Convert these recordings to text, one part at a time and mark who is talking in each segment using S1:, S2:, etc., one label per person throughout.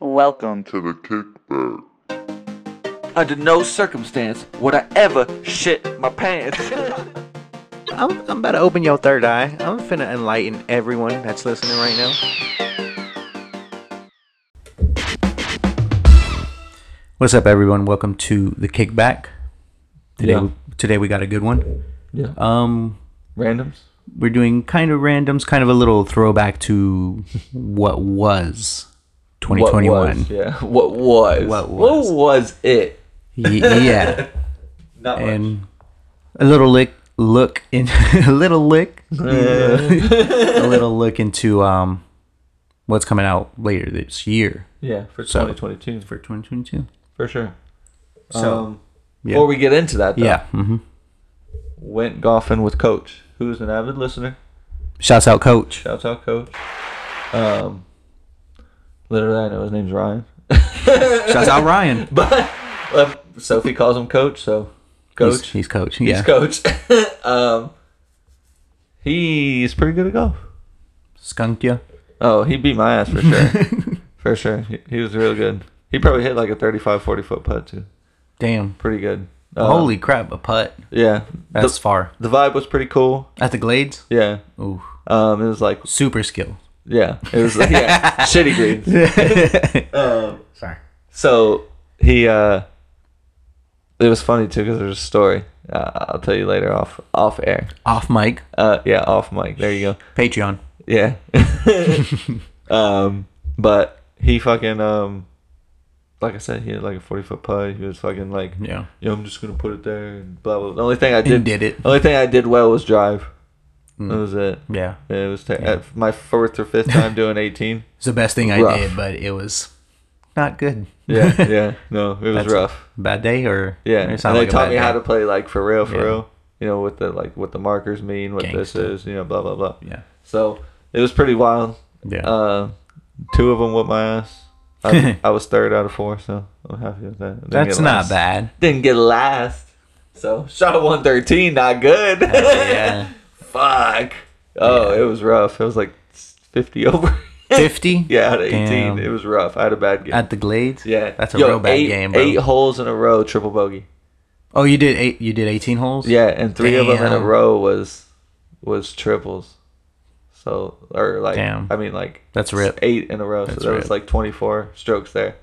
S1: Welcome to the kickback.
S2: Under no circumstance would I ever shit my pants.
S3: I'm, I'm about to open your third eye. I'm finna enlighten everyone that's listening right now. What's up, everyone? Welcome to the Kickback. Today,
S2: Yeah.
S3: today we got a good one.
S2: yeah.
S3: Um,
S2: Randoms.
S3: we're doing kind of randoms, kind of a little throwback to what was
S2: What
S3: 2021.
S2: was, yeah. What was?
S3: What was.
S2: What was it?
S3: Ye- yeah,
S2: Not
S3: and a little lick, look in a little lick, a little look into um, what's coming out later this year
S2: Yeah, for
S3: So-
S2: 2022 for,
S3: for 2022.
S2: for sure.
S3: So,
S2: um,
S3: yeah.
S2: before we get into that, though,
S3: Yeah. hmm
S2: went golfing with Coach, who's an avid listener.
S3: Shouts out, coach.
S2: Shouts out, Coach. Um, literally, I know his name's Ryan,
S3: Shouts out, Ryan.
S2: but uh, Sophie calls him Coach, so Coach.
S3: He's, he's coach.
S2: He's
S3: Yeah.
S2: coach. um, he's pretty good at golf.
S3: Skunked you.
S2: Oh, he beat my ass for sure. for sure. He, he was real good. He probably hit like a 35, 40 foot putt too.
S3: Damn.
S2: Pretty good. Uh,
S3: Holy crap, a putt.
S2: Yeah.
S3: That's
S2: The,
S3: far.
S2: the vibe was pretty cool.
S3: At the Glades?
S2: Yeah.
S3: Ooh.
S2: Um, it was like,
S3: Super skill.
S2: yeah. It was like, yeah. Shitty greens. Um,
S3: Sorry.
S2: so he, uh, it was funny too because there's a story. Uh, I'll tell you later off off air.
S3: Off mic.
S2: Uh, yeah, off mic. There you go.
S3: Patreon.
S2: Yeah. um, but he fucking um, like I said, he had like a forty foot putt. He was fucking like,
S3: Yeah.
S2: yo, I'm just gonna put it there and blah blah. blah. The only thing I
S3: And
S2: did,
S3: did it. Mm.
S2: the only thing I did well was drive. That was it.
S3: Yeah.
S2: It was ter- uh, my fourth or fifth time doing eighteen.
S3: It's the best thing I
S2: Rough.
S3: did, but it was not good.
S2: Yeah, yeah. No, it was
S3: That's-
S2: rough.
S3: Bad day or
S2: Yeah,
S3: It
S2: and
S3: sounded
S2: they
S3: like a
S2: taught
S3: bad
S2: me how
S3: day.
S2: to play like for real, for
S3: Yeah.
S2: real. You know what the like what the markers mean, what
S3: Gangsta.
S2: this is, you know, blah blah blah.
S3: Yeah.
S2: So it was pretty wild.
S3: Yeah.
S2: Uh, two of them with my ass. I, I was third out of four, so I'm happy with that. Didn't
S3: That's
S2: get
S3: not
S2: last.
S3: bad.
S2: Didn't get last. So shot at 113, not good.
S3: yeah.
S2: Fuck. Oh, it was rough. It was like 50 over.
S3: 50?
S2: yeah, out of 18.
S3: Damn.
S2: It was rough. I had a bad game.
S3: At the Glades?
S2: yeah,
S3: That's a
S2: Yo,
S3: real bad
S2: eight-
S3: game, bro.
S2: Eight holes in a row, triple bogey.
S3: Oh, you did eight. You did 18 holes?
S2: Yeah, and three of them in a
S3: Damn.
S2: row was was triples. So or like
S3: Damn.
S2: I mean like
S3: That's rip.
S2: eight in a row.
S3: That's
S2: so there
S3: rip.
S2: was like twenty four strokes there.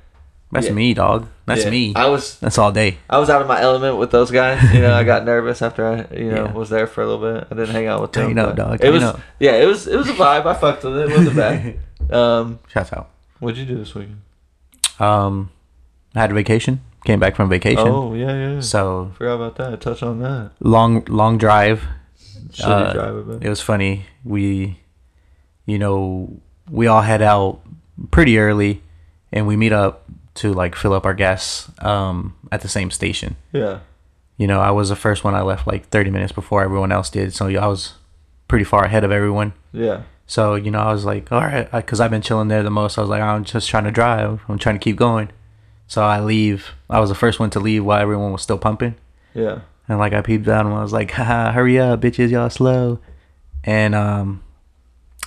S3: That's
S2: Yeah.
S3: me, dog. That's
S2: Yeah.
S3: me.
S2: I was
S3: That's all day.
S2: I was out of my element with those guys. You know, I got nervous after I you know
S3: Yeah.
S2: was there for a little bit. I didn't hang out with them.
S3: Tighten
S2: but
S3: up, dog,
S2: It
S3: tighten
S2: was
S3: up.
S2: yeah, it was it was a vibe. I fucked with it. It wasn't bad. Um,
S3: Shouts out.
S2: what'd you do this weekend?
S3: Um, I had a vacation. Came back from vacation.
S2: Oh yeah, yeah. yeah.
S3: So
S2: Forgot about that. Touch on that.
S3: long, long drive.
S2: Shitty
S3: Uh,
S2: driver, man.
S3: It was funny. We, you know, we all head out pretty early, and we meet up to like fill up our gas um, at the same station.
S2: Yeah.
S3: You know, I was the first one. I left like 30 minutes before everyone else did, so I was pretty far ahead of everyone.
S2: Yeah.
S3: So you know, I was like, all right, because I've been chilling there the most. I was like, I'm just trying to drive. I'm trying to keep going. So I leave. I was the first one to leave while everyone was still pumping.
S2: Yeah.
S3: And like I peeped out and I was like, haha, hurry up, bitches, y'all slow. And um,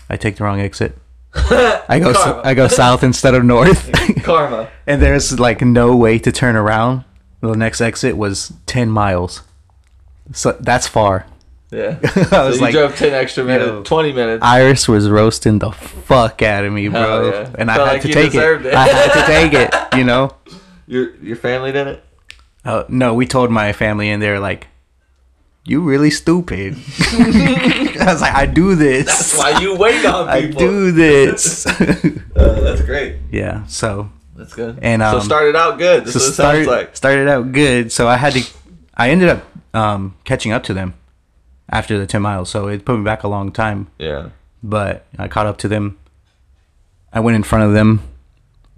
S3: I take the wrong exit. I go s- I go south instead of north.
S2: Karma.
S3: and there's like no way to turn around. The next exit was ten miles. So that's far.
S2: Yeah.
S3: I was
S2: so you
S3: like,
S2: drove 10 extra minutes,
S3: yo.
S2: 20 minutes.
S3: Iris was roasting the fuck out of me,
S2: Hell
S3: bro.
S2: yeah.
S3: And I
S2: Felt
S3: had
S2: like
S3: to
S2: you
S3: take it.
S2: deserved it.
S3: I had to take it, you know?
S2: your your family did it?
S3: Uh, no, we told my family, and they were like, You really stupid. I was like, I do this.
S2: That's why you wait on
S3: I
S2: people.
S3: do this.
S2: Uh, that's great.
S3: yeah, so.
S2: That's good.
S3: And,
S2: so
S3: um,
S2: started out good. This
S3: So
S2: is what it
S3: start,
S2: sounds like.
S3: started out good, so I had to. I ended up um, catching up to them after the 10 miles, so it put me back a long time.
S2: Yeah.
S3: but I caught up to them. I went in front of them,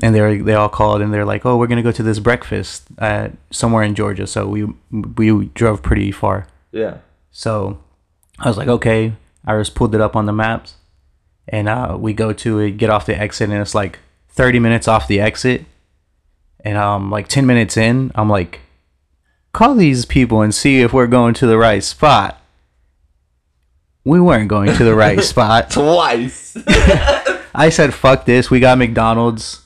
S3: and they were, they all called and they're like, "Oh, we're gonna go to this breakfast at somewhere in Georgia." So we we drove pretty far.
S2: Yeah.
S3: So I was like, "Okay." I just pulled it up on the maps, and uh, we go to it, get off the exit, and it's like thirty minutes off the exit, and um, like ten minutes in, I'm like, "Call these people and see if we're going to the right spot." We weren't going to the right spot.
S2: Twice.
S3: I said, fuck this. We got McDonald's.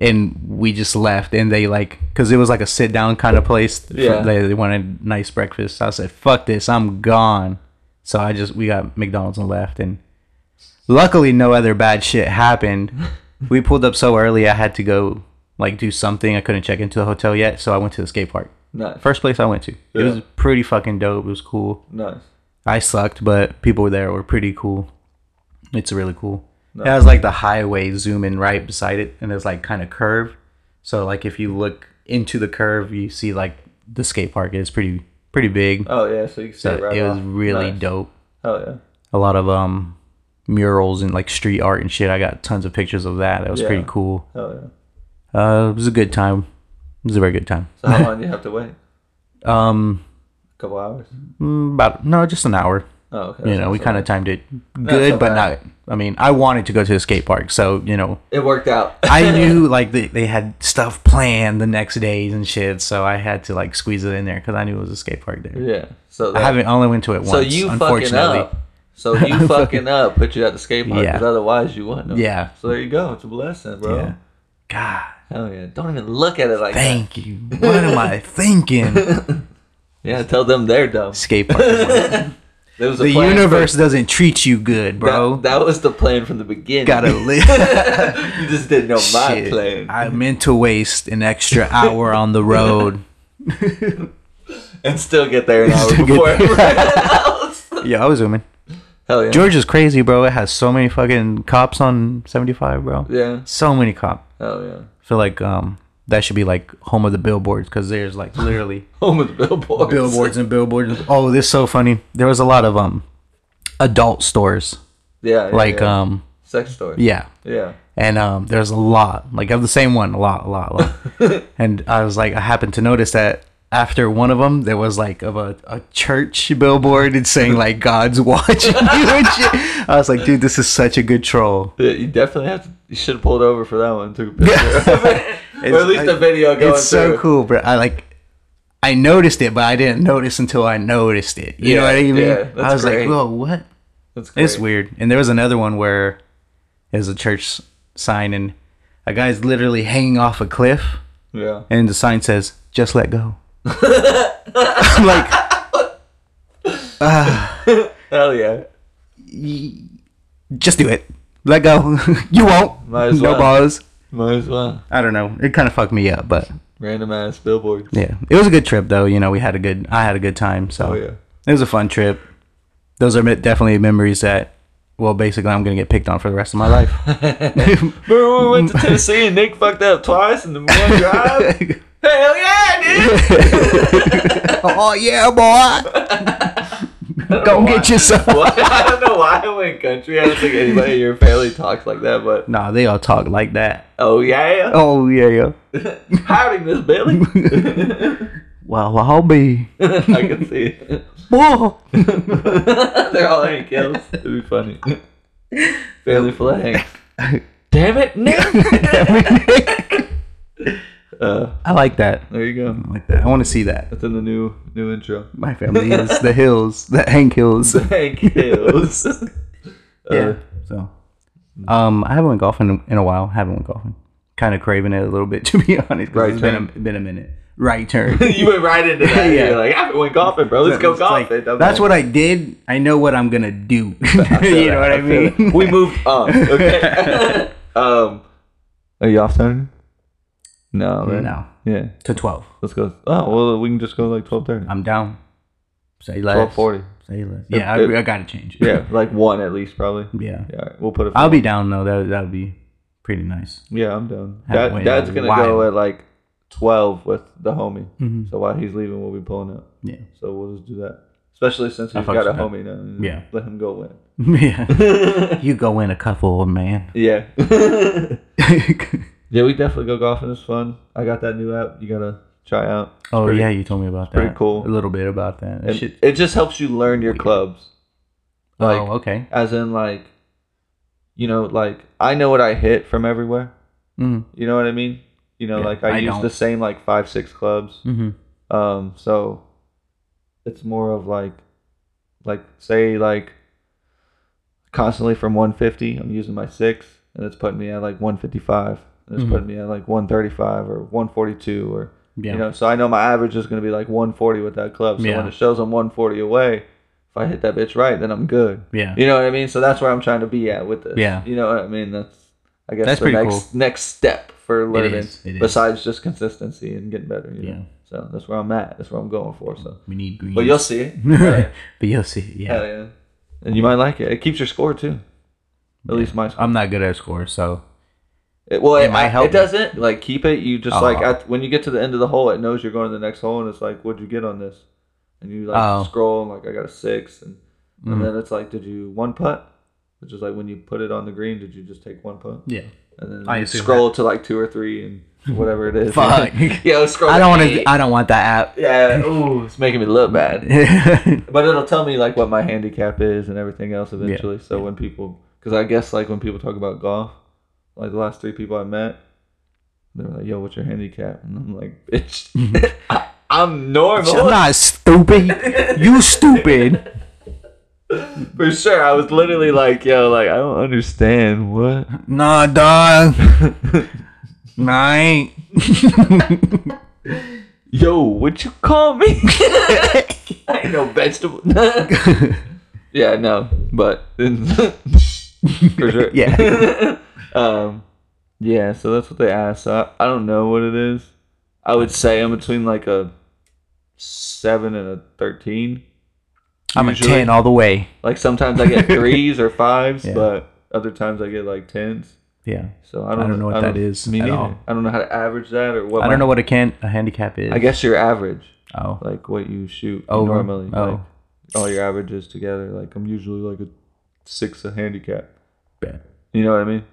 S3: and we just left and they like because it was like a sit down kind of place for-
S2: Yeah.
S3: they, they wanted nice breakfast i said fuck this i'm gone so i just we got mcdonald's and left and luckily no other bad shit happened we pulled up so early i had to go like do something i couldn't check into the hotel yet so i went to the skate park
S2: Nice.
S3: first place i went to it was
S2: Yeah.
S3: pretty fucking dope it was cool
S2: Nice.
S3: I sucked, but people there were pretty cool. It's really cool. It has like the highway zooming right beside it, and it's like kind of curved. So like if you look into the curve, you see like the skate park. It's pretty pretty big.
S2: Oh yeah, so you can
S3: So
S2: sit right
S3: it was
S2: off.
S3: really
S2: nice.
S3: dope.
S2: Oh yeah.
S3: A lot of um murals and like street art and shit. I got tons of pictures of that. That was
S2: Yeah.
S3: pretty cool.
S2: Oh yeah.
S3: Uh, it was a good time. It was a very good time.
S2: So how long do you have to wait?
S3: Um,
S2: A couple hours.
S3: mm, about no, just an hour.
S2: Oh okay.
S3: you
S2: that's
S3: know,
S2: not
S3: we
S2: so
S3: kind of
S2: bad.
S3: timed it good,
S2: not
S3: but
S2: bad.
S3: not. I mean, I wanted to go to the skate park, so you know,
S2: It worked out.
S3: I knew like they, they had stuff planned the next days and shit, so I had to like squeeze it in there because I knew it was a skate park there.
S2: yeah. So
S3: I
S2: that,
S3: haven't I only went to it once.
S2: So you fucking
S3: unfortunately.
S2: up. So you fucking up put you at the skate park
S3: Yeah.
S2: because otherwise you wouldn't. have.
S3: Yeah.
S2: So there you go. It's a blessing, bro.
S3: Yeah. God,
S2: Hell yeah. Don't even look at it like that.
S3: thank you. What am I thinking?
S2: Yeah. Tell them they're dumb.
S3: Skate park.
S2: There was a
S3: the
S2: plan from-
S3: universe doesn't treat you good,
S2: that-
S3: bro.
S2: That, was the plan from the beginning.
S3: Gotta live.
S2: you just didn't know my
S3: Shit.
S2: plan.
S3: I meant to waste an extra hour on the road.
S2: and still get there an hour
S3: Still get
S2: before
S3: there.
S2: everyone else.
S3: yeah, I was zooming.
S2: Hell yeah.
S3: Georgia's crazy, bro. It has so many fucking cops on 75, bro.
S2: Yeah.
S3: So many cops.
S2: Hell yeah.
S3: I feel like um that should be like home of the billboards because there's like literally
S2: Home with billboards.
S3: billboards and billboards. Oh, this is so funny. There was a lot of um adult stores
S2: Yeah. yeah,
S3: like
S2: yeah.
S3: um
S2: sex stores.
S3: yeah
S2: Yeah.
S3: and um there's a lot like of the same one a lot a lot a lot and i was like i happened to notice that after one of them there was like of a, a church billboard and saying like god's watching you and shit. i was like dude this is such a good troll
S2: Yeah, you definitely have to. You should have pulled over for that one. Took a picture, of it. or at least a video going
S3: it's so
S2: through.
S3: cool bro i like i noticed it but i didn't notice until i noticed it you know
S2: Yeah,
S3: what i mean
S2: yeah, that's
S3: i was
S2: great.
S3: like whoa what
S2: That's great.
S3: it's weird and there was another one where there's a church sign and a guy's literally hanging off a cliff
S2: Yeah.
S3: and the sign says just let go i'm like
S2: Hell yeah.
S3: just do it let go you won't
S2: Might as
S3: no
S2: well.
S3: balls
S2: Might as well.
S3: i don't know it kind of fucked me up but
S2: Random ass billboard.
S3: yeah it was a good trip though you know we had a good i had a good time so
S2: Oh yeah.
S3: It was a fun trip. Those are me- definitely memories that, well, basically, I'm gonna get picked on for the rest of my life.
S2: Remember when we went to Tennessee and Nick fucked up twice in the one drive? Hell yeah, dude!
S3: oh yeah, boy! Go get yourself.
S2: Why- I don't know why I went country. I don't think anybody in your family talks like that, but
S3: Nah, they all talk like that.
S2: oh yeah,
S3: Oh yeah, yeah.
S2: hiding this Billy.
S3: Well, well, I'll be.
S2: I can see it.
S3: Whoa.
S2: They're all any kills. It'd be funny. Family flag. Damn it, Nick! uh,
S3: I like that.
S2: there you go.
S3: I like that. I want to see that.
S2: That's in the new new intro.
S3: My family is the hills, the Hank Hills.
S2: Thank kills.
S3: Yeah. So, um, I haven't went golfing in- in a while. haven't went golfing. Kind of craving it a little bit, to be honest. 'cause
S2: Right
S3: it's been a,
S2: turn.
S3: been a minute. Right turn.
S2: you went right into that.
S3: Yeah.
S2: You're like, I haven't went golfing, bro. Let's go
S3: It's like,
S2: golfing. I'm
S3: that's
S2: like,
S3: what I did. I know what I'm gonna do. you know
S2: feel that,
S3: what I,
S2: feel
S3: mean?
S2: that. We moved on. Okay. um, are you off turn? No, right?
S3: no,
S2: Yeah,
S3: to twelve.
S2: let's go. Oh well, we can just go like twelve thirty.
S3: I'm down. Say less.
S2: Twelve forty.
S3: Say less. Yeah,
S2: It-
S3: I, I gotta change. it.
S2: Yeah, like one at least probably.
S3: yeah.
S2: Yeah, all right, we'll put it.
S3: I'll be down though. That that would be pretty nice.
S2: Yeah, I'm down.
S3: Haven't
S2: Dad,
S3: went
S2: Dad's
S3: in a
S2: gonna
S3: while.
S2: go at like twelve with the homie.
S3: Mhm.
S2: So while he's leaving, we'll be pulling up.
S3: Yeah.
S2: So we'll just do that. Especially since
S3: I
S2: we've
S3: fucks
S2: got a homie
S3: with
S2: now.
S3: Yeah.
S2: Let him go win.
S3: yeah. you go in a couple, old man.
S2: Yeah. yeah, we definitely go golfing. It's fun. I got that new app. You gotta try out. It's
S3: oh
S2: pretty-
S3: yeah, you told me about that.
S2: pretty cool.
S3: A little bit about that. That
S2: It,
S3: shit-
S2: it just helps you learn your clubs. Like,
S3: oh okay.
S2: as in like, you know, like I know what I hit from everywhere.
S3: Mm.
S2: You know what I mean? You know,
S3: Yeah,
S2: like I,
S3: I
S2: use
S3: don't.
S2: the same like five, six clubs.
S3: hmm
S2: Um, so it's more of like, like say like constantly from 150, I'm using my six, and it's putting me at like 155. It's
S3: Mhm.
S2: putting me at like 135 or 142 or
S3: Yeah.
S2: you know. So I know my average is going to be like 140 with that club. So when
S3: Yeah.
S2: it shows I'm 140 away, if I hit that bitch right, then I'm good.
S3: yeah.
S2: You know what I mean? So that's where I'm trying to be at with this.
S3: Yeah.
S2: You know what I mean? That's I guess
S3: That's
S2: the
S3: pretty
S2: next next step for learning
S3: is, it is.
S2: besides just consistency and getting better. You
S3: Yeah.
S2: Know? So that's where I'm at. That's where I'm going for. So
S3: We need green.
S2: but you'll see it.
S3: but you'll see. Mm-hmm. Yeah.
S2: Hell yeah. And you might like it. It keeps your score too. At least my score.
S3: I'm not good at score, so
S2: It, well,
S3: It
S2: it,
S3: might
S2: I-
S3: help
S2: it doesn't like keep it. You just
S3: Oh.
S2: like at, when you get to the end of the hole, it knows you're going to the next hole, and it's like, what'd you get on this? And you like
S3: Oh.
S2: scroll and like I got a six, and,
S3: Mhm.
S2: and then it's like, did you one putt? Which is like when you put it on the green, did you just take one putt?
S3: yeah.
S2: And then
S3: I
S2: you
S3: assume
S2: scroll to like two or three and whatever it is.
S3: Fuck.
S2: yeah, scroll.
S3: I don't want
S2: eight.
S3: to. I don't want that
S2: yeah. Ooh, it's making me look bad.
S3: app.
S2: But it'll tell me like what my handicap is and everything else eventually. So when people, because I guess like when people talk about golf, like the last three people I met, they were like, "Yo, what's your handicap?" And I'm like, "Bitch, I, I'm
S3: I'm
S2: normal
S3: not stupid. You stupid.
S2: for sure." I was literally like, "Yo, like I don't understand what."
S3: Nah, dog. Nah, I ain't.
S2: Yo, what you call me? I ain't no vegetable. yeah, no, but for sure.
S3: Yeah.
S2: um, yeah. So that's what they asked. So I, I don't know what it is. I would say I'm between like a seven and a thirteen.
S3: I'm
S2: Usually.
S3: a ten all the way.
S2: Like sometimes I get threes or fives,
S3: Yeah.
S2: but other times I get like tens.
S3: Yeah.
S2: So I don't,
S3: don't know what that is
S2: Me
S3: at
S2: neither.
S3: all.
S2: I don't know how to average that or what.
S3: I
S2: my-
S3: don't know what a can a handicap is.
S2: I guess your average,
S3: Oh.
S2: like what you shoot
S3: Over?
S2: normally.
S3: Oh.
S2: like, all your averages together. Like I'm usually like a six a handicap.
S3: Bet.
S2: You know what I mean?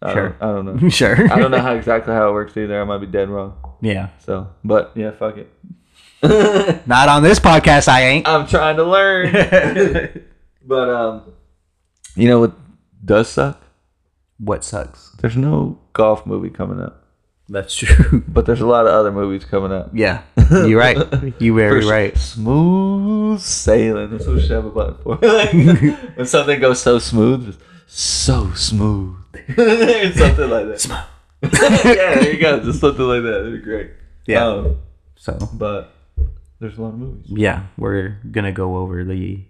S2: I
S3: Sure.
S2: don't- I don't know.
S3: sure.
S2: I don't know how exactly how it works either. I might be dead wrong.
S3: Yeah.
S2: So, but yeah, fuck it.
S3: Not on this podcast. I ain't.
S2: I'm trying to learn. but um, you know what does suck?
S3: What sucks?
S2: There's no golf movie coming up,
S3: That's true.
S2: but there's a lot of other movies coming up.
S3: Yeah. You're right. You very
S2: For
S3: right.
S2: Smooth sailing. That's what we should have a button for. when something goes so smooth, just so smooth. something like that. Smooth. yeah, there you go. Just something like that. It'd be great.
S3: Yeah.
S2: Um,
S3: So
S2: but there's a lot of movies.
S3: yeah, we're gonna go over the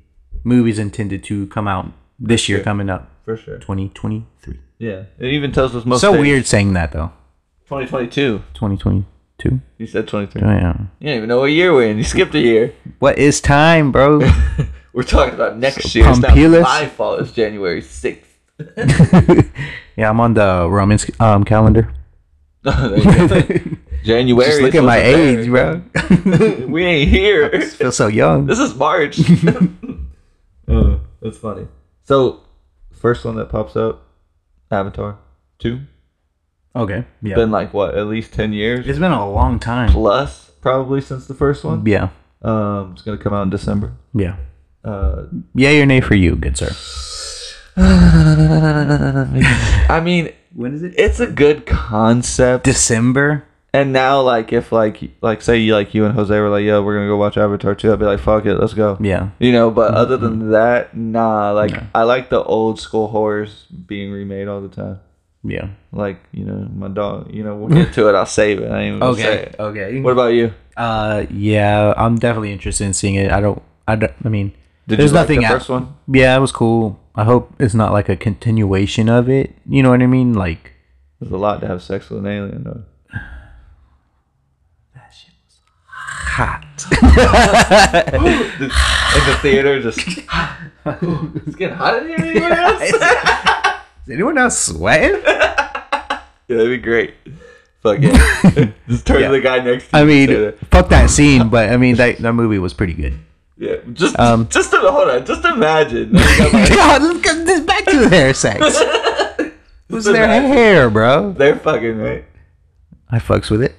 S3: movies intended to come out this year, coming up,
S2: For sure.
S3: 2023.
S2: Yeah. It even tells us most
S3: So
S2: things.
S3: weird saying that though.
S2: 2022.
S3: 2022.
S2: You said 23.
S3: Damn.
S2: You don't even know what year we're in. You skipped a year.
S3: What is time, bro?
S2: We're talking about next year. It's not
S3: Pompilus?
S2: my fault. It's January 6th.
S3: yeah, I'm on the Roman um, calendar.
S2: There you go. January.
S3: Just
S2: is
S3: look at my
S2: what's there.
S3: age, bro.
S2: we ain't here.
S3: Feel so young.
S2: This is March. uh, that's funny. So, first one that pops up, Avatar 2.
S3: Okay. Yeah.
S2: Been like what, at least 10 years
S3: it's been a long time.
S2: plus probably since the first one.
S3: Yeah.
S2: Um, it's going to come out in December.
S3: Yeah.
S2: Uh,
S3: Yay or nay for you, good sir.
S2: I mean,
S3: When is it?
S2: it's a good concept.
S3: December.
S2: And now, like, if like like say you like you and Jose were like, "Yo, we're gonna go watch Avatar 2. I'd be like, "Fuck it, let's go."
S3: Yeah.
S2: You know,
S3: Mm-hmm.
S2: but other than that, nah. Like, I like the old school horrors being remade all the time.
S3: Yeah.
S2: Like, you know, my dog. You know, we'll get to it. I'll save it. I ain't even gonna say it.
S3: Okay.
S2: What about you?
S3: Uh, yeah, I'm definitely interested in seeing it. I don't. I don't. I mean,
S2: Did
S3: There's
S2: you like
S3: nothing
S2: the
S3: out-
S2: first one?
S3: yeah, it was cool. I hope it's not like a continuation of it. You know what I mean? Like,
S2: There's a lot to have sex with an alien. Though. That shit was hot. in the theater, just it's getting hot in here. Anyone else?
S3: is anyone else sweating?
S2: Yeah, that'd be great. Fuck it. Just turn
S3: Yeah.
S2: to the guy next to
S3: I
S2: you.
S3: mean, fuck that scene, but I mean that that movie was pretty good.
S2: yeah. Just,
S3: um,
S2: just hold on. Just imagine. Now you got my-
S3: Yeah, let's get this back to the hair sex. It was their hair, bro.
S2: They're fucking right.
S3: I fucks with it.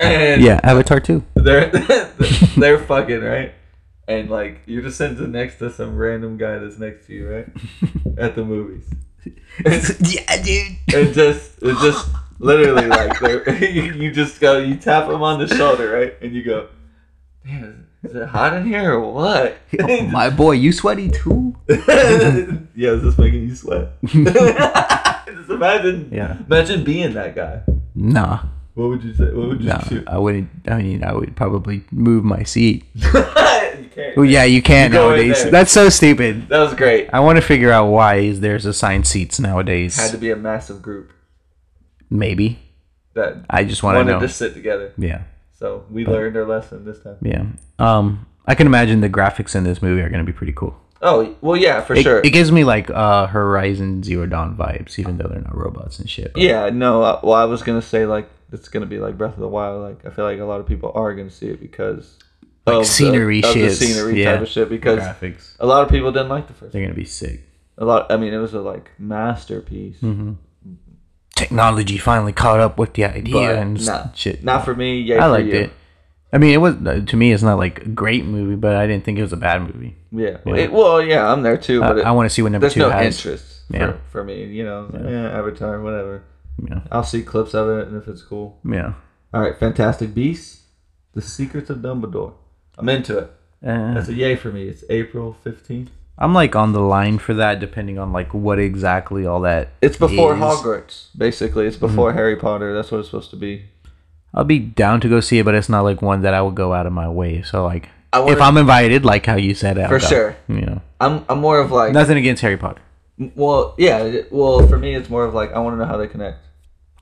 S2: And
S3: Yeah, Avatar too.
S2: they're they're fucking right. And like you're just sitting next to some random guy that's next to you, right? At the movies.
S3: yeah, dude.
S2: It just it just literally like they're- you you just go you tap him on the shoulder, right? And you go, Man, Is it hot in here or what?
S3: Oh, my boy, you sweaty too?
S2: yeah, is this making you sweat? Just imagine.
S3: Yeah.
S2: Imagine being that guy.
S3: Nah,
S2: What would you say? What would you
S3: nah.
S2: do?
S3: I wouldn't. I mean, I would probably move my seat.
S2: you can't.
S3: Well, Oh, yeah, you can
S2: You go in
S3: nowadays.
S2: there.
S3: That's so stupid.
S2: That was great.
S3: I want to figure out why is there's assigned seats nowadays.
S2: Had to be a massive group
S3: Maybe
S2: that
S3: I just want to
S2: wanted
S3: know.
S2: to sit together.
S3: yeah,
S2: So we learned our lesson this time.
S3: yeah. Um, I can imagine the graphics in this movie are going to be pretty cool.
S2: Oh well, yeah, for
S3: It,
S2: sure.
S3: it gives me like uh Horizon Zero Dawn vibes, even though they're not robots and shit. but-
S2: yeah, no. I, well, I was gonna say like it's gonna be like Breath of the Wild. Like I feel like a lot of people are gonna see it because
S3: Like
S2: of
S3: scenery
S2: the, of the
S3: shits,
S2: scenery
S3: yeah.
S2: type of shit. Because
S3: graphics.
S2: a lot of people didn't like the first.
S3: They're gonna be sick.
S2: A lot. I mean, it was a like masterpiece.
S3: Mm-hmm. Technology finally caught up with the idea
S2: But
S3: and s-
S2: not,
S3: shit.
S2: Not for me. Yeah,
S3: I
S2: for
S3: liked
S2: you.
S3: it. I mean, it was uh, to me. It's not like a great movie, but I didn't think it was a bad movie.
S2: Yeah. It- well, yeah, I'm there too. But
S3: I,
S2: it,
S3: I want to see what number
S2: there's
S3: two
S2: no
S3: has.
S2: interest
S3: Yeah.
S2: for, for me. You know, yeah. Avatar, whatever.
S3: Yeah.
S2: I'll see clips of it, and if it's cool.
S3: Yeah.
S2: All right, Fantastic Beasts, The Secrets of Dumbledore. I'm into it.
S3: Uh,
S2: That's a yay for me. It's April 15th.
S3: I'm like on the line for that, depending on like what exactly all that.
S2: It's before
S3: is.
S2: Hogwarts, basically. It's before
S3: Mm-hmm.
S2: Harry Potter. That's what it's supposed to be.
S3: I'll be down to go see it, but it's not like one that I would go out of my way. So like,
S2: I
S3: if
S2: wanna-
S3: I'm invited, like how you said, I'll
S2: For
S3: go.
S2: sure.
S3: You know,
S2: I'm, I'm more of like,
S3: nothing against Harry Potter.
S2: well, yeah. it- Well, for me, it's more of like, I want to know how they connect.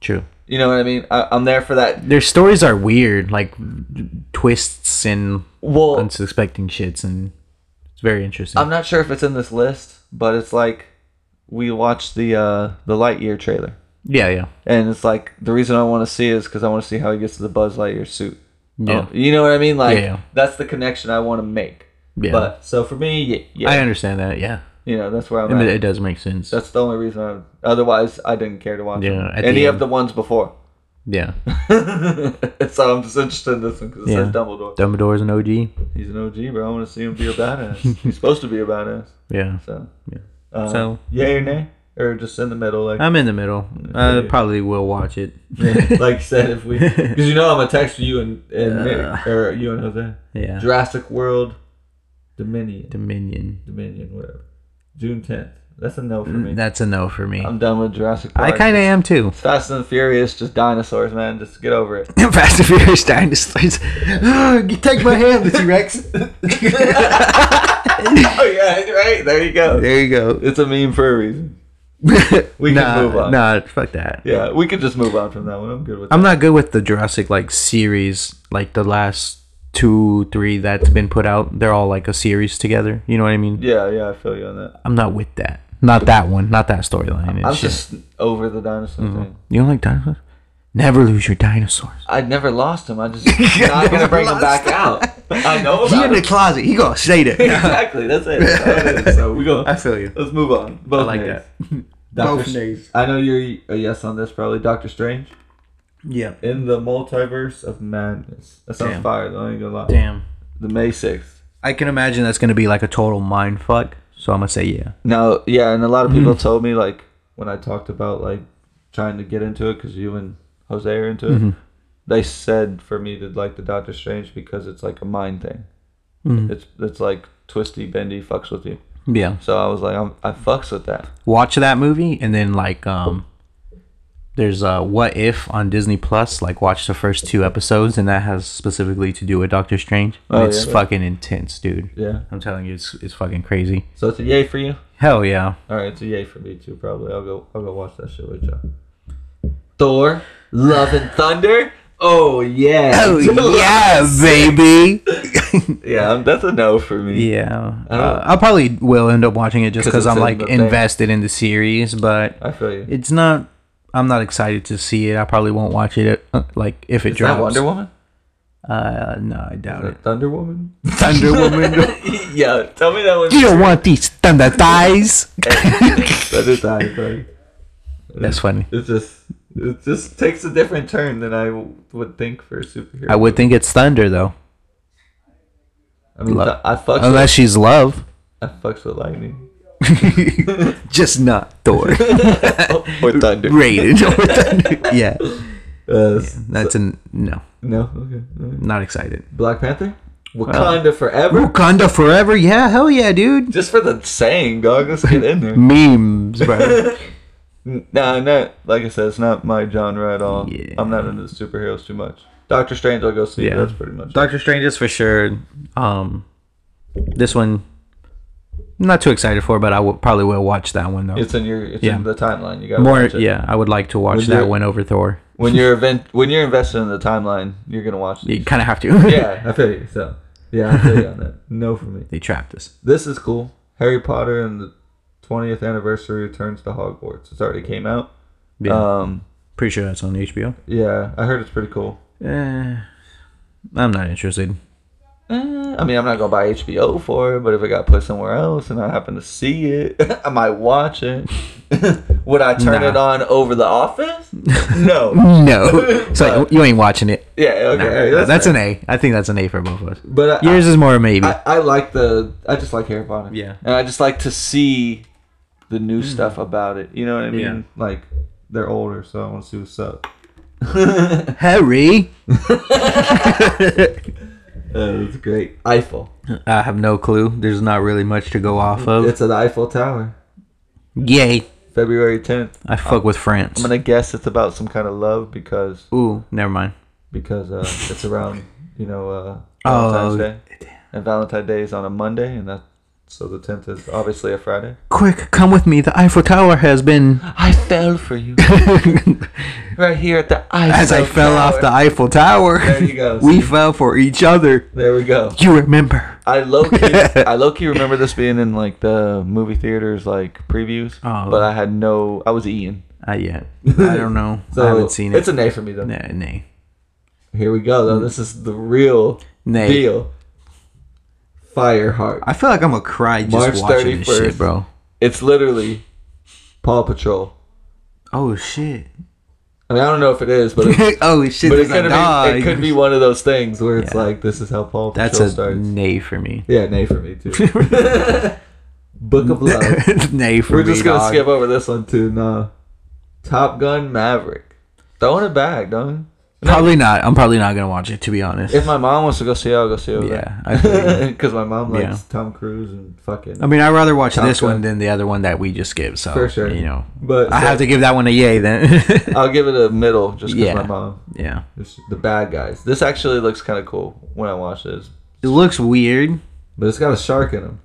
S3: True.
S2: You know what I mean? I, I'm there for that.
S3: Their stories are weird, like twists and
S2: Well,
S3: unsuspecting shits, and it's very interesting.
S2: I'm not sure if it's in this list, but it's like we watched the uh, the Lightyear trailer,
S3: yeah, yeah,
S2: and it's like the reason I want to see it is because I want to see how he gets to the Buzz Lightyear suit.
S3: yeah.
S2: Oh, you know what I mean? Like
S3: Yeah, yeah.
S2: that's the connection I want to make.
S3: Yeah.
S2: But so for me, yeah, yeah
S3: I understand that. Yeah,
S2: you know that's where I'm
S3: I mean,
S2: at.
S3: it does make sense.
S2: that's the only reason. I, otherwise, I didn't care to watch
S3: Yeah,
S2: them.
S3: at the
S2: any of
S3: end.
S2: the ones before.
S3: yeah,
S2: so I'm just interested in this one because it
S3: Yeah.
S2: says Dumbledore.
S3: Dumbledore's an OG.
S2: He's an OG, bro. I want to see him be a badass. He's supposed to be a badass.
S3: Yeah,
S2: So
S3: Yeah.
S2: uh,
S3: So-
S2: yay or nay, or just in the middle, like
S3: I'm in the middle. I probably will watch it.
S2: like you said, if we because you know I'm gonna text you and, and Nick, or you and Jose.
S3: yeah,
S2: Jurassic World, Dominion.
S3: Dominion.
S2: Dominion, whatever. June tenth. That's a no for me.
S3: That's a no for me.
S2: I'm done with Jurassic
S3: Mm, I
S2: Park.
S3: kind of am too.
S2: It's Fast and the Furious, just dinosaurs, man. Just get over it.
S3: Fast and Furious dinosaurs. you take my hand, T Rex.
S2: oh yeah, right there you go.
S3: There you go.
S2: It's a meme for a reason. We can
S3: nah,
S2: move on.
S3: Nah, fuck that.
S2: Yeah, we could just move on from that one. I'm good with.
S3: I'm not good with the Jurassic like series, like the last two, three that's been put out. They're all like a series together. You know what I mean?
S2: that. Yeah, yeah, I feel you on that.
S3: I'm not with that. Not that one. Not that storyline. and
S2: I'm
S3: shit.
S2: just
S3: Mm-hmm.
S2: over the dinosaur thing.
S3: You don't like dinosaurs? Never lose your dinosaurs.
S2: I never lost him. I just not gonna bring him back out. I know
S3: He
S2: about
S3: in the
S2: it.
S3: closet. He gonna stay there.
S2: exactly. That's it. That's how it is. So we go.
S3: I feel you.
S2: Let's move on. Both
S3: I like
S2: nays.
S3: that.
S2: Doctor
S3: Both
S2: S-
S3: nays.
S2: I know you're a yes on this, probably. Doctor Strange
S3: Yeah.
S2: in the multiverse of madness. That sounds
S3: Damn.
S2: fire. Though, I ain't gonna lie.
S3: Damn.
S2: The May sixth.
S3: I can imagine that's gonna be like a total mind fuck. So I'm gonna say yeah.
S2: Now, yeah, and a lot of people told me like when I talked about like trying to get into it because you and Jose are into it.
S3: Mm-hmm.
S2: They said for me to like the Doctor Strange because it's like a mind thing.
S3: Mm-hmm.
S2: It's it's like twisty, bendy, fucks with you.
S3: Yeah.
S2: So I was like, I'm, I fucks with that.
S3: Watch that movie and then like um there's uh what if on Disney Plus, like watch the first two episodes and that has specifically to do with Doctor Strange. And
S2: Oh,
S3: it's
S2: yeah.
S3: fucking intense, dude.
S2: Yeah.
S3: I'm telling you, it's it's fucking crazy.
S2: So it's a yay for you.
S3: Hell yeah.
S2: All right, it's a yay for me too. Probably I'll go. I'll go watch that shit with y'all. Thor, Love and Thunder. Oh yeah.
S3: yeah, baby.
S2: yeah. um, That's a no for me.
S3: yeah. Uh, I probably will end up watching it just
S2: 'Cause
S3: because
S2: Oh. it's
S3: I'm
S2: in
S3: like
S2: the thing.
S3: invested in the series, but
S2: I feel you.
S3: it's not. I'm not excited to see it. I probably won't watch it uh, like if it
S2: Is
S3: drops.
S2: that Wonder Woman?
S3: Uh, no, I doubt it.
S2: Thunder Woman?
S3: Thunder Woman.
S2: yeah, tell me that one.
S3: you don't want these thunder thighs.
S2: That is how I feel.
S3: That's funny.
S2: It's just, it just takes a different turn than I w- would think for a superhero.
S3: I would think it's thunder though,
S2: I mean,
S3: love-
S2: I fucks with,
S3: unless she's love.
S2: I fucks with lightning
S3: Just not Thor.
S2: or thunder.
S3: Rated over thunder. Yeah,
S2: Uh, s-
S3: that's a no.
S2: No, okay.
S3: Not excited.
S2: Black Panther. Wakanda forever.
S3: Wakanda forever. Yeah, hell yeah, dude.
S2: Just for the saying, dog. Let's get in there.
S3: Memes, bro.
S2: N- Nah, not like I said. It's not my genre at all.
S3: Yeah.
S2: I'm not into the superheroes too much. Doctor Strange, I'll go see.
S3: Yeah.
S2: That's pretty much. it.
S3: Doctor Strange is for sure. Um, this one, not too excited for, but I will, probably will watch that one though.
S2: It's in your. It's
S3: Yeah.
S2: in the timeline. You got
S3: More,
S2: Watch it.
S3: yeah, I would like to watch
S2: Would
S3: that
S2: you-
S3: one over Thor.
S2: When you're event, when you're invested in the timeline, you're gonna watch.
S3: You
S2: These.
S3: kind of have to.
S2: Yeah, I feel you. So, yeah, I feel you on that. No for me.
S3: they trapped us.
S2: This is cool. Harry Potter and the 20th anniversary returns to Hogwarts. It's already came out.
S3: Yeah,
S2: Um,
S3: pretty sure that's on HBO.
S2: yeah, I heard it's pretty cool.
S3: Eh, I'm not interested.
S2: Eh, I mean, I'm not gonna buy HBO for it, but if it got put somewhere else and I happen to see it, I might watch it. Would I turn
S3: Nah.
S2: it on over The Office? No.
S3: No, it's like you ain't watching it.
S2: yeah. Okay. hey,
S3: that's
S2: that's
S3: an A. I think that's an A for both of us.
S2: but I,
S3: Yours is more a maybe.
S2: I, I like the. I just like Harry Potter.
S3: Yeah. Mm.
S2: And I just like to see the new stuff about it. You know what I mean?
S3: Yeah.
S2: Like they're older, so I want to see what's up.
S3: Harry,
S2: Uh, it's great. Eiffel.
S3: I have no clue. There's not really much to go off of.
S2: It's at Eiffel Tower.
S3: Yay!
S2: February 10th.
S3: I fuck with France.
S2: I'm gonna guess it's about some kind of love because
S3: Ooh, never mind.
S2: because uh, it's around you know uh,
S3: Oh,
S2: Valentine's Day, and Valentine's Day is on a Monday, and that so the 10th is obviously a Friday.
S3: Quick, come with me. The Eiffel Tower has been.
S2: I fell for you right here at the Eiffel.
S3: As I fell off the Eiffel Tower,
S2: There you go.
S3: we fell for each other.
S2: There we go.
S3: You remember?
S2: I low key, I low key remember this being in like the movie theaters like previews,
S3: Oh.
S2: but I had no. I was eating.
S3: Not yet. I don't know.
S2: So
S3: I haven't seen
S2: It's
S3: it.
S2: a nay Mm. for me though.
S3: nah, nay.
S2: Here we go though. This is the real
S3: Nay.
S2: deal. Fireheart.
S3: I feel like I'm gonna cry just
S2: March
S3: watching this
S2: 31st.
S3: shit, bro.
S2: It's literally Paw Patrol.
S3: Oh shit.
S2: I mean, I don't know if it is, but it,
S3: oh shit.
S2: but it
S3: There's
S2: could
S3: a
S2: be. It
S3: dog.
S2: could be one of those things where it's
S3: Yeah.
S2: like this is how Paw Patrol
S3: That's a
S2: starts.
S3: nay for me.
S2: yeah, nay for me too. Book of Love.
S3: nay for
S2: We're
S3: me.
S2: just gonna
S3: dog.
S2: skip over this one too. No, Top Gun Maverick. Throwing it back, don't.
S3: Probably not. I'm probably not gonna watch it to be honest.
S2: If my mom wants to go see it, I'll go see it.
S3: Yeah, I feel
S2: because my mom likes
S3: Yeah. Um,
S2: Tom Cruise and fucking.
S3: I mean, I'd rather watch
S2: Top
S3: this
S2: Gun.
S3: one than the other one that we just skipped. So
S2: For sure.
S3: you know,
S2: but
S3: I have to give that one a yay then.
S2: I'll give it a middle just because
S3: Yeah.
S2: my mom.
S3: yeah,
S2: It's the bad guys. This actually looks kind of cool when I watch this,
S3: it looks weird.
S2: but it's got a shark in him.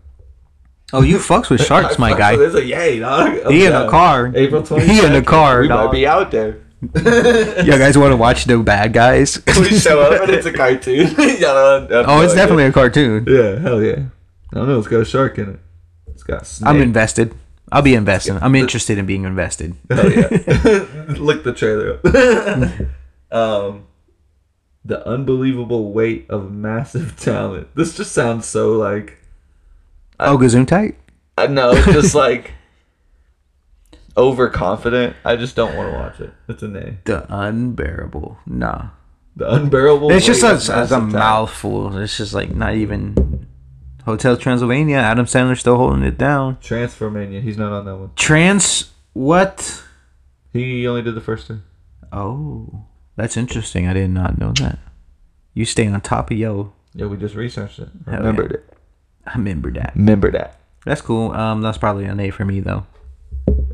S3: Oh, you fucks with sharks, my guy.
S2: There's a yay, dog. I'm
S3: He in
S2: down.
S3: a car.
S2: April 20th.
S3: He in a car.
S2: We
S3: dog.
S2: might be out there.
S3: You guys want to watch the bad guys?
S2: We show up and it's a cartoon.
S3: oh, it's definitely a cartoon.
S2: Yeah, hell yeah. I don't know. It's got a shark in it. It's got a snake.
S3: I'm invested. I'll be invested. I'm interested in being invested.
S2: Hell yeah. Look the trailer up. um, the unbelievable weight of massive talent. This just sounds so like
S3: Oh, Gazoomtite?
S2: I know, it's just like overconfident. I just don't want to watch it. It's a name.
S3: The unbearable. Nah.
S2: The unbearable.
S3: It's just
S2: weight
S3: a,
S2: of
S3: it's a
S2: massive talent.
S3: mouthful. It's just like not even Hotel Transylvania. Adam Sandler's still holding it down.
S2: Transformania. He's not on that one.
S3: Trans what?
S2: He only did the first two.
S3: Oh, that's interesting. I did not know that. You stay on top of yo.
S2: Yeah, we just researched it.
S3: Hell
S2: Remembered it.
S3: I remember that.
S2: Remember that.
S3: That's cool. Um, that's probably an A for me though.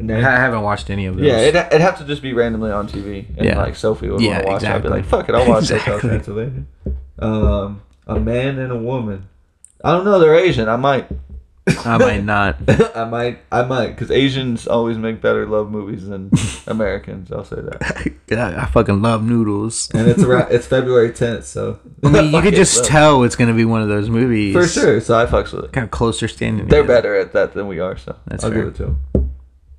S3: I haven't watched any of those.
S2: Yeah, it'd, it'd have to just be randomly on TV. And
S3: Yeah.
S2: like Sophie would want
S3: Yeah,
S2: to watch it. I'd be like,
S3: exactly.
S2: fuck it, I'll watch
S3: Exactly.
S2: Hotel Transylvania. Um, a man and a woman. I don't know, they're Asian. I might.
S3: I might not.
S2: I might. I might. Because Asians always make better love movies than Americans. I'll say that.
S3: God, I fucking love noodles.
S2: And it's around, it's February 10th, so.
S3: I mean, you could just
S2: Fuck it,
S3: tell it's gonna be one of those movies.
S2: look. For sure, so I fucks with it.
S3: Kind of closer standing.
S2: They're
S3: together.
S2: better at that than we are, so.
S3: That's
S2: I'll
S3: fair.
S2: give it to them.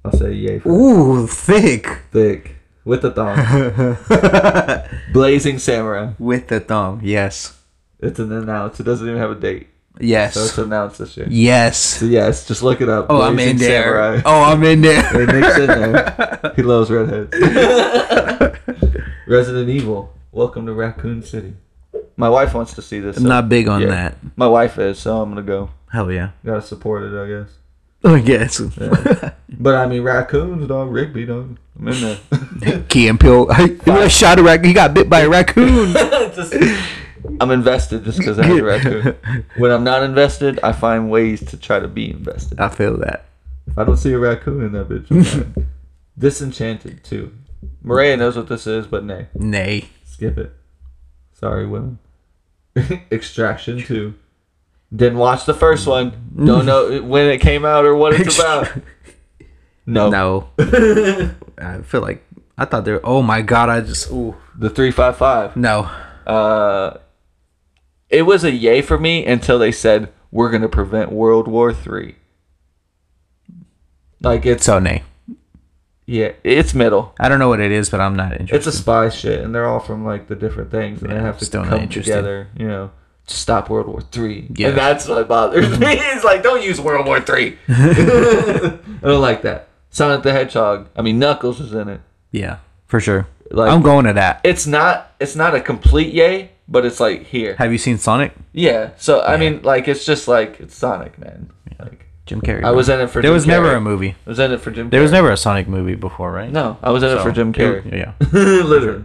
S2: I'll say yay for
S3: Ooh, thick.
S2: Thick. With the thong. Blazing Samurai.
S3: With the thumb. Yes.
S2: It's an announce. It doesn't even have a date.
S3: Yes.
S2: So it's announced this year.
S3: yes.
S2: So yes, just look it up.
S3: Oh, I'm
S2: Blazing
S3: in there.
S2: Samurai.
S3: Oh, I'm in
S2: Hey,
S3: there.
S2: Nick's in there. He loves redheads. Resident Evil. Welcome to Raccoon City. My wife wants to see this.
S3: I'm
S2: so-
S3: not big on
S2: yeah.
S3: that.
S2: My wife is, so I'm gonna go.
S3: Hell yeah.
S2: Gotta support it, I guess.
S3: I guess.
S2: But I mean, raccoons, dog. Rigby, dog. I'm in there.
S3: Key and Peele. He was shot a rac- He got bit by a raccoon.
S2: Just- I'm invested just because I have a raccoon. When I'm not invested, I find ways to try to be invested.
S3: I feel that.
S2: If I don't see a raccoon in that bitch, I'm mad. disenchanted too. Maria knows what this is, but nay,
S3: Nay.
S2: skip it. Sorry, women. Extraction two. Didn't watch the first one. Don't know when it came out or what it's about. No,
S3: No. I feel like I thought they were. Oh my god! I just. Ooh.
S2: the three five five.
S3: No.
S2: Uh, it was a yay for me until they said we're gonna prevent World War Three. Like it's
S3: So nay.
S2: yeah, it's middle.
S3: I don't know what it is, but I'm not interested.
S2: It's a spy shit, and they're all from like the different things, and they have to
S3: still not
S2: come
S3: interesting.
S2: together, you know, to stop World War Three.
S3: Yeah.
S2: and that's what bothers me. It's like don't use World War Three. I don't like that. Sonic the Hedgehog. I mean, Knuckles is in it.
S3: yeah, for sure.
S2: Like-
S3: I'm going to that.
S2: It's not. It's not a complete yay, but it's like here.
S3: Have you seen Sonic?
S2: Yeah. So I mean, like it's just like it's Sonic, man. Like
S3: Jim Carrey.
S2: I was in it for.
S3: There
S2: Jim
S3: was never
S2: Carrey.
S3: a movie.
S2: I was in it for Jim.
S3: There was
S2: Carrey.
S3: never a Sonic movie before, right?
S2: No, I was in it for Jim Carrey.
S3: Yeah.
S2: Literally.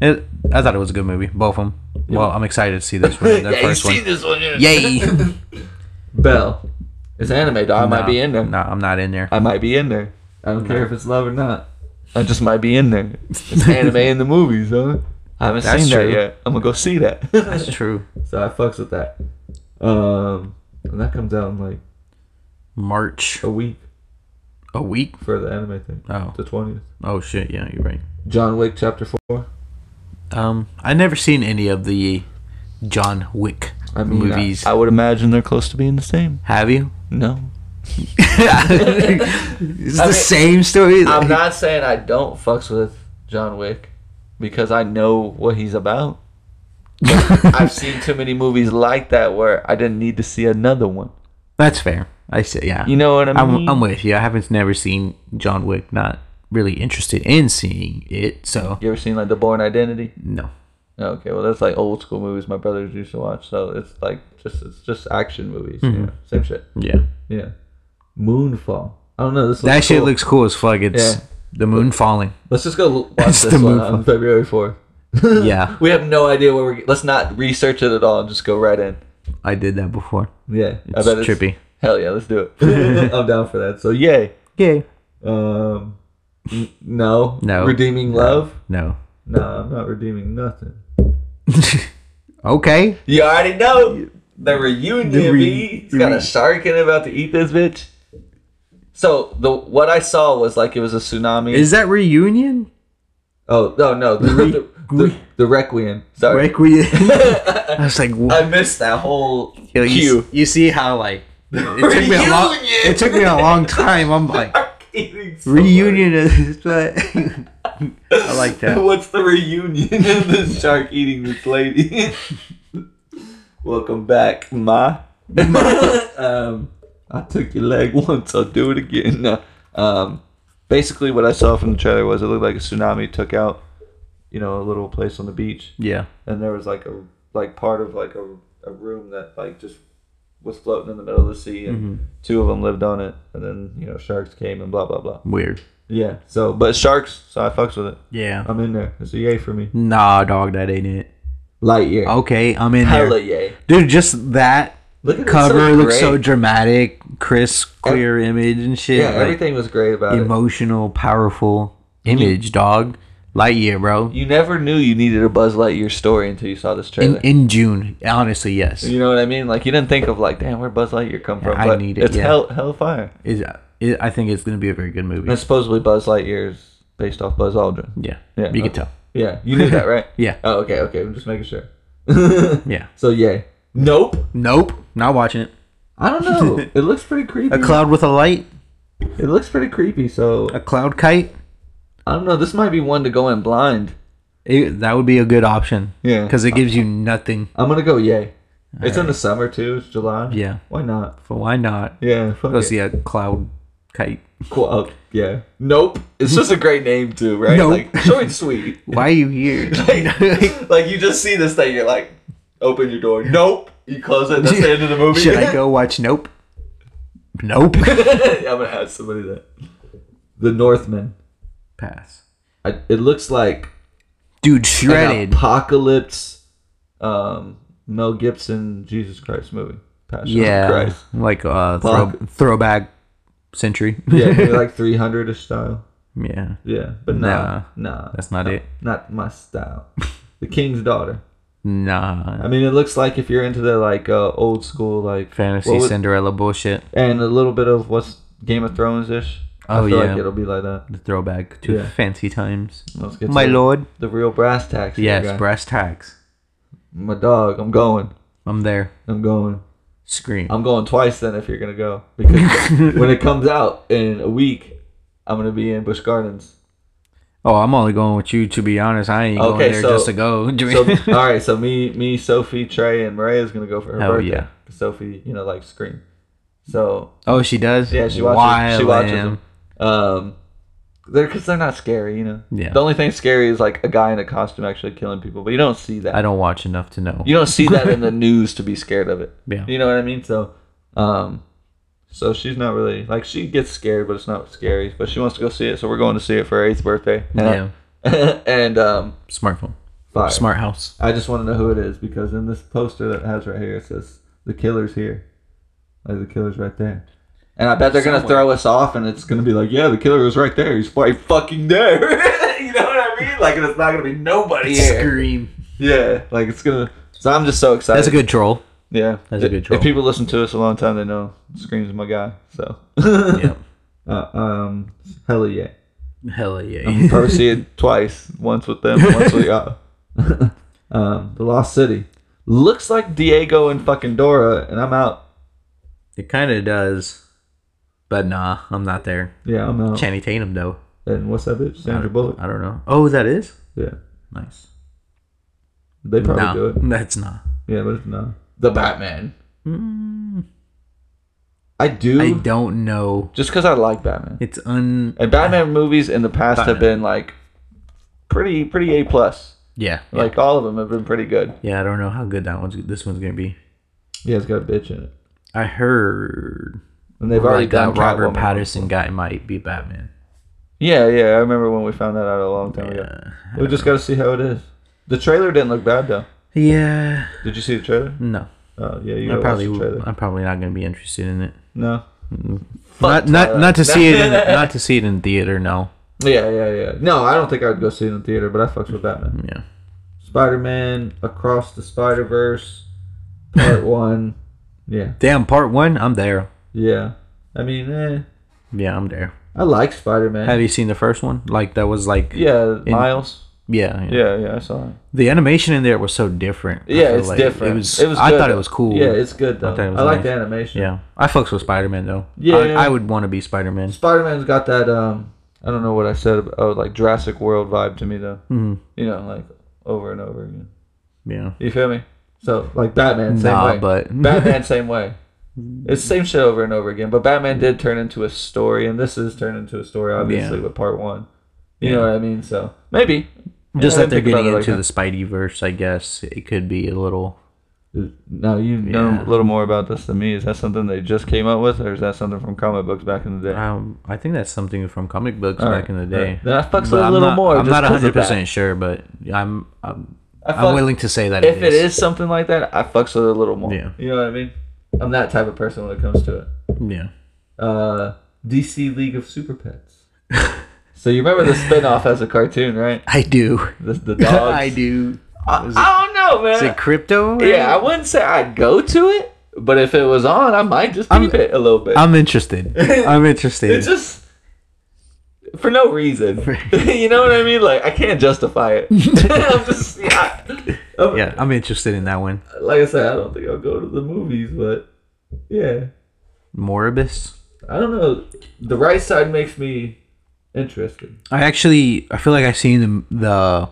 S3: It, I thought it was a good movie, both of them. Well, I'm excited to see this one, that
S2: yeah, you
S3: first
S2: see
S3: one.
S2: this one? Yeah.
S3: Yay!
S2: Bell. It's anime, dog. I might
S3: Nah,
S2: be in there.
S3: Nah, I'm not in there.
S2: I might be in there. I don't care if it's love or not. I just might be in there. It's anime in the movies, huh? I haven't
S3: That's
S2: seen
S3: true.
S2: that yet. I'm gonna go see that.
S3: That's true.
S2: so I fucks with that. Um, and that comes out in like
S3: March
S2: a week
S3: a week.
S2: for the anime thing.
S3: Oh.
S2: the twentieth.
S3: Oh shit! Yeah, you're right.
S2: John Wick Chapter Four.
S3: Um, I never seen any of the John Wick
S2: I mean, I-
S3: movies.
S2: I, would imagine they're close to being the same.
S3: Have you?
S2: No,
S3: it's
S2: I mean,
S3: the same story.
S2: I'm not saying I don't fucks with John Wick because I know what he's about. I've seen too many movies like that where I didn't need to see another one.
S3: That's fair. I see. Yeah.
S2: You know what I mean?
S3: I'm, I'm with you. I haven't never seen John Wick. Not really interested in seeing it. So
S2: You ever seen like The Born Identity?
S3: no.
S2: Okay, well that's like old school movies my brothers used to watch. So it's like just it's just action movies.
S3: Hmm.
S2: Yeah, same shit.
S3: Yeah.
S2: Yeah, Moonfall. I don't know. This
S3: That
S2: looks
S3: shit
S2: cool.
S3: looks cool as fuck. It's
S2: Yeah.
S3: the moon falling.
S2: Let's just go l- watch
S3: It's
S2: this
S3: the
S2: one on
S3: Moonfall.
S2: February fourth.
S3: yeah,
S2: We have no idea where we're. g- Let's not research it at all and just go right in.
S3: I did that before.
S2: Yeah, I
S3: It's
S2: bet it's-
S3: trippy.
S2: Hell yeah, let's do it. I'm down for that. So yay.
S3: Yay.
S2: Um, n- no,
S3: No.
S2: redeeming love.
S3: No.
S2: No, I'm not redeeming nothing.
S3: Okay.
S2: You already know the reunion.
S3: The re-
S2: B. He's got a shark in it about to eat this bitch. So the what I saw was like it was a tsunami.
S3: Is that reunion?
S2: oh no no the
S3: Re-
S2: the, the, the requiem. Sorry,
S3: Requiem. I was like, what?
S2: I missed that whole
S3: You, know, you,
S2: cue.
S3: s- you see how like it took me a long.
S2: Reunion.
S3: It took me a long time. I'm like reunion is but I like that.
S2: What's the reunion of this shark eating this lady? Welcome back, Ma. um, I took your leg once. I'll do it again. No. Um, basically, what I saw from the trailer was it looked like a tsunami took out, you know, a little place on the beach,
S3: Yeah.
S2: and there was like a like part of like a, a room that like just was floating in the middle of the sea, and
S3: Mm-hmm.
S2: two of them lived on it, and then you know sharks came and blah blah blah.
S3: Weird.
S2: Yeah. So, but sharks, so I fucks with it.
S3: Yeah.
S2: I'm in there. It's a yay for me.
S3: Nah, dog, that ain't it.
S2: Lightyear.
S3: Okay, I'm in
S2: Hella
S3: there,
S2: yay.
S3: dude. Just that
S2: Look at
S3: cover
S2: it, it's
S3: looks so
S2: great.
S3: dramatic, crisp, clear image and shit.
S2: Yeah,
S3: like,
S2: everything was great about it.
S3: emotional, powerful image, dog. Lightyear, bro.
S2: You never knew you needed a Buzz Lightyear story until you saw this
S3: In,
S2: trailer.
S3: in June, honestly, yes.
S2: you know what I mean? Like you didn't think of like, damn, where Buzz Lightyear come from?
S3: I
S2: but
S3: need it,
S2: It's
S3: yeah.
S2: hell, hellfire.
S3: Is it, I think it's gonna be a very good movie.
S2: And supposedly Buzz Lightyear's based off Buzz Aldrin.
S3: yeah,
S2: Yeah,
S3: you can
S2: okay.
S3: tell.
S2: Yeah, you knew that, right?
S3: Yeah,
S2: Oh, okay, okay. I'm just making sure.
S3: yeah.
S2: So yay. Nope.
S3: Nope, not watching it.
S2: I don't know. it looks pretty creepy.
S3: A cloud with a light,
S2: It looks pretty creepy. So
S3: a cloud kite.
S2: I don't know. This might be one to go in blind.
S3: It, that would be a good option.
S2: Yeah.
S3: because it gives you nothing.
S2: I'm gonna go yay. it's in the summer too. It's July.
S3: Yeah.
S2: Why not?
S3: But why not
S2: Yeah. Fuck
S3: go
S2: it.
S3: see a cloud kite?
S2: Cool. Oh, yeah. Nope. It's just a great name too, right?
S3: Nope.
S2: Like short and sweet.
S3: Why are you here?
S2: Like, like, you just see this thing, you're like, open your door. Nope. You close it. That's the end of the movie.
S3: Should I go watch Nope? Nope.
S2: yeah, I'm gonna ask somebody that. The Northman.
S3: Pass.
S2: I, it looks like
S3: Dude,
S2: an
S3: shredded.
S2: apocalypse, um, Mel Gibson Jesus Christ movie. Passion
S3: yeah,
S2: of Christ.
S3: like uh, throw,
S2: Fuck.
S3: throwback century.
S2: Yeah, maybe like 300 ish style.
S3: yeah,
S2: Yeah, but nah, nah,
S3: that's not
S2: nah,
S3: it.
S2: Not my style. the King's Daughter.
S3: Nah,
S2: I mean, it looks like if you're into the like uh, old school like
S3: fantasy
S2: what was-
S3: Cinderella bullshit.
S2: and a little bit of what's Game of Thrones ish.
S3: Oh,
S2: I feel
S3: yeah.
S2: like it'll be like that.
S3: The throwback to
S2: Yeah.
S3: fancy times.
S2: Let's get
S3: My
S2: to
S3: lord,
S2: the real brass tacks. here,
S3: yes,
S2: guy.
S3: brass tacks.
S2: my dog. I'm going.
S3: I'm there.
S2: I'm going.
S3: Scream.
S2: I'm going twice then if you're gonna go because when it comes out in a week, I'm gonna be in Busch Gardens.
S3: oh, I'm only going with you. To be honest, I ain't
S2: Okay,
S3: going there
S2: so-
S3: just to go.
S2: So all right, so me, me, Sophie, Trey, and Maria is gonna go for her
S3: Hell
S2: birthday.
S3: yeah.
S2: Sophie, you know, like scream. So
S3: oh, she does.
S2: yeah, she watches. She watches
S3: Wildin'.
S2: them. Um, they're because they're not scary, you know.
S3: Yeah.
S2: The only thing scary is like a guy in a costume actually killing people, but you don't see that.
S3: I don't watch enough to know.
S2: you don't see that in the news to be scared of it.
S3: Yeah.
S2: You know what I mean? So, um, so she's not really like she gets scared, but it's not scary. But she wants to go see it, so we're going to see it for her eighth birthday.
S3: Yeah.
S2: and um,
S3: Smartphone.
S2: fire.
S3: Smart house.
S2: I just want to know who it is because in this poster that it has right here, it says the killer's here. Like the killer's right there. And I bet they're gonna throw us off, and it's gonna be like, yeah, the killer was right there. He's right fucking there. you know what I mean? Like, and it's not gonna be nobody here.
S3: Scream.
S2: Yeah, like it's gonna. So I'm just so excited.
S3: That's a good troll.
S2: Yeah,
S3: That's a
S2: If-
S3: good troll.
S2: If people listen to us a long time, they know Scream's my guy. So,
S3: Yep.
S2: uh, um, hella yeah.
S3: Hella yeah.
S2: I'm proceed twice, once with them, once with y'all. um, the Lost City looks like Diego and fucking Dora, and I'm out.
S3: It kind of does, but nah, I'm not there.
S2: Yeah, I'm out.
S3: Channing Tatum though.
S2: And what's that bitch?
S3: Uh,
S2: Sandra Oh. Bullock.
S3: I don't know. Oh, that is
S2: Yeah,
S3: nice.
S2: they probably
S3: Nah,
S2: do it.
S3: that's not.
S2: Yeah, but it's not the Batman.
S3: Mm,
S2: I do
S3: I don't know.
S2: just because I like Batman,
S3: It's un.
S2: and Batman movies in the past have
S3: Batman.
S2: been like pretty, pretty A plus.
S3: Yeah.
S2: Like all of them have been pretty good.
S3: Yeah, I don't know how good that one's. This one's gonna be.
S2: Yeah, it's got a bitch in it.
S3: I heard
S2: And they've already
S3: like that
S2: done
S3: Robert
S2: Catwoman.
S3: Patterson guy might be Batman.
S2: Yeah, yeah, I remember when we found that out a long time ago.
S3: Yeah.
S2: We just got to see how it is. The trailer didn't look bad though.
S3: Yeah.
S2: Did you see the trailer?
S3: No.
S2: Oh yeah, you
S3: I
S2: gotta
S3: probably.
S2: watch the trailer.
S3: I'm probably not gonna be interested in it.
S2: No.
S3: Not not not to see it. In, not to see it in theater. No.
S2: Yeah, yeah, yeah. No, I don't think I would go see it in the theater, but I fucks with Batman.
S3: Yeah.
S2: Spider Man Across the Spider Verse, Part One. Yeah,
S3: Damn. Part one. I'm there.
S2: yeah. I mean, eh,
S3: Yeah, I'm there.
S2: I like Spider Man.
S3: Have you seen the first one? Like that was like yeah,
S2: Yeah, Miles.
S3: yeah.
S2: Yeah, yeah, I saw it.
S3: The animation in there was so different. I
S2: Yeah,
S3: feel
S2: it's
S3: like.
S2: different.
S3: It was. I
S2: good,
S3: thought it
S2: though.
S3: was cool.
S2: Yeah, it's good though.
S3: thought
S2: I,
S3: it was
S2: like
S3: nice.
S2: the animation.
S3: yeah. I fucks with Spider Man though.
S2: Yeah.
S3: I, I would want to be Spider Man.
S2: Spider Man's got that um I don't know what I said about oh, like Jurassic World vibe to me though.
S3: Mhm.
S2: You know, like over and over again.
S3: Yeah.
S2: You feel me? So like Batman, same
S3: Nah,
S2: way.
S3: but-
S2: Batman, same way. It's the same shit over and over again. But Batman did turn into a story, and this is turned into a story, obviously,
S3: Yeah.
S2: with part one. You know what I mean? So maybe
S3: Just
S2: Yeah, I didn't
S3: that they're
S2: think
S3: getting
S2: about it like
S3: into the Spidey verse, I guess it could be a little.
S2: No, you know
S3: Yeah.
S2: a little more about this than me. Is that something they just came up with, or is that something from comic books back in the day?
S3: Um, I think that's something from comic books
S2: All
S3: back
S2: right,
S3: in the
S2: all
S3: day.
S2: right. Then I fucks with
S3: But
S2: it a
S3: I'm
S2: little
S3: not-
S2: more.
S3: I'm
S2: just
S3: not
S2: 'cause of
S3: 100
S2: that.
S3: percent sure, but I'm I'm,
S2: I
S3: I'm
S2: fuck-
S3: willing to say that
S2: if it is something like that, I fucks with it a little more.
S3: Yeah.
S2: You know what I mean? I'm that type of person when it comes to it.
S3: Yeah.
S2: Uh, DC League of Super Pets. so you remember the spinoff as a cartoon, right?
S3: I do.
S2: The, the dogs.
S3: I do.
S2: I,
S3: Is it-
S2: I don't know,
S3: Is it
S2: man.
S3: crypto?
S2: yeah, I wouldn't say I'd go to it, but if it was on, I might just peep
S3: I'm-
S2: it a little bit.
S3: I'm interested. I'm interested.
S2: it's just for no reason. you know what I mean? Like I can't justify it. I'm just yeah. I'm-
S3: yeah, I'm interested in that one.
S2: Like I said, I don't think I'll go to the movies, but yeah.
S3: Moribus.
S2: I don't know. The right side makes me interested.
S3: I actually, I feel like I've seen the,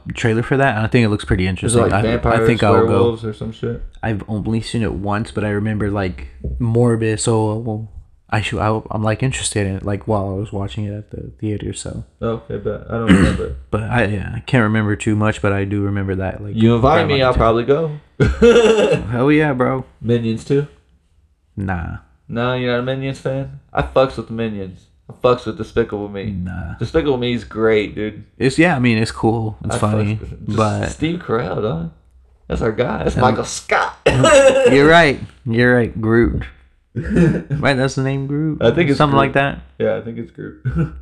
S3: the trailer for that, and I think it looks pretty
S2: Is
S3: interesting.
S2: it like
S3: I,
S2: vampires,
S3: I think I'll go.
S2: werewolves, or some shit?
S3: I've only seen it once, but I remember like Moribus. So well, I should. I, I'm like interested in it, like while I was watching it at the theater. So,
S2: Okay, but I don't remember.
S3: but I, yeah, I can't remember too much, but I do remember that. Like
S2: you invite
S3: around
S2: me,
S3: my
S2: I'll
S3: time.
S2: probably go.
S3: Hell yeah, bro.
S2: Minions too?
S3: Nah,
S2: No, you're not a Minions fan. I fucks with the Minions. I fucks with Despicable Me.
S3: nah.
S2: Despicable Me is great, dude.
S3: It's yeah. I mean, it's cool. It's
S2: I fucks
S3: funny,
S2: with it. Just
S3: but
S2: Steve Carell, dog. That's our guy. That's
S3: Um,
S2: Michael Scott.
S3: You're right. You're right. Groot. Right, that's the name Groot.
S2: I think it's
S3: something
S2: Groot.
S3: like that.
S2: Yeah, I think it's Groot.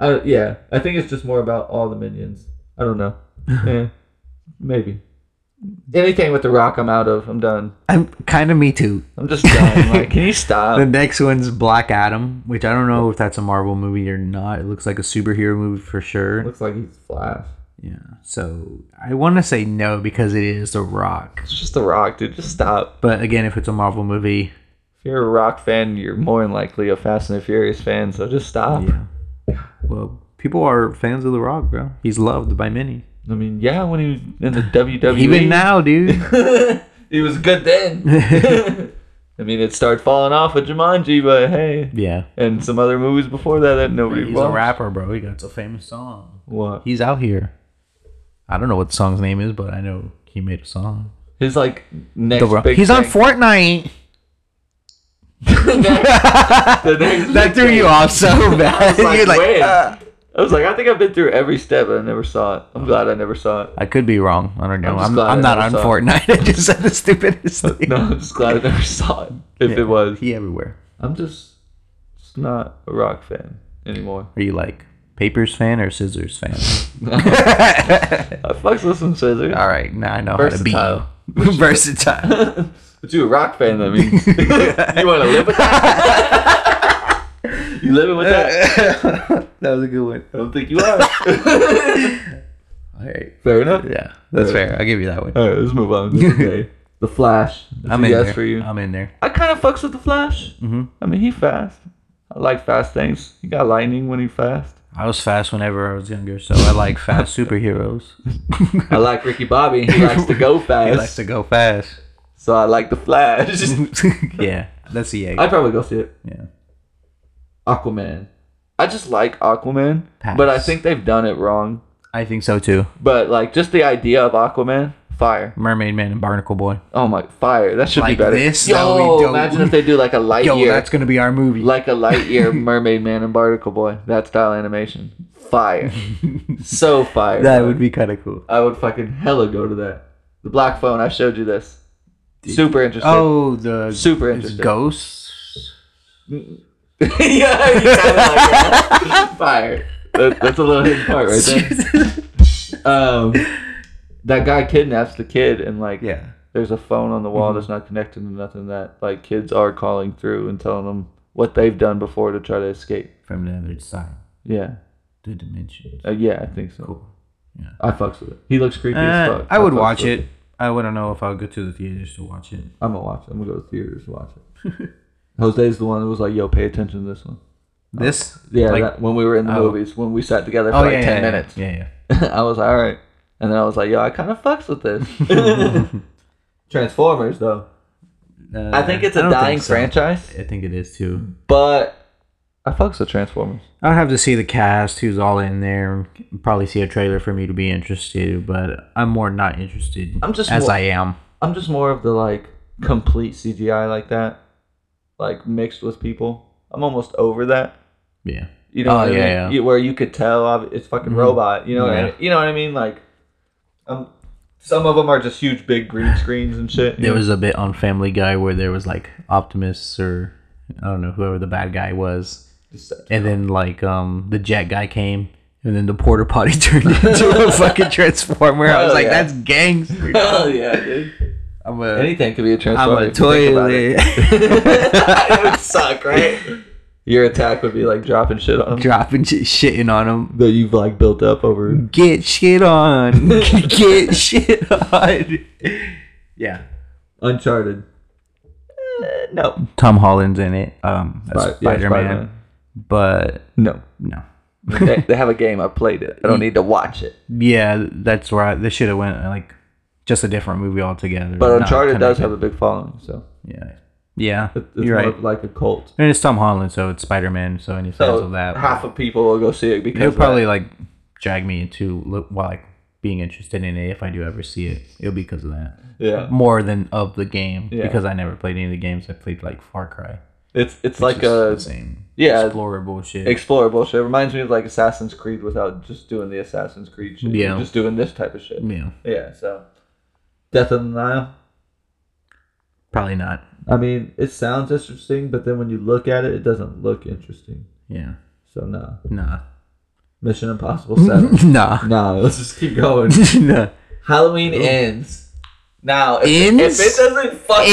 S2: uh, yeah, I think it's just more about all the minions. I don't know. yeah, maybe. Anything with the Rock, I'm out of. I'm done.
S3: I'm kind of me too.
S2: I'm just done. Like, can you
S3: The
S2: stop?
S3: next one's Black Adam, which I don't know if that's a Marvel movie or not. It looks like a superhero movie for sure.
S2: Looks like he's Flash.
S3: Yeah. So I want to say no because it is The Rock.
S2: It's just the Rock, dude. Just stop.
S3: But again, if it's a Marvel movie,
S2: If you're a Rock fan, you're more than likely a Fast and the Furious fan. So just stop.
S3: yeah. Well, people are fans of The Rock, bro. He's loved by many.
S2: I mean, yeah, when he was in the WWE,
S3: Even now, dude.
S2: he was good then. I mean, it started falling off with Jumanji, but hey,
S3: yeah.
S2: and some other movies before that that nobody
S3: He's
S2: watched.
S3: a rapper, bro. He got a famous song.
S2: What?
S3: He's out here. I don't know what the song's name is, but I know he made a song.
S2: His like next
S3: The Rock.
S2: big
S3: He's on
S2: thing-
S3: Fortnite.
S2: the next
S3: That
S2: big
S3: threw
S2: thing.
S3: you off so bad.
S2: I was like,
S3: You're like,
S2: "When?"
S3: uh.
S2: I was like, I think I've been through every step, but I never saw it. I'm glad I never saw it.
S3: I could be wrong. I don't know.
S2: just
S3: I'm,
S2: glad
S3: I'm
S2: I
S3: not on
S2: never saw it.
S3: Fortnite. I just said the stupidest thing.
S2: No, I'm just glad I never saw it. If it was,
S3: He everywhere.
S2: I'm just, just not a rock fan anymore.
S3: Are you like Papers fan or Scissors fan?
S2: I fucks with some scissors.
S3: All right, now I know
S2: Versatile.
S3: how to be versatile.
S2: But you a rock fan, that means you want to live with that. you living with that?
S3: that was a good one.
S2: I don't think you are.
S3: All right,
S2: Fair enough.
S3: yeah, that's fair. I'll give you that one.
S2: All right, let's move on. Okay. Uh, The Flash. That's
S3: I'm
S2: a
S3: in
S2: yes
S3: there.
S2: for you.
S3: I'm in there.
S2: I kind of fucks with the Flash. Mm-hmm. I mean, he fast. I like fast things. He got lightning when he fast.
S3: I was fast whenever I was younger, so I like fast superheroes.
S2: I like Ricky Bobby. He likes to go
S3: I
S2: fast.
S3: like to go fast.
S2: so I like the Flash.
S3: yeah, that's E a yay.
S2: I'd probably go see it.
S3: Yeah.
S2: Aquaman. I just like Aquaman,
S3: Pass.
S2: but I think they've done it wrong.
S3: I think so too.
S2: But like, just the idea of Aquaman, fire.
S3: Mermaid Man and Barnacle Boy.
S2: Oh my, fire! That should
S3: Like
S2: be better.
S3: this? That would be
S2: Yo,
S3: dope.
S2: imagine if they do like a light
S3: Yo,
S2: year,
S3: that's gonna be our movie.
S2: like a light year Mermaid Man and Barnacle Boy. That style animation, fire, so fire.
S3: that
S2: bro.
S3: would be kind of cool.
S2: I would fucking hella go to that. The black phone. I showed you this. Super interesting.
S3: Oh, the
S2: Super
S3: it's
S2: interesting.
S3: ghosts.
S2: yeah, you sounded like that. fire. That, that's a little hidden part right there. Um, that guy kidnaps the kid and like
S3: yeah, Mm-hmm.
S2: there's a phone on the wall that's not connected to nothing that like kids are calling through and telling them what they've done before to try to escape.
S3: from the other side,
S2: Yeah.
S3: the dimensions.
S2: Uh, yeah, I think so.
S3: Cool. Yeah.
S2: I fucks with it. He looks creepy as
S3: Uh,
S2: fuck.
S3: I would
S2: fucks
S3: watch
S2: with
S3: it. I wouldn't know if I would go to the theaters to watch it.
S2: I'm gonna watch it. I'm gonna go to theaters to watch it. Jose's the one that was like, "Yo, pay attention to this one."
S3: This,
S2: Oh. Yeah,
S3: Like-
S2: that, when we were in the
S3: Oh.
S2: movies, when we sat together for
S3: oh
S2: like
S3: yeah,
S2: ten
S3: yeah,
S2: minutes,
S3: Yeah, yeah.
S2: I was like, "All right," and then I was like, "Yo, I kind of fucks with this." Transformers, though,
S3: Uh,
S2: I think it's a
S3: don't
S2: dying Hmm.
S3: think so.
S2: franchise,
S3: I think it is too.
S2: but I fucks with Transformers.
S3: I'd have to see the cast, who's all in there. Probably see a trailer for me to be interested, but I'm more not interested.
S2: I'm just
S3: as
S2: more-
S3: I am.
S2: I'm just more of the like complete CGI like that, like mixed with people. I'm almost over that.
S3: Yeah.
S2: You know,
S3: Oh,
S2: what I
S3: yeah,
S2: mean?
S3: yeah. Mm-hmm.
S2: You- Where you could tell ob- it's fucking robot. You know, what I,
S3: Yeah.
S2: you know what I mean? Like, um, some of them are just huge, big green screens and shit.
S3: There was a bit on Family Guy where there was like Optimus or I don't know whoever the bad guy was, and then like um the Jet guy came, and then the porta potty turned into a fucking transformer. I was
S2: Hell
S3: like,
S2: yeah.
S3: that's gangster.
S2: Hell yeah, dude.
S3: I'm a
S2: Anything could be a
S3: I'm
S2: transformer.
S3: a
S2: if you think about it.
S3: toilet
S2: it would suck, right? Your attack would be like dropping shit on them
S3: dropping shit, shitting on him.
S2: that you've like built up over.
S3: Get shit on. Get shit on. Yeah.
S2: Uncharted.
S3: Uh,
S2: Eh, no.
S3: Tom Holland's in it. Um, as
S2: Spi- yeah,
S3: Spider Man,
S2: Spider-Man.
S3: but
S2: No.
S3: no.
S2: they, they have a game. I played it. I don't need to watch it.
S3: Yeah, that's where I, they should have went like just a different movie altogether.
S2: But
S3: not
S2: Uncharted does
S3: connected.
S2: have a big following, so
S3: Yeah, yeah,
S2: it's
S3: you're
S2: more
S3: right.
S2: of like a cult.
S3: And it's Tom Holland, so it's Spider Man. So any fans
S2: So
S3: of that,
S2: half of people will go see it
S3: it'll
S2: because
S3: probably like drag me into look well, like being interested in it if I do ever see it. It'll be because of that
S2: of that. yeah,
S3: more than of the game
S2: Yeah.
S3: because I never played any of the games. I played like Far Cry,
S2: it's it's like
S3: Just
S2: a
S3: the same
S2: yeah.
S3: explorable shit.
S2: explorable shit. It reminds me of like Assassin's Creed without just doing the Assassin's Creed shit.
S3: Yeah.
S2: You're just doing this type of shit.
S3: yeah,
S2: Yeah, so Death on the Nile.
S3: Probably not.
S2: I mean, it sounds interesting, but then when you look at it, it doesn't look interesting.
S3: Yeah.
S2: So nah.
S3: Nah.
S2: Mission Impossible Seven.
S3: nah.
S2: nah, let's just keep going.
S3: nah.
S2: Halloween ends. Now, if, if
S3: Ends?
S2: it doesn't fucking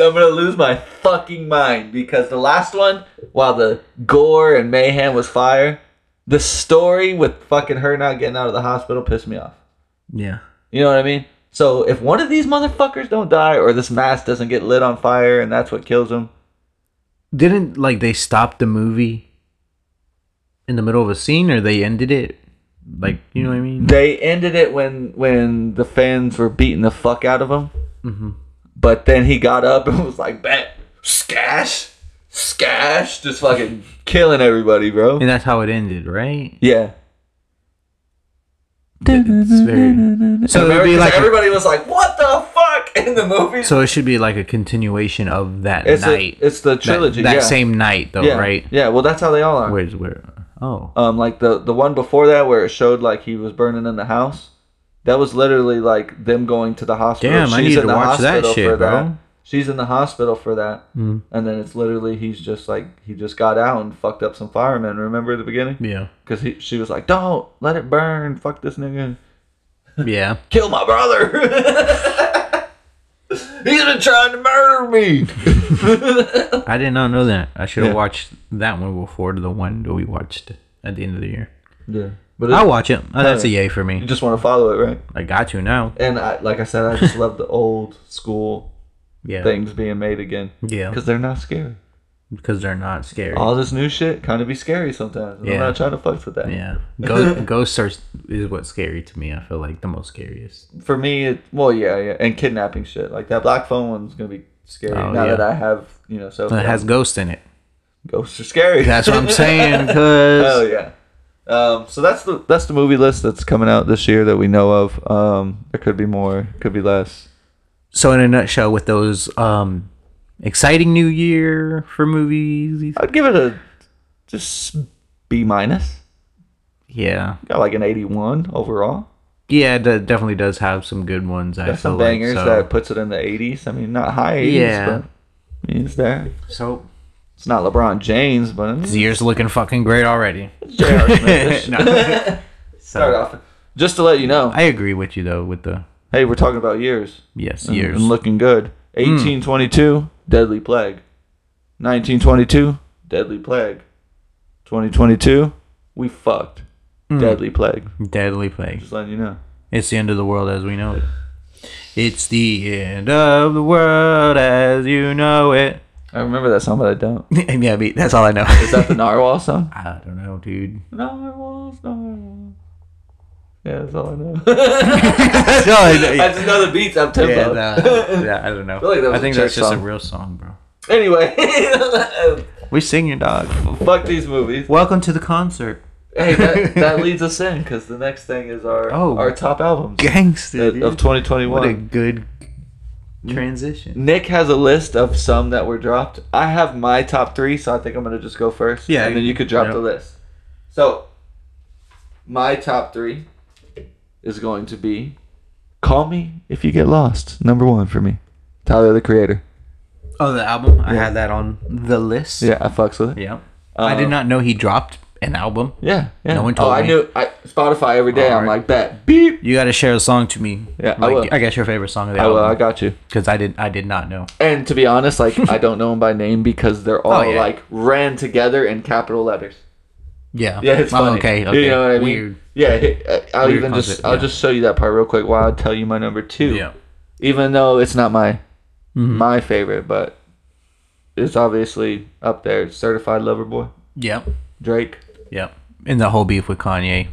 S2: end, I'm gonna lose my fucking mind because the last one, while the gore and mayhem was fire, the story with fucking her not getting out of the hospital pissed me off.
S3: Yeah.
S2: You know what I mean? So if one of these motherfuckers don't die, or this mask doesn't get lit on fire, and that's what kills him,
S3: Didn't like they stop the movie in the middle of a scene or they ended it? Like, you know what I mean?
S2: they ended it when when the fans were beating the fuck out of him.
S3: Mm-hmm.
S2: But then he got up and was like, "Bet, scash, scash," just fucking killing everybody, bro.
S3: And that's how it ended, right?
S2: Yeah.
S3: It's very So it would be
S2: Everybody-
S3: like a,
S2: everybody was like, "What the fuck?" in the movie.
S3: so it should be like a continuation of that
S2: it's a,
S3: night.
S2: it's the
S3: That-
S2: trilogy.
S3: That,
S2: yeah.
S3: same night though,
S2: yeah.
S3: right?
S2: Yeah. Well, that's how they all are.
S3: Where's where oh.
S2: um like the the one before that where it showed like he was burning in the house that was literally like them going to the hospital
S3: Damn, I need to watch that shit,
S2: for that
S3: bro. Mm.
S2: she's in the hospital for that and then it's literally he's just like he just got out and fucked up some firemen remember the beginning
S3: Yeah.
S2: because she was like don't let it burn fuck this nigga
S3: Yeah.
S2: kill my brother he's been trying to murder me
S3: I did not know that. I should have
S2: Yeah.
S3: watched that one before the one that we watched at the end of the year.
S2: yeah but
S3: I'll
S2: it,
S3: watch it. Oh, that's a yay for
S2: you
S3: me.
S2: just want to follow it right
S3: I got you now.
S2: and I, like i said i just love the old school
S3: Yeah.
S2: things being made again
S3: Yeah.
S2: because they're not scary.
S3: Because they're not scared.
S2: All this new shit kind of be scary sometimes. and
S3: Yeah.
S2: I'm not trying to fuck with that.
S3: Yeah. Ghost, ghosts are, is what's scary to me. I feel like the most scariest.
S2: For me, it, well, yeah, yeah, and kidnapping shit like that. Black phone one's gonna be scary
S3: Oh,
S2: now
S3: yeah.
S2: that I have you know. So
S3: It has ghosts in it.
S2: ghosts are scary.
S3: That's what I'm saying.
S2: Hell
S3: Cause
S2: yeah. Um, so that's the that's the movie list that's coming out this year that we know of. Um, there could be more, could be less.
S3: so in a nutshell, with those um, exciting new year for movies.
S2: I'd give it a just B minus.
S3: Yeah.
S2: Got like an eighty one overall.
S3: Yeah. That definitely does have some good ones. I feel
S2: Got some
S3: like,
S2: bangers
S3: so-
S2: that puts it in the eighties. I mean, not high eighties,
S3: Yeah.
S2: but I mean, it's there.
S3: So
S2: It's not LeBron James, but I mean,
S3: the year's looking fucking great already.
S2: J.R. Smith.
S3: No.
S2: Start
S3: So
S2: off. Just to let you know,
S3: I agree with you though. With the
S2: hey, we're talking about years.
S3: yes
S2: And-
S3: years.
S2: And looking good. 1822, Deadly Plague. 1922, Deadly Plague. 2022, we fucked. Deadly Plague.
S3: Deadly plague.
S2: Just letting you know.
S3: It's the end of the world as we know it. It's the end of the world as you know it.
S2: I remember that song, but I don't.
S3: yeah, me, that's all I know.
S2: Is that the Narwhal song?
S3: I don't know, dude.
S2: Narwhals, Narwhals. Yeah, that's all I know.
S3: that's all Oh, I know.
S2: I just know the beats. I'm tempo.
S3: Yeah, nah, yeah, I don't know. I,
S2: feel like that was a
S3: think that's
S2: church
S3: just a
S2: song.
S3: real song, bro.
S2: Anyway,
S3: We sing your dog.
S2: fuck these movies.
S3: Welcome to the concert,
S2: hey, that, that leads us in because the next thing is our
S3: Oh.
S2: our top albums
S3: gangster.
S2: of
S3: Dude.
S2: of Mm.
S3: what a
S2: 2021.
S3: good transition.
S2: Nick has a list of some that were dropped. I have my top three, so I think I'm gonna just go first.
S3: Yeah,
S2: and then you could drop
S3: yeah.
S2: the list. So my top three is going to be "Call Me If You Get Lost" number one for me. Tyler the Creator.
S3: Oh, the album. I had that on the list.
S2: Yeah, Uh, I fucks with it.
S3: Yeah. I did not know he dropped an album.
S2: Yeah, yeah.
S3: No one told
S2: oh, I
S3: me.
S2: knew. I Spotify every day. I'm
S3: Alright.
S2: like that. Beep.
S3: You got to share a song to me.
S2: Yeah, I
S3: like,
S2: will.
S3: guess your favorite song of the
S2: I will. I
S3: album.
S2: got you.
S3: Because I did. I did not know.
S2: And to be honest, like I don't know them by name because they're all
S3: yeah.
S2: like ran together in capital letters.
S3: Yeah.
S2: Yeah, it's
S3: Oh,
S2: funny.
S3: okay. Okay.
S2: You know what I mean?
S3: Weird.
S2: Yeah, hey, I- I'll
S3: Weird
S2: even
S3: concept,
S2: just I'll
S3: yeah.
S2: just show you that part real quick while I tell you my number two.
S3: Yeah.
S2: Even though it's not my my favorite, but it's obviously up there. Certified Lover Boy,
S3: Yep.
S2: Drake.
S3: Yep. And the whole beef with Kanye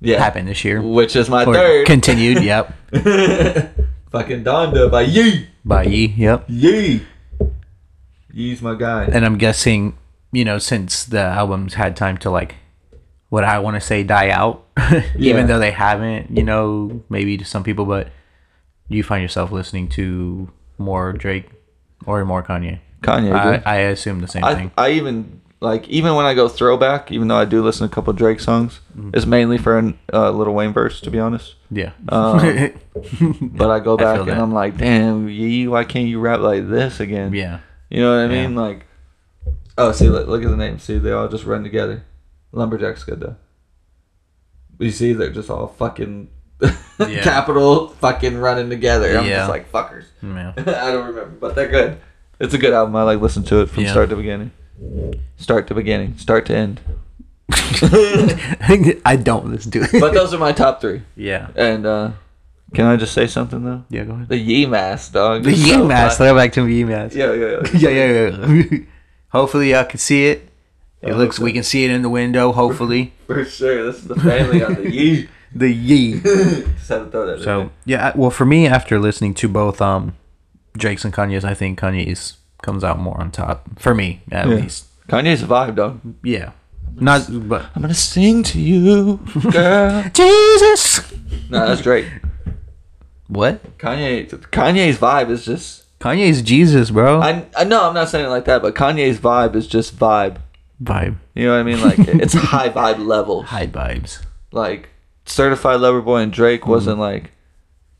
S2: Yeah,
S3: happened this year.
S2: which is my
S3: Or
S2: third.
S3: Continued. Yep.
S2: Fucking Donda by Yee
S3: By Ye. Yep.
S2: Yee. Yee's my guy.
S3: And I'm guessing, you know, since the albums had time to like, what I want to say, die out,
S2: Yeah.
S3: even though they haven't, you know, maybe to some people, but you find yourself listening to more Drake or more Kanye.
S2: Kanye. dude.
S3: I, I assume the same
S2: I,
S3: thing.
S2: I even like even when I go throwback, even though I do listen to a couple Drake songs, it's mainly for a uh, Little Wayne verse, to be honest.
S3: Mm-hmm. Yeah.
S2: Um, But I go
S3: I feel
S2: back
S3: that.
S2: and I'm like, damn, Yee, why can't you rap like this again?
S3: yeah.
S2: You know what I
S3: Yeah.
S2: mean? Like, oh, see, look, look at the name. See, they all just run together. Lumberjack's good though. You see, they're just all fucking
S3: Yeah.
S2: capital fucking running together. I'm
S3: Yeah.
S2: just like fuckers.
S3: Yeah.
S2: I don't remember, but they're good. It's a good album. I like listen to it from
S3: Yeah.
S2: start to beginning. Start to beginning, start to end.
S3: I don't listen to it.
S2: But those are my top three.
S3: yeah.
S2: And uh can I just say something though?
S3: Yeah, go ahead.
S2: The Yee Mask, dog.
S3: The
S2: is
S3: Yee
S2: so
S3: Mask.
S2: fun.
S3: Throw back to the Yee Mask.
S2: Yeah, yeah, yeah.
S3: yeah, yeah, yeah. hopefully y'all can see it. It
S2: Oh,
S3: looks. We can see it in the window. Hopefully,
S2: For sure, this is the family on the Yee.
S3: the Yee.
S2: Just had to throw that. in
S3: So
S2: there.
S3: yeah, I- well, for me, after listening to both um, Drake's and Kanye's, I think Kanye's comes out more on top for me at
S2: Yeah.
S3: least.
S2: Kanye's a vibe, dog.
S3: Yeah, not but
S2: I'm gonna sing to you, girl.
S3: Jesus.
S2: no, that's Drake.
S3: What?
S2: Kanye, Kanye's vibe is just.
S3: Kanye's Jesus, bro.
S2: I, I know I'm not saying it like that, but Kanye's vibe is just vibe.
S3: Vibe,
S2: You know what I mean? Like it's high vibe level.
S3: high vibes.
S2: Like certified lover boy and Drake
S3: Mm-hmm.
S2: wasn't like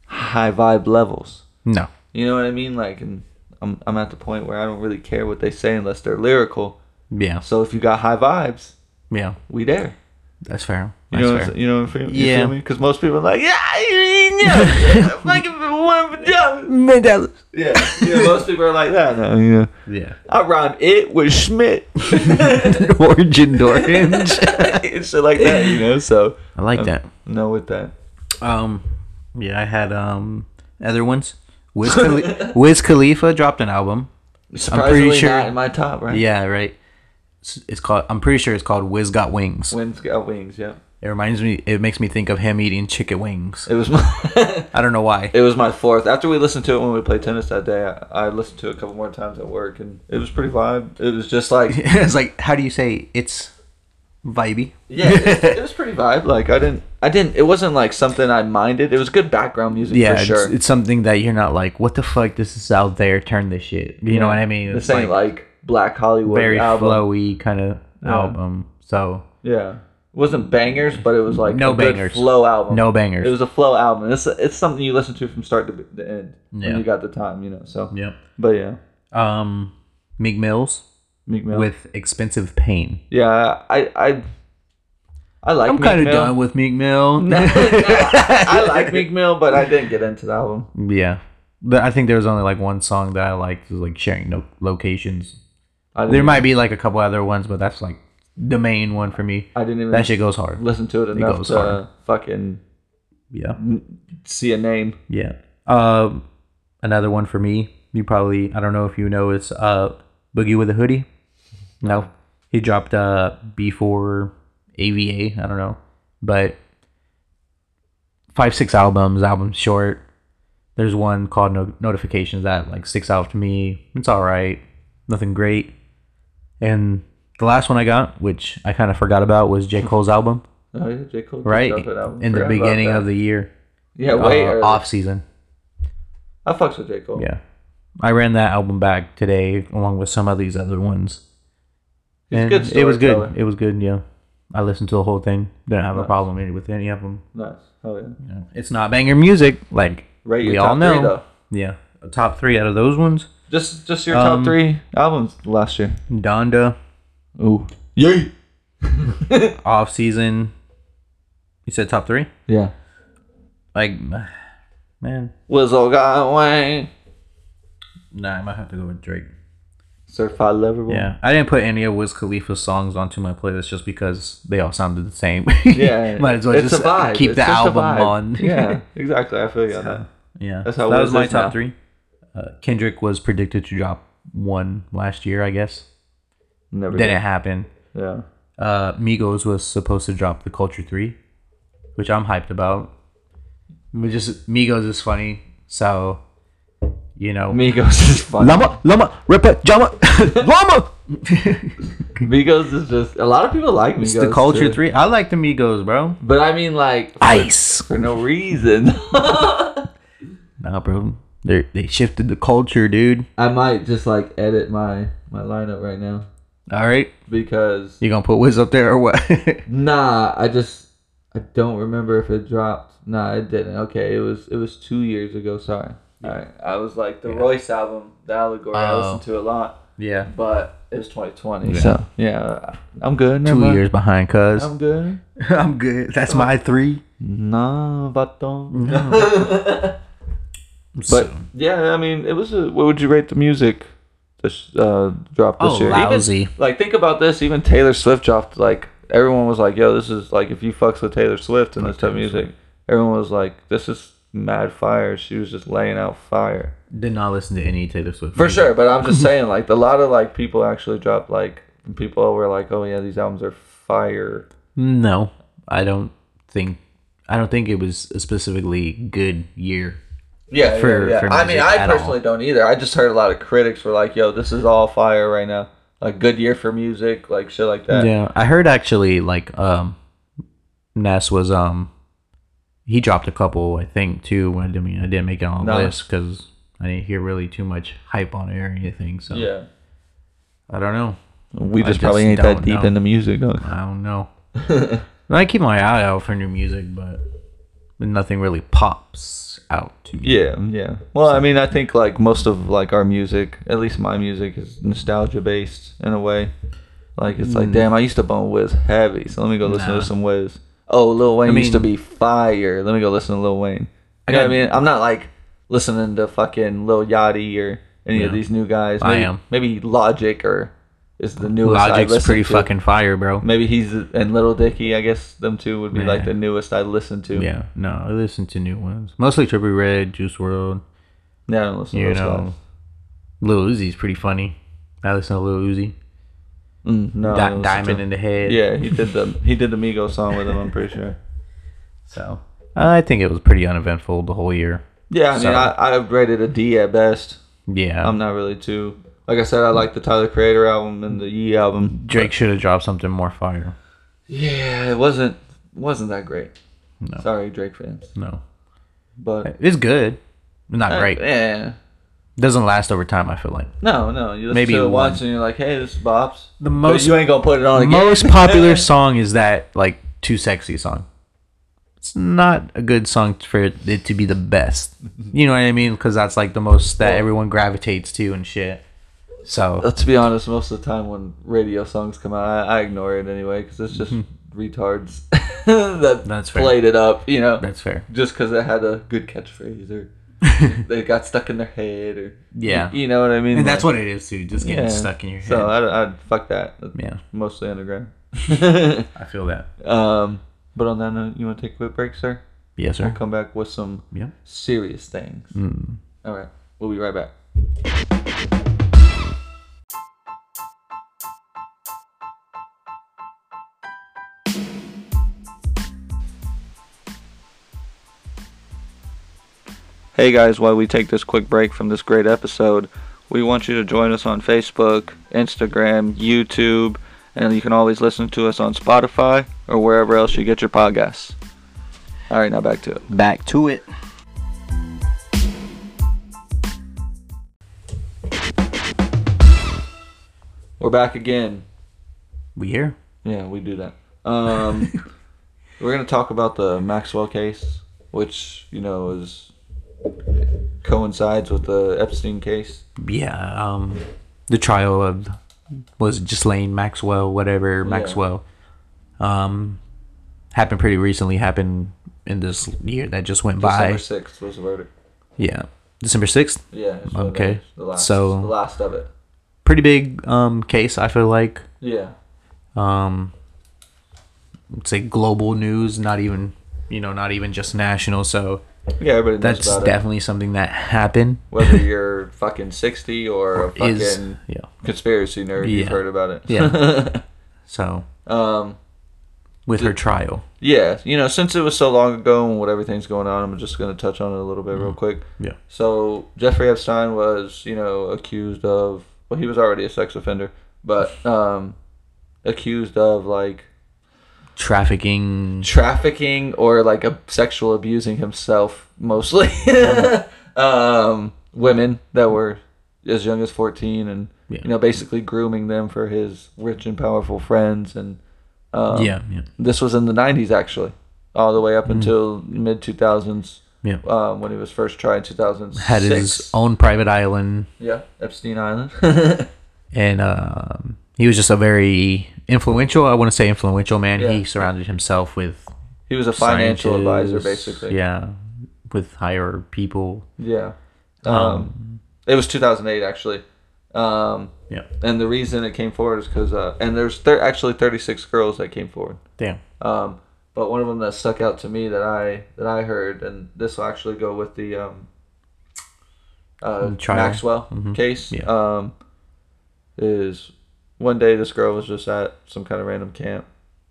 S2: high vibe levels.
S3: No.
S2: You know what I mean? Like, and I'm I'm at the point where I don't really care what they say unless they're lyrical.
S3: Yeah.
S2: So if you got high vibes,
S3: Yeah.
S2: we there.
S3: That's fair.
S2: You
S3: That's
S2: know, what
S3: fair.
S2: I'm, you know what I'm feeling?
S3: Yeah.
S2: Because most people are like, yeah, yeah, fucking one vagina.
S3: Mandela.
S2: Yeah, yeah. Most people are like that. No, yeah.
S3: Yeah.
S2: I rhyme it with Schmidt
S3: Origin orange.
S2: and shit like that. You know, so
S3: I like that.
S2: no with that.
S3: Um, yeah, I had um other ones. Wiz, Khali- Wiz Khalifa dropped an album.
S2: Surprisingly,
S3: sure-
S2: not in my top right.
S3: Yeah, right. It's, it's called. I'm pretty sure it's called Wiz Got Wings.
S2: Wings got wings. Yeah,
S3: It reminds me. It makes me think of him eating chicken wings.
S2: it was my
S3: I don't know why.
S2: it was my fourth. After we listened to it when we played tennis that day, I, I listened to it a couple more times at work, and it was pretty vibe. It was just like
S3: it's like, how do you say it's vibey?
S2: yeah, it was, it was pretty vibe. Like I didn't I didn't. It wasn't like something I minded. It was good background music
S3: yeah,
S2: for
S3: it's-
S2: sure.
S3: it's, something that you're not like, what the fuck? This is out there. Turn this shit. You know what I mean? It's
S2: this ain't like, Black Hollywood
S3: very
S2: album.
S3: flowy kind of album. So
S2: Yeah, it wasn't bangers, but it was like
S3: No
S2: a good
S3: bangers.
S2: flow album.
S3: no bangers.
S2: It was a flow album. It's it's something you listen to from start to b- the end
S3: Yeah.
S2: when you got the time, you know. So,
S3: yep.
S2: but yeah,
S3: Um, Meek Mills
S2: Meek Mill.
S3: with expensive pain.
S2: yeah, I I I like.
S3: I'm
S2: Meek
S3: kind of
S2: Mill.
S3: done with Meek Mill.
S2: I like Meek Mill, but I didn't get into the album.
S3: Yeah, but I think there was only like one song that I liked, was like sharing no- locations.
S2: I didn't,
S3: There might be like a couple other ones, but that's like the main one for me.
S2: I didn't even
S3: That shit goes hard.
S2: listen to it enough
S3: goes
S2: to
S3: hard.
S2: fucking
S3: Yeah,
S2: see a name.
S3: yeah. Um, another one for me. You probably I don't know if you know is uh Boogie with a hoodie. No, he dropped uh B4 AVA. I don't know, but five six albums. Albums short. There's one called no- Notifications that like sticks out to me. It's all right, nothing great. And the last one I got, which I kind of forgot about, was J Cole's album,
S2: Oh yeah, J Cole just
S3: right?
S2: dropped that album.
S3: In the
S2: Forgot about
S3: beginning
S2: that.
S3: of the year,
S2: yeah, way
S3: uh,
S2: early.
S3: off season.
S2: I fucks with J Cole.
S3: Yeah. I ran that album back today along with some of these other ones.
S2: He's a
S3: And
S2: good
S3: it was good.
S2: storyteller.
S3: It was good, yeah. I listened to the whole thing. Didn't have a
S2: Nice.
S3: problem with any of them.
S2: nice. Oh yeah,
S3: It's not banger music, like
S2: rate your
S3: we
S2: top
S3: all know.
S2: three though.
S3: yeah. A top three out of those ones.
S2: Just just your
S3: Um,
S2: top three albums last year.
S3: Donda,
S2: Ooh, yay!
S3: off season. You said top three?
S2: Yeah.
S3: Like man.
S2: Whistle got Wayne.
S3: Nah, I might have to go with Drake.
S2: Certified lover boy.
S3: Yeah. I didn't put any of Wiz Khalifa's songs onto my playlist just because they all sounded the same.
S2: Yeah.
S3: might as well
S2: It's
S3: just
S2: a vibe.
S3: keep
S2: It's
S3: the
S2: just a
S3: album
S2: vibe.
S3: on.
S2: yeah, exactly. I feel you on that.
S3: Yeah,
S2: That's
S3: so
S2: how
S3: that
S2: it
S3: was
S2: is
S3: my
S2: this
S3: top
S2: now.
S3: three. Uh, Kendrick was predicted to drop one last year, I guess.
S2: Never.
S3: Didn't happen.
S2: did. Yeah.
S3: Uh, Migos was supposed to drop the Culture Three, which I'm hyped about. But just Migos is funny, so you know.
S2: Migos is funny.
S3: Llama, llama, ripper, jama, llama.
S2: Migos is just a lot of people like Migos.
S3: It's the Culture
S2: too.
S3: Three. I like the Migos, bro.
S2: But I mean, like for,
S3: Ice.
S2: for no reason.
S3: Nah, bro. They they shifted the culture, dude.
S2: I might just like edit my my lineup right now.
S3: All right.
S2: because
S3: You gonna put Wiz up there or what?
S2: nah, I just I don't remember if it dropped. Nah, it didn't. Okay, it was it was two years ago. Sorry. All right. I was like the
S3: Yeah.
S2: Royce album, the Allegory. I
S3: Oh.
S2: listened to a lot,
S3: yeah.
S2: but it was 2020.
S3: Yeah.
S2: So yeah, I'm good. never
S3: Two
S2: mind.
S3: years behind, cuz.
S2: I'm good.
S3: I'm good. That's my three.
S2: Nah, baton.
S3: So-
S2: Yeah, I mean, it was a. What would you rate the music? This uh, drop this
S3: Oh,
S2: year.
S3: lousy.
S2: Even, like, think about this. Even Taylor Swift dropped. Like, everyone was like, "Yo, this is like if you fucks with Taylor Swift and this type of music." Everyone was like, "This is mad fire." She was just laying out fire
S3: did not listen to any Taylor Swift.
S2: for
S3: music.
S2: sure. But I'm just saying, like, a lot of like people actually dropped. Like, people were like, "Oh yeah, these albums are fire."
S3: No, I don't think. I don't think it was a specifically good year.
S2: Yeah,
S3: for-
S2: yeah, yeah.
S3: for
S2: I mean,
S3: music
S2: I
S3: at all.
S2: personally don't either. I just heard a lot of critics were like, "Yo, this is all fire right now." Like, good year for music, like shit like that.
S3: Yeah, I heard actually like um, Ness was um, he dropped a couple I think too. When I didn't mean I didn't make it on the
S2: No.
S3: list because I didn't hear really too much hype on it or anything. So
S2: Yeah.
S3: I don't know.
S2: We
S3: I just probably ain't that don't deep know. into
S2: music.
S3: I don't know. I keep my eye out for new music, but nothing really pops out to me.
S2: Yeah, yeah. Well, I mean, I think like most of like our music, at least my music, is nostalgia based in a way. Like it's like, damn, I used to bone Wiz heavy, so let me go listen
S3: Hmm. Nah.
S2: to some Wiz. Oh, Lil Wayne
S3: I
S2: used to
S3: mean-
S2: be fire. Let me go listen to Lil Wayne. You know
S3: I got-
S2: what I mean? I'm not like listening to fucking Lil Yachty or any of
S3: Yeah.
S2: these new guys.
S3: I
S2: Maybe,
S3: am.
S2: Maybe Logic or is the newest. I
S3: Logic's
S2: listen
S3: pretty
S2: to.
S3: fucking fire, bro.
S2: Maybe he's and Little Dicky. I guess them two would be like
S3: Nah.
S2: the newest I listen to.
S3: Yeah, no, I listen to new ones. Mostly Trippy Red, Juice World.
S2: Yeah, I don't listen
S3: You
S2: to those guys.
S3: know, Lil Uzi's pretty funny. I listen to Lil Uzi.
S2: Mm, no, I
S3: Di-
S2: don't listen
S3: Diamond
S2: to-
S3: in the head.
S2: Yeah, he did the he did the Migos song with him. I'm pretty sure.
S3: So I think it was pretty uneventful the whole year.
S2: Yeah, I mean,
S3: So-
S2: I I've rated a D at best.
S3: Yeah.
S2: I'm not really too. Like I said, I like the Tyler Creator album and the Ye album.
S3: Drake should have dropped something more fire.
S2: Yeah, it wasn't wasn't that great.
S3: No.
S2: Sorry, Drake fans,
S3: No.
S2: but
S3: It's good. but
S2: Uh,
S3: Not great.
S2: Yeah,
S3: Doesn't last over time, I feel like.
S2: no, no. You listen
S3: Maybe
S2: to it
S3: one.
S2: once and you're like, hey, this is bops.
S3: The
S2: But
S3: most
S2: you ain't gonna put it on again.
S3: most popular song is that like too sexy song. It's not a good song for it to be the best. You know what I mean? Because that's like the most that everyone gravitates to and shit. So
S2: Let's Uh, be honest. Most of the time, when radio songs come out, I, I ignore it anyway because it's just retards that
S3: Mm-hmm. That's fair.
S2: played it up. You know,
S3: that's fair.
S2: just because it had a good catchphrase or they got stuck in their head or
S3: Yeah.
S2: you know what I mean.
S3: And that's
S2: Like,
S3: what it is too. Just getting stuck in your head.
S2: So I I fuck that. That's
S3: yeah,
S2: mostly underground. uh,
S3: I feel that.
S2: um, but on that note, you want to take a quick break, sir?
S3: Yes,
S2: We'll
S3: sir.
S2: come back with some
S3: Yeah.
S2: serious things. All right, we'll be right back. Hey guys, while we take this quick break from this great episode, we want you to join us on Facebook, Instagram, YouTube, and you can always listen to us on Spotify or wherever else you get your podcasts. All right, now back to it.
S3: Back to it.
S2: We're back again.
S3: We here.
S2: Yeah, we do that. Um, we're gonna talk about the Maxwell case, which you know is coincides with the Epstein case.
S3: Yeah. Um, the trial of was it Ghislaine Maxwell, whatever Maxwell. Um, happened pretty recently. Happened in this year that just went by.
S2: December sixth was the verdict.
S3: Yeah, December sixth.
S2: Yeah. it's what it
S3: Okay,
S2: is. The last,
S3: so-
S2: the last of it.
S3: Pretty big um case. I feel like
S2: Yeah.
S3: um, it's like global news. Not even you know, not even just national. So
S2: Yeah, everybody knows
S3: that's
S2: about it.
S3: definitely something that happened.
S2: Whether you're fucking sixty or a fucking
S3: Is yeah,
S2: conspiracy nerd, you've
S3: Yeah.
S2: heard about it.
S3: Yeah. so
S2: um.
S3: with her trial.
S2: Yeah, you know, since it was so long ago and what everything's going on, I'm just going to touch on it a little bit real
S3: Mm.
S2: quick.
S3: Yeah.
S2: So Jeffrey Epstein was, you know, accused of. Well, he was already a sex offender, but um, accused of like
S3: trafficking.
S2: trafficking or like a sexual abusing himself mostly um, women that were as young as 14 and
S3: Yeah.
S2: you know, basically grooming them for his rich and powerful friends. And um,
S3: yeah, yeah,
S2: this was in the 90s, actually, all the
S3: Mm.
S2: way up until mid 2000s
S3: yeah.
S2: um, when he was first tried, 2006.
S3: Had his own private island,
S2: yeah, Epstein Island.
S3: and um, he was just a very influential. I want to say influential man.
S2: Yeah.
S3: He surrounded himself with
S2: he was a financial advisor,
S3: scientists,
S2: basically.
S3: Yeah, with higher people.
S2: Yeah. Um, it was 2008 actually. Um,
S3: Yeah.
S2: and the reason it came forward is because uh, and there's thir- actually 36 girls that came forward.
S3: Damn.
S2: Um, but one of them that stuck out to me that I that I heard, and this will actually go with the um, uh,
S3: Mm, trial.
S2: Maxwell case.
S3: Yeah.
S2: Um, is one day this girl was just at some kind of random camp,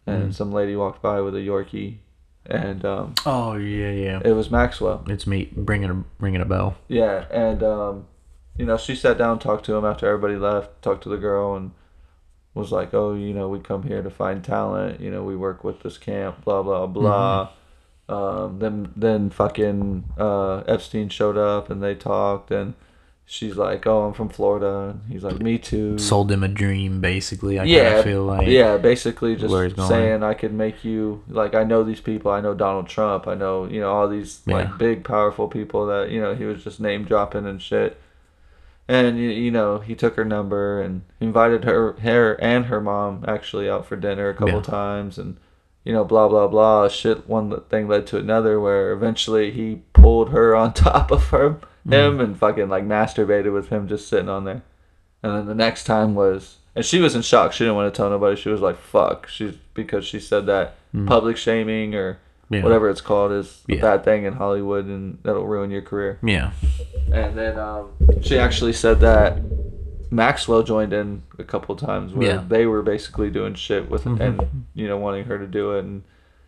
S3: Mm-hmm.
S2: and some lady walked by with a Yorkie, and um,
S3: Oh yeah, yeah.
S2: it was Maxwell.
S3: It's me bringing a ringing a bell.
S2: Yeah, and um, you know, she sat down, talked to him after everybody left, talked to the girl, and was like, "Oh, you know, we come here to find talent. You know, we work with this camp, blah blah blah." Um, then then fucking uh, Epstein showed up, and they talked, and she's like, "Oh, I'm from Florida," and he's like, "Me too."
S3: Sold him a dream, basically. I kind
S2: yeah,
S3: of feel like
S2: yeah, basically just
S3: where he's going.
S2: saying I could make you like I know these people. I know Donald Trump. I know you know all these
S3: Yeah.
S2: like big powerful people that you know he was just name dropping and shit. And you, you know he took her number and invited her, her and her mom actually out for dinner a couple
S3: Yeah.
S2: times and you know blah blah blah shit. One thing led to another where eventually he pulled her on top of her
S3: Mm-hmm.
S2: him and fucking like masturbated with him just sitting on there. And then the next time was, and she was in shock. She didn't want to tell nobody. She was like, "Fuck," she's because she said that public shaming or
S3: Mm-hmm. Yeah.
S2: whatever it's called is
S3: Yeah.
S2: a bad thing in Hollywood, and that'll ruin your career.
S3: yeah,
S2: And then um, she actually said that Maxwell joined in a couple times where
S3: Yeah. Mm-hmm.
S2: they were basically doing shit with and you know wanting her to do it, and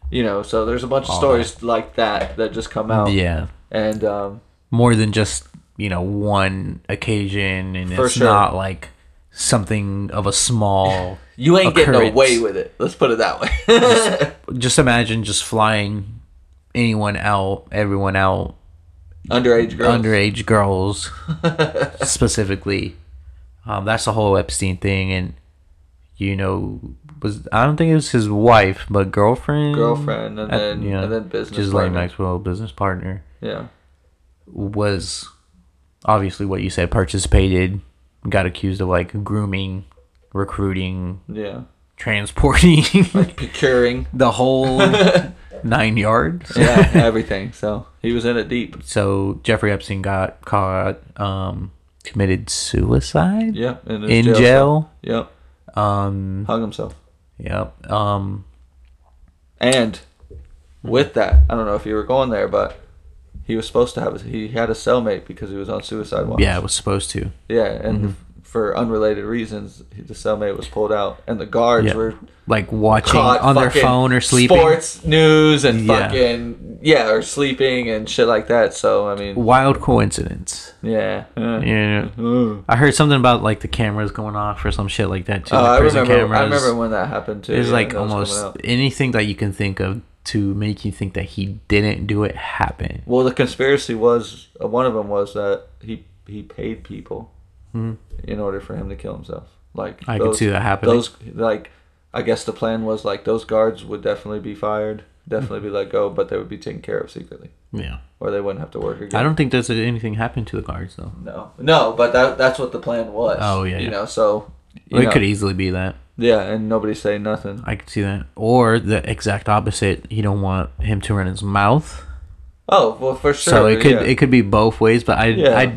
S2: you know so there's a bunch of
S3: All
S2: stories like that that just come out,
S3: yeah.
S2: and um,
S3: More than just you know one occasion, and
S2: For
S3: it's
S2: sure.
S3: not like something of a small.
S2: you ain't
S3: Occurrence.
S2: getting away with it. Let's put it that way.
S3: just imagine just flying anyone out, everyone out,
S2: underage girls.
S3: underage girls specifically. Um, that's the whole Epstein thing, and you know, was I don't think it was his wife, but girlfriend,
S2: Girlfriend, and
S3: uh,
S2: then- and then business
S3: Ghislaine
S2: partner.
S3: Maxwell, business partner,
S2: Yeah.
S3: was obviously what you said, participated, got accused of like grooming, recruiting,
S2: Yeah.
S3: transporting,
S2: Procuring.
S3: the whole nine yards.
S2: Yeah, everything. So he was in it deep.
S3: So Jeffrey Epstein got caught, um, committed suicide
S2: Yeah. In, his
S3: in
S2: jail.
S3: jail.
S2: Yep.
S3: Um,
S2: Hung himself.
S3: Yep. Um.
S2: And with that, I don't know if you were going there, but he was supposed to have a, he had a cellmate because he was on suicide watch.
S3: Yeah, Mm-hmm. it was supposed to.
S2: Yeah, and for unrelated reasons, the cellmate was pulled out, and the guards
S3: Yeah.
S2: were
S3: Like watching
S2: caught
S3: on their
S2: fucking
S3: phone or sleeping.
S2: sports news and
S3: Yeah.
S2: fucking yeah, or sleeping and shit like that. So I mean,
S3: Wild coincidence.
S2: yeah, Uh,
S3: Yeah.
S2: uh.
S3: I heard something about like the cameras going off or some shit like that too.
S2: Oh,
S3: like
S2: I
S3: prison
S2: remember.
S3: cameras.
S2: I remember when that happened too.
S3: There's
S2: yeah,
S3: like
S2: that was coming
S3: almost
S2: out.
S3: anything that you can think of to make you think that he didn't do it happen.
S2: Well, the conspiracy was uh, one of them was that he he paid people in order for him to kill himself. Like
S3: Hmm. I could see that happening.
S2: Those like, I guess the plan was like those guards would definitely be fired, definitely be let go, but they would be taken care of secretly,
S3: Yeah.
S2: or they wouldn't have to work again.
S3: I don't think there's anything happened to the guards though.
S2: No, no, but that that's what the plan was.
S3: Oh, yeah,
S2: you
S3: yeah.
S2: know so. You
S3: It e
S2: know,
S3: could easily be that.
S2: yeah, and nobody say nothing.
S3: I could see that. Or the exact opposite. You don't want him to run his mouth.
S2: Oh well, for sure.
S3: so it
S2: but
S3: could
S2: yeah.
S3: it could be both ways, but I
S2: Yeah.
S3: I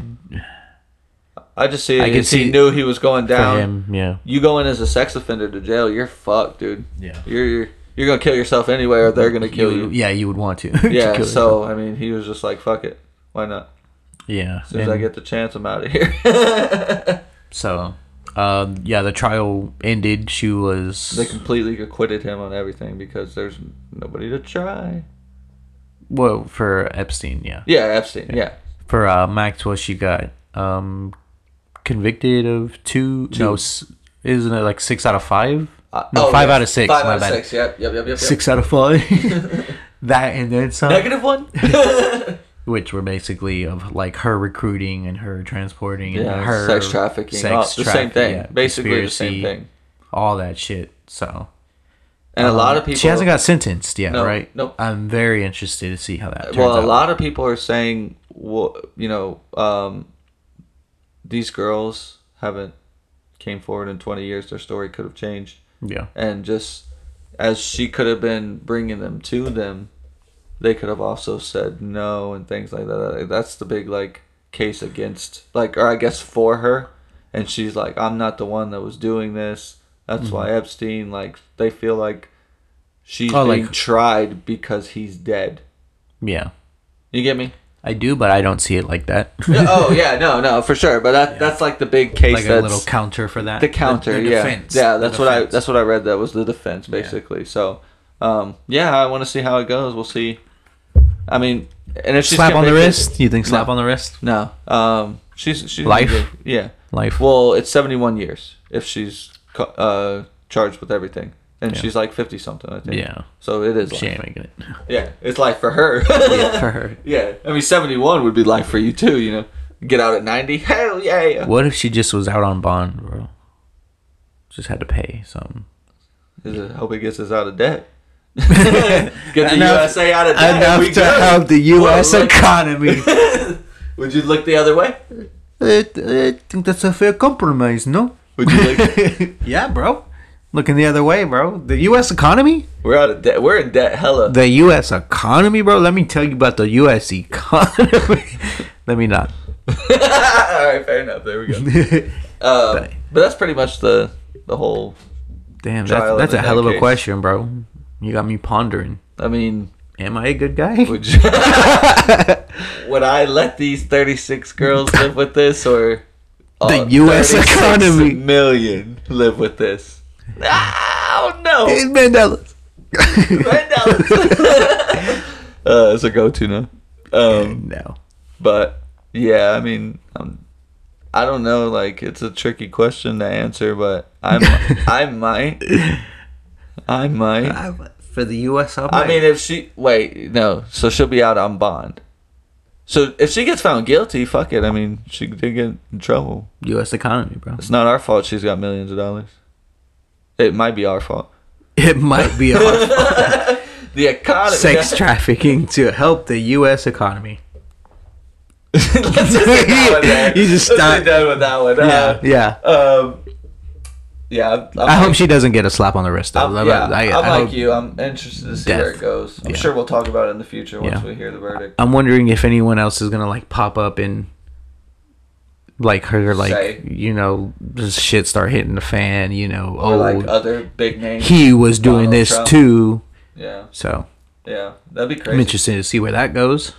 S2: I just see.
S3: I
S2: I
S3: could see-
S2: he knew he was going
S3: for
S2: down.
S3: him, yeah.
S2: you go in as a sex offender to jail, you're fucked, dude.
S3: Yeah.
S2: You're you're, you're gonna kill yourself anyway, or they're gonna kill you.
S3: Yeah, you would want to. to
S2: Yeah.
S3: kill
S2: so
S3: yourself.
S2: I mean, he was just like, "Fuck it, why not?"
S3: yeah.
S2: As soon as I
S3: and
S2: get the chance, I'm out of here.
S3: so, um, yeah, the trial ended. She was
S2: they completely acquitted him on everything because there's nobody to try.
S3: well for Epstein. Yeah,
S2: Yeah, Epstein. Yeah,
S3: for uh, Maxwell, she got um, convicted of two. No, s- isn't it like six out of five?
S2: Uh,
S3: no,
S2: oh,
S3: five
S2: yeah.
S3: out of six.
S2: Five
S3: my
S2: out of
S3: bad.
S2: six. Yep, yep, yep, yep. yep.
S3: Six out of five. that and then some.
S2: Negative one.
S3: which were basically of like her recruiting and her transporting and
S2: Yeah,
S3: her
S2: sex trafficking.
S3: sex
S2: oh, the same
S3: traffic-
S2: thing.
S3: yeah,
S2: Basically the
S3: conspiracy,
S2: same thing.
S3: all that shit. So Uh,
S2: And Um, a lot of people
S3: She hasn't got sentenced yet,
S2: No,
S3: right?
S2: no.
S3: I'm very interested to see how that turns
S2: well, a
S3: out.
S2: lot of people are saying, well, you know, um, these girls haven't came forward in 20 years. Their story could have changed,
S3: yeah.
S2: and just as she could have been bringing them to them, they could have also said no and things like that. That's the big like case against, like, or I guess for her, and she's like, I'm not the one that was doing this. That's
S3: Mm-hmm.
S2: why Epstein, like, they feel like she's
S3: Oh,
S2: being
S3: like-
S2: tried because he's dead.
S3: Yeah.
S2: You get me?
S3: I do, but I don't see it like that.
S2: Yeah, oh yeah, no, no, for sure. But that that's like the big case.
S3: like a
S2: that's
S3: little counter for that.
S2: the counter.
S3: The- the
S2: yeah,
S3: defense.
S2: yeah.
S3: The
S2: That's what I
S3: defense.
S2: that's what I read. That was the defense basically. So, um, yeah, I want to see how it goes. We'll see. I mean, and if she's
S3: slap on the
S2: convicted-
S3: wrist. You think slap
S2: No.
S3: on the wrist?
S2: no, um, she's she's
S3: Life?
S2: Yeah.
S3: Life.
S2: Well, it's seventy one years if she's ca- uh, charged with everything, and she's like fifty something. I think.
S3: yeah.
S2: So it is.
S3: She
S2: Life.
S3: ain't making it.
S2: Yeah, it's life for her.
S3: yeah, for her.
S2: yeah, I mean, seventy one would be life for you too. You know, get out at ninety. Hell yeah.
S3: What if she just was out on bond, bro? Just had to pay something.
S2: Is it, hope it gets us out of debt. Get the
S3: Enough-
S2: USA out of debt. we good.
S3: the
S2: US like-
S3: economy.
S2: Would you look the other way?
S3: I, I think that's a fair compromise, no?
S2: Would you look?
S3: yeah, bro. Looking the other way, bro. The U.S. economy?
S2: We're out of debt. We're in debt. Hella.
S3: The U.S. economy, bro? Let me tell you about the U.S. economy. Let me not.
S2: All right, fair enough. There we go. Um, but that's pretty much the the whole.
S3: Damn,
S2: Trial
S3: that's, that's a
S2: in
S3: hell
S2: that
S3: of a
S2: case.
S3: question, bro. You got me pondering.
S2: I mean,
S3: Am I a good guy?
S2: would you, would I let these thirty six girls live with this or
S3: The US
S2: 36
S3: economy.
S2: million live with this? Oh no,
S3: Mandela's.
S2: Mandela. uh, it's a go to now. Um,
S3: no.
S2: But yeah, I mean, um, I don't know. Like, it's a tricky question to answer, but I'm, I might, I might.
S3: for the U.S.
S2: I mean, if she wait, no, so she'll be out on bond. So if she gets found guilty, fuck it. I mean, she did get in trouble.
S3: U.S. economy, bro.
S2: It's not our fault. She's got millions of dollars. It might be our fault.
S3: It might be our
S2: The economy.
S3: sex trafficking to help the U.S. economy.
S2: Let's just get that one there.
S3: You just
S2: Let's get
S3: stop.
S2: done with that one. Uh,
S3: yeah.
S2: Um. Yeah. I'm- I'm
S3: I hope she doesn't get a slap on the wrist. Though.
S2: I'm,
S3: I-
S2: yeah, I,
S3: I-
S2: am
S3: I
S2: like
S3: hope-
S2: you. I'm interested to see where
S3: Death.
S2: it goes. I'm
S3: Yeah.
S2: sure we'll talk about it in the future once
S3: Yeah.
S2: we hear the verdict.
S3: I'm wondering if anyone else is gonna like pop up and like her, like
S2: Say.
S3: you know, just shit start hitting the fan. You know,
S2: Or
S3: oh,
S2: like other big names.
S3: he was doing
S2: Donald
S3: this
S2: Trump.
S3: too.
S2: yeah,
S3: So
S2: yeah, that'd be
S3: I'm
S2: crazy.
S3: interested to see where that goes.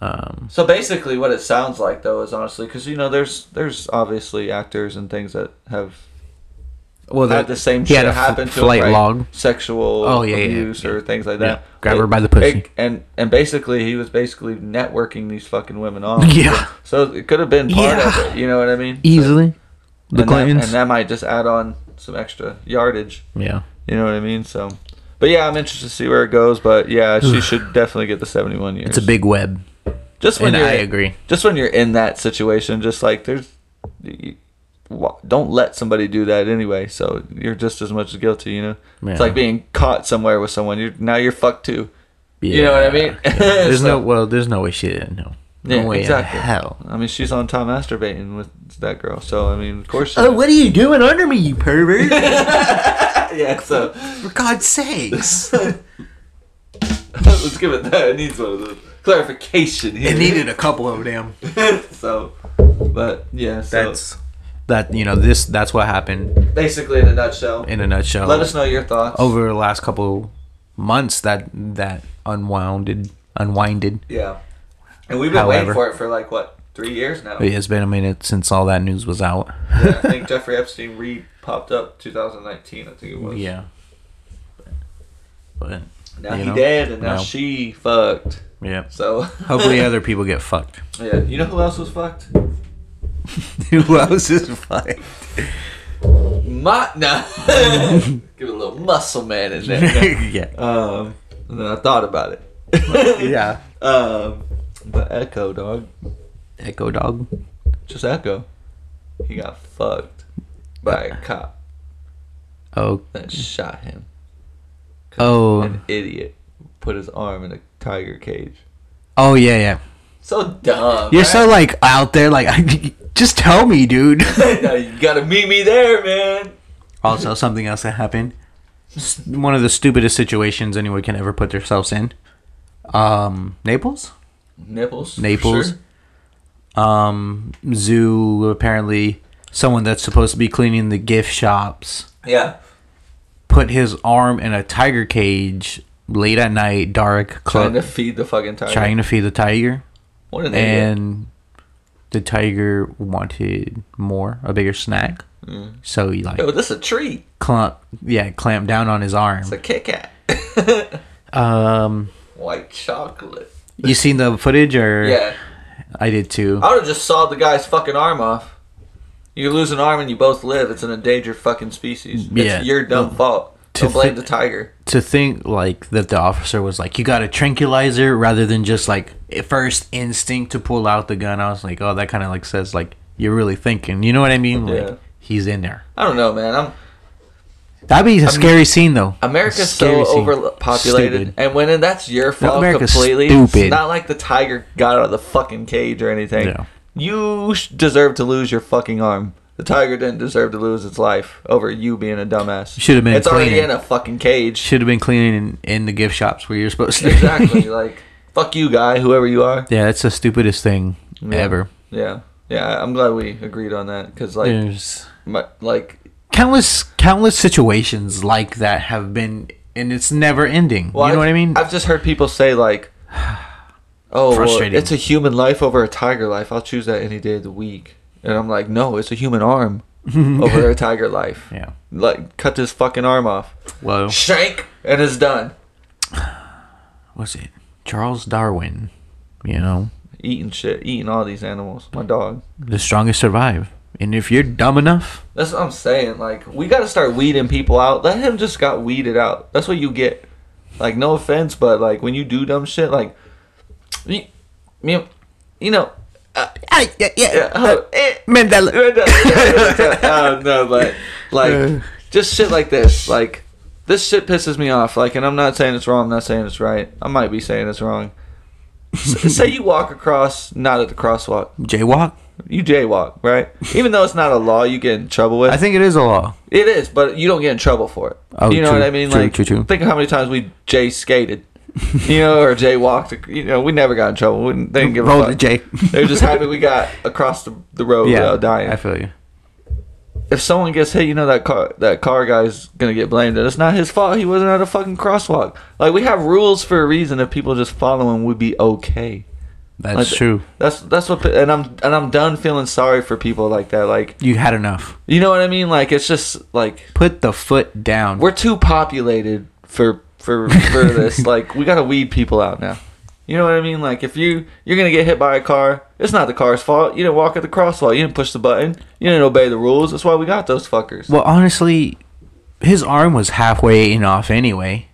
S3: Um,
S2: So basically, what it sounds like though is honestly because you know there's there's obviously actors and things that have
S3: well,
S2: had the same
S3: he
S2: shit
S3: had a f-
S2: happen to
S3: flight
S2: him, right?
S3: log.
S2: sexual
S3: Oh, yeah, yeah,
S2: abuse
S3: yeah.
S2: or things like
S3: Yeah.
S2: that.
S3: Grab
S2: It-
S3: her by the pussy.
S2: it- and and basically he was basically networking these fucking women off.
S3: Yeah,
S2: So it could have been part
S3: Yeah.
S2: of it. You know what I mean?
S3: easily
S2: and, that,
S3: the
S2: and
S3: Clintons.
S2: that might just add on some extra yardage.
S3: yeah,
S2: You know what I mean? So, but yeah, I'm interested to see where it goes. But yeah, she should definitely get the 71 years.
S3: it's a big web,
S2: just when
S3: and
S2: you're
S3: I agree.
S2: just when you're in that situation, just like there's, you, wa- don't let somebody do that anyway. So you're just as much guilty. You know,
S3: Yeah.
S2: it's like being caught somewhere with someone. You're now you're fucked too. You know what I mean?
S3: Yeah. There's
S2: So-
S3: no well. There's no way she didn't know. No
S2: Yeah,
S3: way
S2: exactly.
S3: in hell.
S2: I mean, she's on top masturbating with that girl. So I mean, of course. She
S3: Oh, what are you doing under me, you pervert?
S2: yeah. So
S3: For God's sakes!
S2: let's give it that. It needs one of those clarification here.
S3: it needed a couple of them.
S2: so, but yeah. So
S3: That's that. You know this. That's what happened
S2: basically in a nutshell.
S3: in a nutshell.
S2: Let us know your thoughts.
S3: over the last couple months that that unwounded, unwinded.
S2: Yeah. And we've been
S3: However.
S2: waiting for it for like what three years now.
S3: It has been a minute since all that news was out.
S2: Oh. Yeah, I think Jeffrey Epstein re popped up 2019. I think it was.
S3: yeah. But
S2: Now
S3: You
S2: he
S3: know?
S2: dead, and now
S3: No.
S2: she fucked.
S3: yeah.
S2: So
S3: Hopefully, other people get fucked.
S2: yeah. You know who else was fucked?
S3: Who else is fucked?
S2: My no. Give it a little muscle man in there.
S3: yeah.
S2: um. And then I thought about it.
S3: Yeah.
S2: Um. The echo, dog.
S3: Echo dog.
S2: Just echo. He got fucked by a cop
S3: Oh,
S2: that shot him. 'Cause
S3: Oh.
S2: An idiot put his arm in a tiger cage.
S3: oh yeah, yeah.
S2: So dumb.
S3: You're so
S2: right?
S3: like out there, like just tell me, dude.
S2: Now you gotta meet me there, man.
S3: also, something else that happened. S- One of the stupidest situations anyone can ever put themselves in. Um, Naples.
S2: Nipples. for
S3: Naples.
S2: sure.
S3: Um, zoo. Apparently, someone that's supposed to be cleaning the gift shops
S2: Yeah.
S3: put his arm in a tiger cage late at night, dark,
S2: Trying to
S3: close,
S2: feed the fucking tiger.
S3: trying to feed the tiger.
S2: What an idiot.
S3: and the tiger wanted more, a bigger snack.
S2: Mm.
S3: So he like
S2: Yo, this a treat.
S3: clamp, yeah, clamped down on his arm.
S2: It's a Kit Kat.
S3: um,
S2: White chocolate.
S3: you seen the footage or?
S2: Yeah. Uh,
S3: I did too.
S2: I would have just sawed the guy's fucking arm off. You lose an arm and you both live. It's an endangered fucking species.
S3: Yeah. Mm.
S2: It's your dumb fault.
S3: to
S2: Don't blame
S3: thi-
S2: the tiger.
S3: To think like that, the officer was like, "You got a tranquilizer," rather than just like at first instinct to pull out the gun. I was like, "Oh, that kind of like says like you're really thinking." You know what I mean? Like
S2: Yeah.
S3: he's in there.
S2: I don't know, man. I'm
S3: That'd be a scary scene though.
S2: America's
S3: Scary
S2: so
S3: scene.
S2: overpopulated,
S3: Stupid.
S2: and when that's your fault
S3: America's
S2: completely,
S3: stupid.
S2: it's not like the tiger got out of the fucking cage or anything.
S3: Yeah.
S2: You sh- deserve to lose your fucking arm. The tiger didn't deserve to lose its life over you being a dumbass.
S3: Should've been
S2: It's already
S3: cleaning.
S2: in a fucking cage.
S3: Should have been cleaning in, in the gift shops where you're supposed to.
S2: exactly. Like fuck you, guy, whoever you are.
S3: Yeah, that's the stupidest thing
S2: Yeah.
S3: ever.
S2: Yeah, yeah. I'm glad we agreed on that because like,
S3: There's
S2: my, like,
S3: countless countless situations like that have been and it's never ending.
S2: well,
S3: you know what I mean?
S2: I've just heard people say like, "Oh, well,
S3: Frustrating.
S2: it's a human life over a tiger life. I'll choose that any day of the week." And I'm like, "No, it's a human arm over a tiger life.
S3: yeah.
S2: Like, cut this fucking arm off,
S3: Well,
S2: shank, and it's done.
S3: what's it? Charles Darwin, you know,
S2: Eating shit, eating all these animals. My dog.
S3: the strongest survive. And if you're dumb enough,
S2: That's what I'm saying. Like, we got to start weeding people out. Let him just got weeded out. That's what you get. Like, no offense, but like when you do dumb shit, like, you, you you know, uh,
S3: I, yeah,
S2: yeah, uh, eh,
S3: Mandela.
S2: uh, no, but like just shit like this. Like this shit pisses me off. Like, and I'm not saying it's wrong. I'm not saying it's right. I might be saying it's wrong. S- say you walk across, not at the crosswalk.
S3: Jaywalk?
S2: You jaywalk, right? Even though it's not a law, you get in trouble with.
S3: I think it is a law.
S2: It is, but you don't get in trouble for it.
S3: Oh,
S2: you know
S3: true,
S2: what I mean?
S3: true,
S2: like,
S3: true, true.
S2: think of how many times we J skated, you know, or J walked. You know, we never got in trouble. We didn't, they didn't give a
S3: Roll the
S2: fuck.
S3: J.
S2: they were just happy we got across the, the road
S3: yeah,
S2: without dying.
S3: I feel you.
S2: if someone gets hit, you know that car that car guy's gonna get blamed, and it's not his fault. He wasn't at a fucking crosswalk. Like we have rules for a reason. If people just follow them, we'd be okay.
S3: That's
S2: Like,
S3: true.
S2: That's that's what. And I'm and I'm done feeling sorry for people like that. Like
S3: You had enough.
S2: you know what I mean? Like it's just like
S3: Put the foot down.
S2: we're too populated for for for this. Like we gotta weed people out now. You know what I mean? Like if you you're gonna get hit by a car, it's not the car's fault. You didn't walk at the crosswalk. You didn't push the button. You didn't obey the rules. That's why we got those fuckers.
S3: Well, honestly, his arm was halfway in off anyway.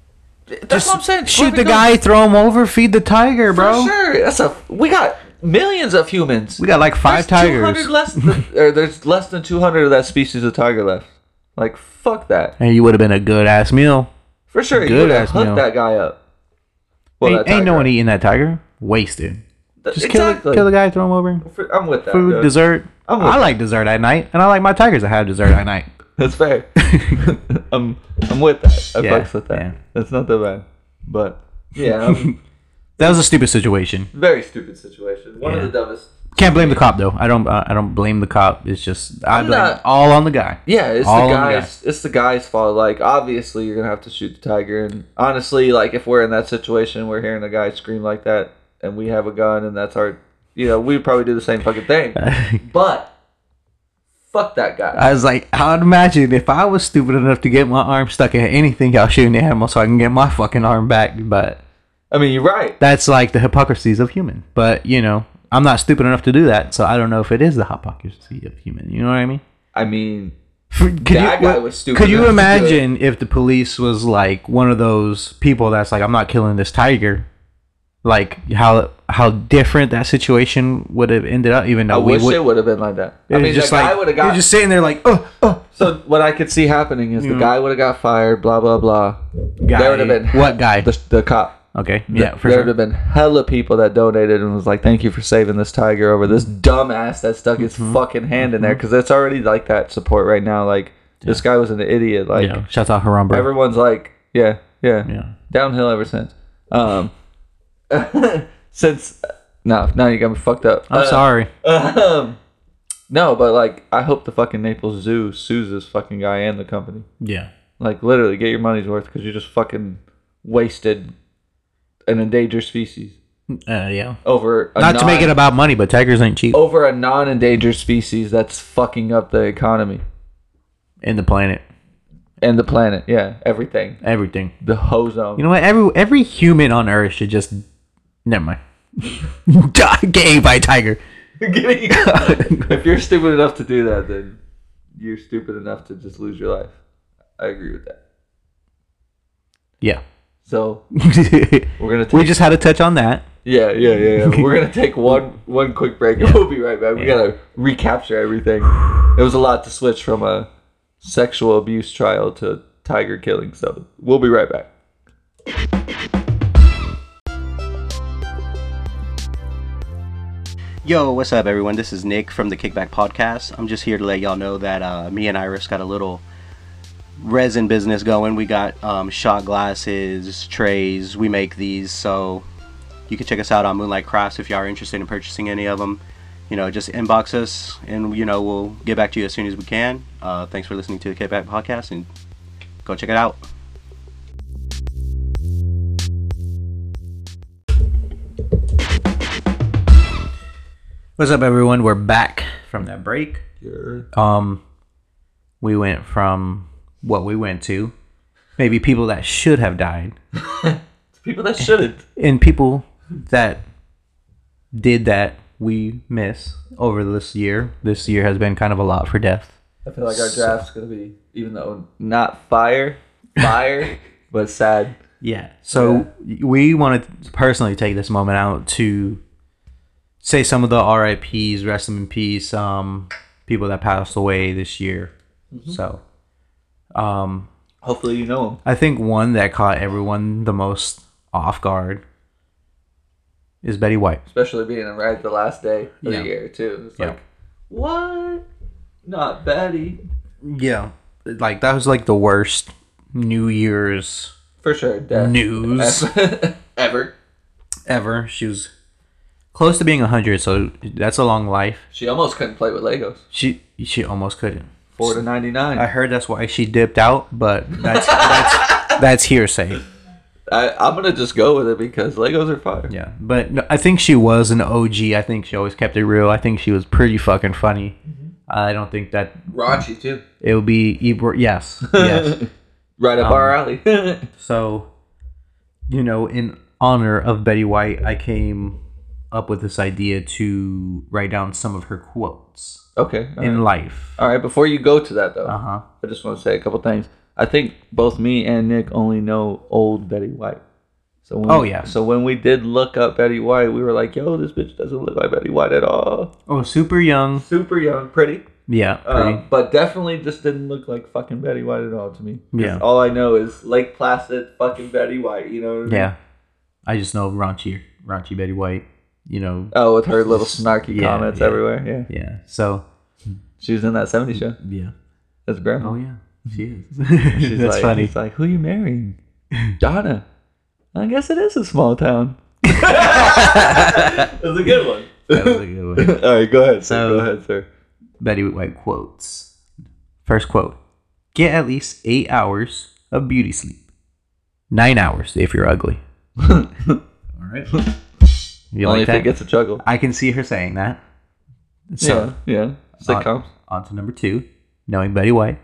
S2: That's
S3: Just
S2: what I'm saying. Let
S3: Shoot
S2: it
S3: the
S2: go.
S3: guy, throw him over, feed the tiger, bro.
S2: For sure. That's a we got millions of humans.
S3: We got like five
S2: There's 200
S3: tigers.
S2: less than, or there's less than 200 of that species of tiger left. Like fuck that.
S3: And you would have been a good ass meal.
S2: For sure.
S3: Good
S2: you would
S3: ass
S2: have hooked
S3: meal.
S2: that guy up. Well,
S3: ain't,
S2: that
S3: ain't no
S2: tiger.
S3: one eating that tiger. Wasted.
S2: Th-
S3: Just
S2: exactly.
S3: kill, kill the guy, throw him over.
S2: For- I'm with that.
S3: Food,
S2: dude.
S3: dessert.
S2: I'm with
S3: I
S2: that.
S3: like dessert at night, and I like my tigers to have dessert at night.
S2: That's fair. I'm I'm with that. I
S3: Yeah,
S2: fucks with that.
S3: yeah.
S2: That's not that bad. But yeah, um,
S3: That was a stupid situation.
S2: very stupid situation. One
S3: Yeah.
S2: of the dumbest.
S3: Can't blame the cop though. I don't. Uh, I don't blame the cop. It's just I
S2: I'm
S3: blame
S2: not-
S3: it all on the guy.
S2: Yeah, it's
S3: All on
S2: the
S3: the
S2: guy's. It's the guy's fault. Like, obviously, you're gonna have to shoot the tiger. And honestly, like, if we're in that situation, we're hearing a guy scream like that, and we have a gun, and that's our, you know, we probably do the same fucking thing. but fuck that guy.
S3: I was like, I'd imagine if I was stupid enough to get my arm stuck in anything, I'll shoot an animal so I can get my fucking arm back. But
S2: I mean, you're right.
S3: that's like the hypocrisies of human. But you know, I'm not stupid enough to do that, so I don't know if it is the hypocrisy of human. You know what I mean?
S2: I mean,
S3: Could
S2: That guy was stupid
S3: Could you
S2: enough to do it.
S3: imagine if the police was like one of those people that's like, I'm not killing this tiger, like how how different that situation would have ended up. Even
S2: I
S3: though we
S2: wish
S3: would,
S2: it would have been like that.
S3: it
S2: I
S3: was
S2: mean,
S3: just
S2: the guy would
S3: like
S2: have
S3: you're
S2: got.
S3: just sitting there like, oh, oh,
S2: so what I could see happening is the guy would have got fired. Blah blah blah.
S3: guy.
S2: There would have been
S3: what guy?
S2: The, the cop.
S3: okay, yeah, for
S2: there
S3: sure.
S2: would have been hella people that donated and was like, "Thank you for saving this tiger over
S3: Mm-hmm.
S2: this dumbass that stuck his fucking hand in there." Because it's already like that support right now. Like this guy was an idiot. Like
S3: yeah, shouts out Harambe.
S2: everyone's like, yeah, yeah,
S3: yeah,
S2: downhill ever since. Um, since no, no, you got me fucked up.
S3: I'm
S2: Uh,
S3: sorry.
S2: um, no, but like, I hope the fucking Naples Zoo sues this fucking guy and the company.
S3: Yeah,
S2: Like, literally, get your money's worth because you just fucking wasted an endangered species
S3: uh, yeah.
S2: over a
S3: Not to
S2: non- Oh.
S3: make it about money, but tigers ain't cheap
S2: over a non-endangered species that's fucking up the economy
S3: in the planet.
S2: and the planet. Yeah, everything.
S3: Everything.
S2: The ozone.
S3: You know what? Every every human on Earth should just never mind. Die, Get ate by a tiger.
S2: if you're stupid enough to do that, then you're stupid enough to just lose your life. I agree with that.
S3: Yeah.
S2: So we're gonna take
S3: we just had to touch on that.
S2: yeah, yeah, yeah, yeah. We're gonna take one one quick break and we'll be right back. We gotta recapture everything. It was a lot to switch from a sexual abuse trial to tiger killing, so we'll be right back.
S4: Yo, what's up, everyone? This is Nick from the Kickback Podcast. I'm just here to let y'all know that uh, me and Iris got a little resin business going. We got um, shot glasses, trays. We make these, so you can check us out on Moonlight Crafts if y'all are interested in purchasing any of them. You know, just inbox us, and you know we'll get back to you as soon as we can. Uh, thanks for listening to the Kickback Podcast, and go check it out.
S3: What's up, everyone? We're back from that break. Um, we went from what we went to, maybe people that should have died,
S2: People that shouldn't.
S3: and people that did that we miss over this year. This year has been kind of a lot for death.
S2: I feel like our draft's gonna be, even though not fire, fire, but sad.
S3: Yeah. So we want to personally take this moment out to say some of the RIPS, rest in peace, um, people that passed away this year. So, um,
S2: Hopefully, you know him.
S3: I think one that caught everyone the most off guard is Betty White.
S2: especially being right the last day of
S3: Yeah.
S2: the year too. It's
S3: Yeah.
S2: like what? Not Betty
S3: Yeah. Like that was like the worst New Year's
S2: for sure. Death
S3: news
S2: ever.
S3: ever. She was close to being 100, so that's a long life.
S2: She almost couldn't play with Legos.
S3: She she almost couldn't.
S2: Four to ninety nine.
S3: I heard that's why she dipped out, but that's that's, that's hearsay.
S2: I, I'm gonna just go with it because Legos are fire.
S3: Yeah, but no, I think she was an OG. I think she always kept it real. I think she was pretty fucking funny.
S2: Mm-hmm.
S3: I don't think that
S2: Raunchy too.
S3: it would be Ebro. Yes, yes.
S2: Right up
S3: Um,
S2: our alley.
S3: so, you know, in honor of Betty White, I came up with this idea to write down some of her quotes
S2: okay. All right.
S3: in life.
S2: all right. Before you go to that though,
S3: Uh huh.
S2: I just want to say a couple things. I think both me and Nick only know old Betty White. So when,
S3: Oh, yeah.
S2: So when we did look up Betty White, we were like, "Yo, this bitch doesn't look like Betty White at all.
S3: Oh, super young.
S2: Super young, pretty,
S3: Yeah, pretty.
S2: Um, but definitely just didn't look like fucking Betty White at all to me. 'Cause
S3: Yeah.
S2: All I know is Lake Placid, fucking Betty White. You know. What I mean?
S3: yeah. I just know raunchy, raunchy Betty White. You know.
S2: Oh, with her little snarky
S3: Yeah,
S2: comments
S3: yeah.
S2: everywhere. Yeah.
S3: Yeah. So.
S2: She was in that '70s show.
S3: Yeah.
S2: That's grandma.
S3: Oh yeah. She is.
S2: She's
S3: That's
S2: like,
S3: funny.
S2: It's like, who you marrying? Donna. I guess it is a small town. That's a good one.
S3: That was a good one.
S2: All right, go ahead, sir.
S3: So-
S2: go ahead, sir.
S3: Betty White quotes. First quote Get at least eight hours of beauty sleep. Nine hours if you're ugly. All right. You
S2: Only
S3: like
S2: if
S3: that?
S2: it gets a chuckle.
S3: I can see her saying that. So,
S2: yeah, Uh, yeah. Sitcoms.
S3: on to number two, knowing Betty White.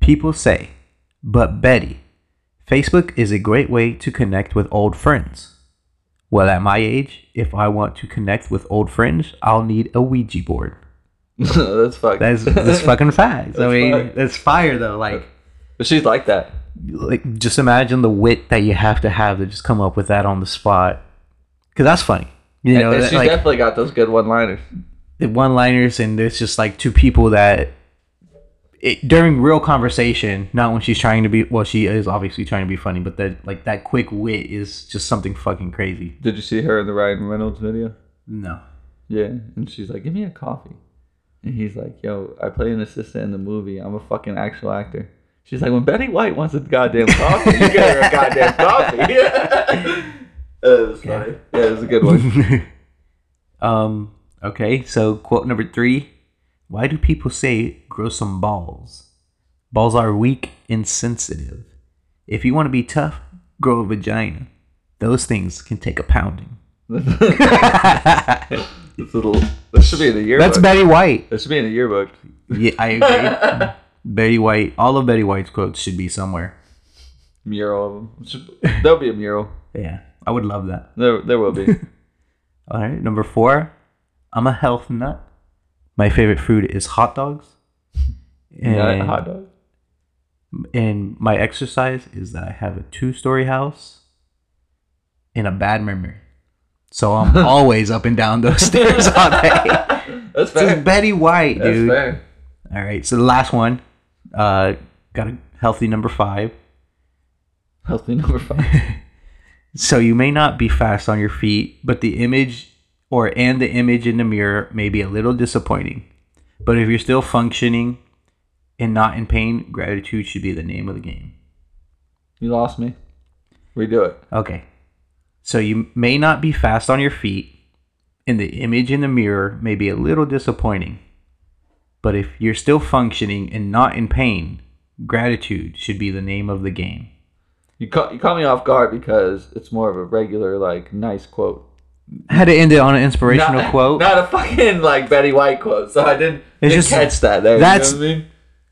S3: People say, but Betty, Facebook is a great way to connect with old friends. Well, at my age, if I want to connect with old friends, I'll need a Ouija board.
S2: that's fucked.
S3: That's that's fucking facts. I
S2: That's
S3: mean,
S2: fact.
S3: that's fire though. Like,
S2: but she's like that.
S3: like just imagine the wit that you have to have to just come up with that on the spot because that's funny you know
S2: and
S3: that,
S2: she's
S3: like
S2: definitely got those good one-liners.
S3: the one liners and it's just like two people that it, during real conversation not when she's trying to be well she is obviously trying to be funny but that like that quick wit is just something fucking crazy
S2: Did you see her in the Ryan Reynolds video?
S3: no
S2: Yeah, and she's like, "Give me a coffee," and he's like, "Yo, I play an assistant in the movie. I'm a fucking actual actor." She's like, "When Betty White wants a goddamn coffee, you get her a goddamn coffee." Uh, it was funny. Yeah, it was a good one.
S3: um okay so quote number three why do people say grow some balls balls are weak and sensitive if you want to be tough grow a vagina those things can take a pounding that's
S2: This little, this should be in the yearbook.
S3: betty white
S2: That should be in the yearbook.
S3: Yeah, I agree. Betty White, all of Betty White's quotes should be somewhere.
S2: Mural of them. Should- There'll be a mural.
S3: Yeah, I would love that.
S2: There, there will be.
S3: All right, number four, I'm a health nut. My favorite food is hot dogs. And,
S2: Yeah, hot dog.
S3: and my exercise is that I have a two story house and a bad memory. So I'm always up and down those stairs all day.
S2: That's
S3: This
S2: fair.
S3: is Betty White,
S2: That's
S3: dude.
S2: fair.
S3: All right, so the last one, uh, got a healthy number five.
S2: Healthy number five.
S3: So you may not be fast on your feet, but the image or and the image in the mirror may be a little disappointing. But if you're still functioning and not in pain, gratitude should be the name of the game.
S2: You lost me. Redo it.
S3: Okay. So you may not be fast on your feet, and the image in the mirror may be a little disappointing. But if you're still functioning and not in pain, gratitude should be the name of the game.
S2: You caught you caught me off guard because it's more of a regular like nice quote.
S3: Had to end it on an inspirational
S2: not,
S3: quote.
S2: Not a fucking like Betty White quote. So I didn't, didn't
S3: It's just-
S2: catch that there.
S3: that's-
S2: you know what I mean?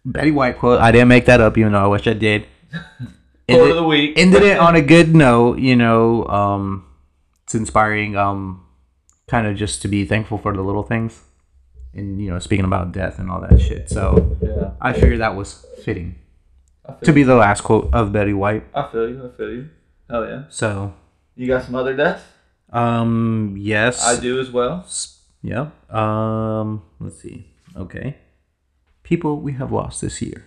S3: Betty White quote. I didn't make that up, even though I wish I did.
S2: Quote
S3: Ended,
S2: of the week.
S3: ended it on a good note, you know. Um, it's inspiring. Um, kind of just to be thankful for the little things, and you know, speaking about death and all that shit. So
S2: yeah.
S3: I figured that was fitting
S2: I feel,
S3: to be the last quote of Betty White.
S2: I feel you. I feel you. Hell yeah.
S3: So,
S2: You got some other deaths?
S3: um, yes,
S2: I do as well.
S3: Yeah. Um, let's see. Okay, people we have lost this year.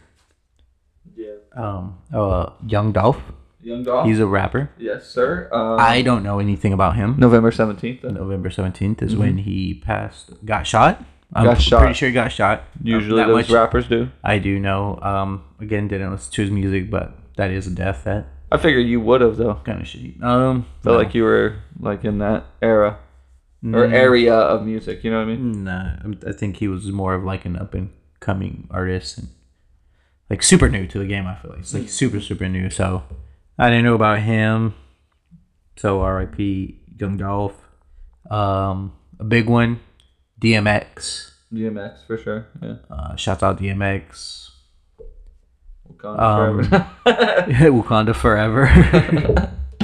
S2: Yeah.
S3: Um, uh, Young Dolph.
S2: Young Dolph.
S3: He's a rapper.
S2: yes, sir. Um,
S3: I don't know anything about him.
S2: November seventeenth.
S3: November 17th is when he passed, got shot. I'm
S2: Got
S3: p-
S2: shot.
S3: pretty sure he got shot.
S2: Usually
S3: That
S2: those
S3: much
S2: rappers do.
S3: I do know. Um, again, didn't listen to his music, but that is a death. That
S2: I figure you would have though.
S3: kind of shitty. Um,
S2: Felt
S3: no. Mm.
S2: like you were like in that era or area of music. You know what I mean?
S3: Nah, Mm, uh, I'm- I think he was more of like an up and coming artist and like super new to the game. I feel like it's like super super new. So I didn't know about him. So R.I.P. Young Dolph. Um, a big one, DMX.
S2: DMX for sure. Yeah.
S3: Uh, shout out DMX.
S2: Wakanda
S3: Um,
S2: forever.
S3: Wakanda forever.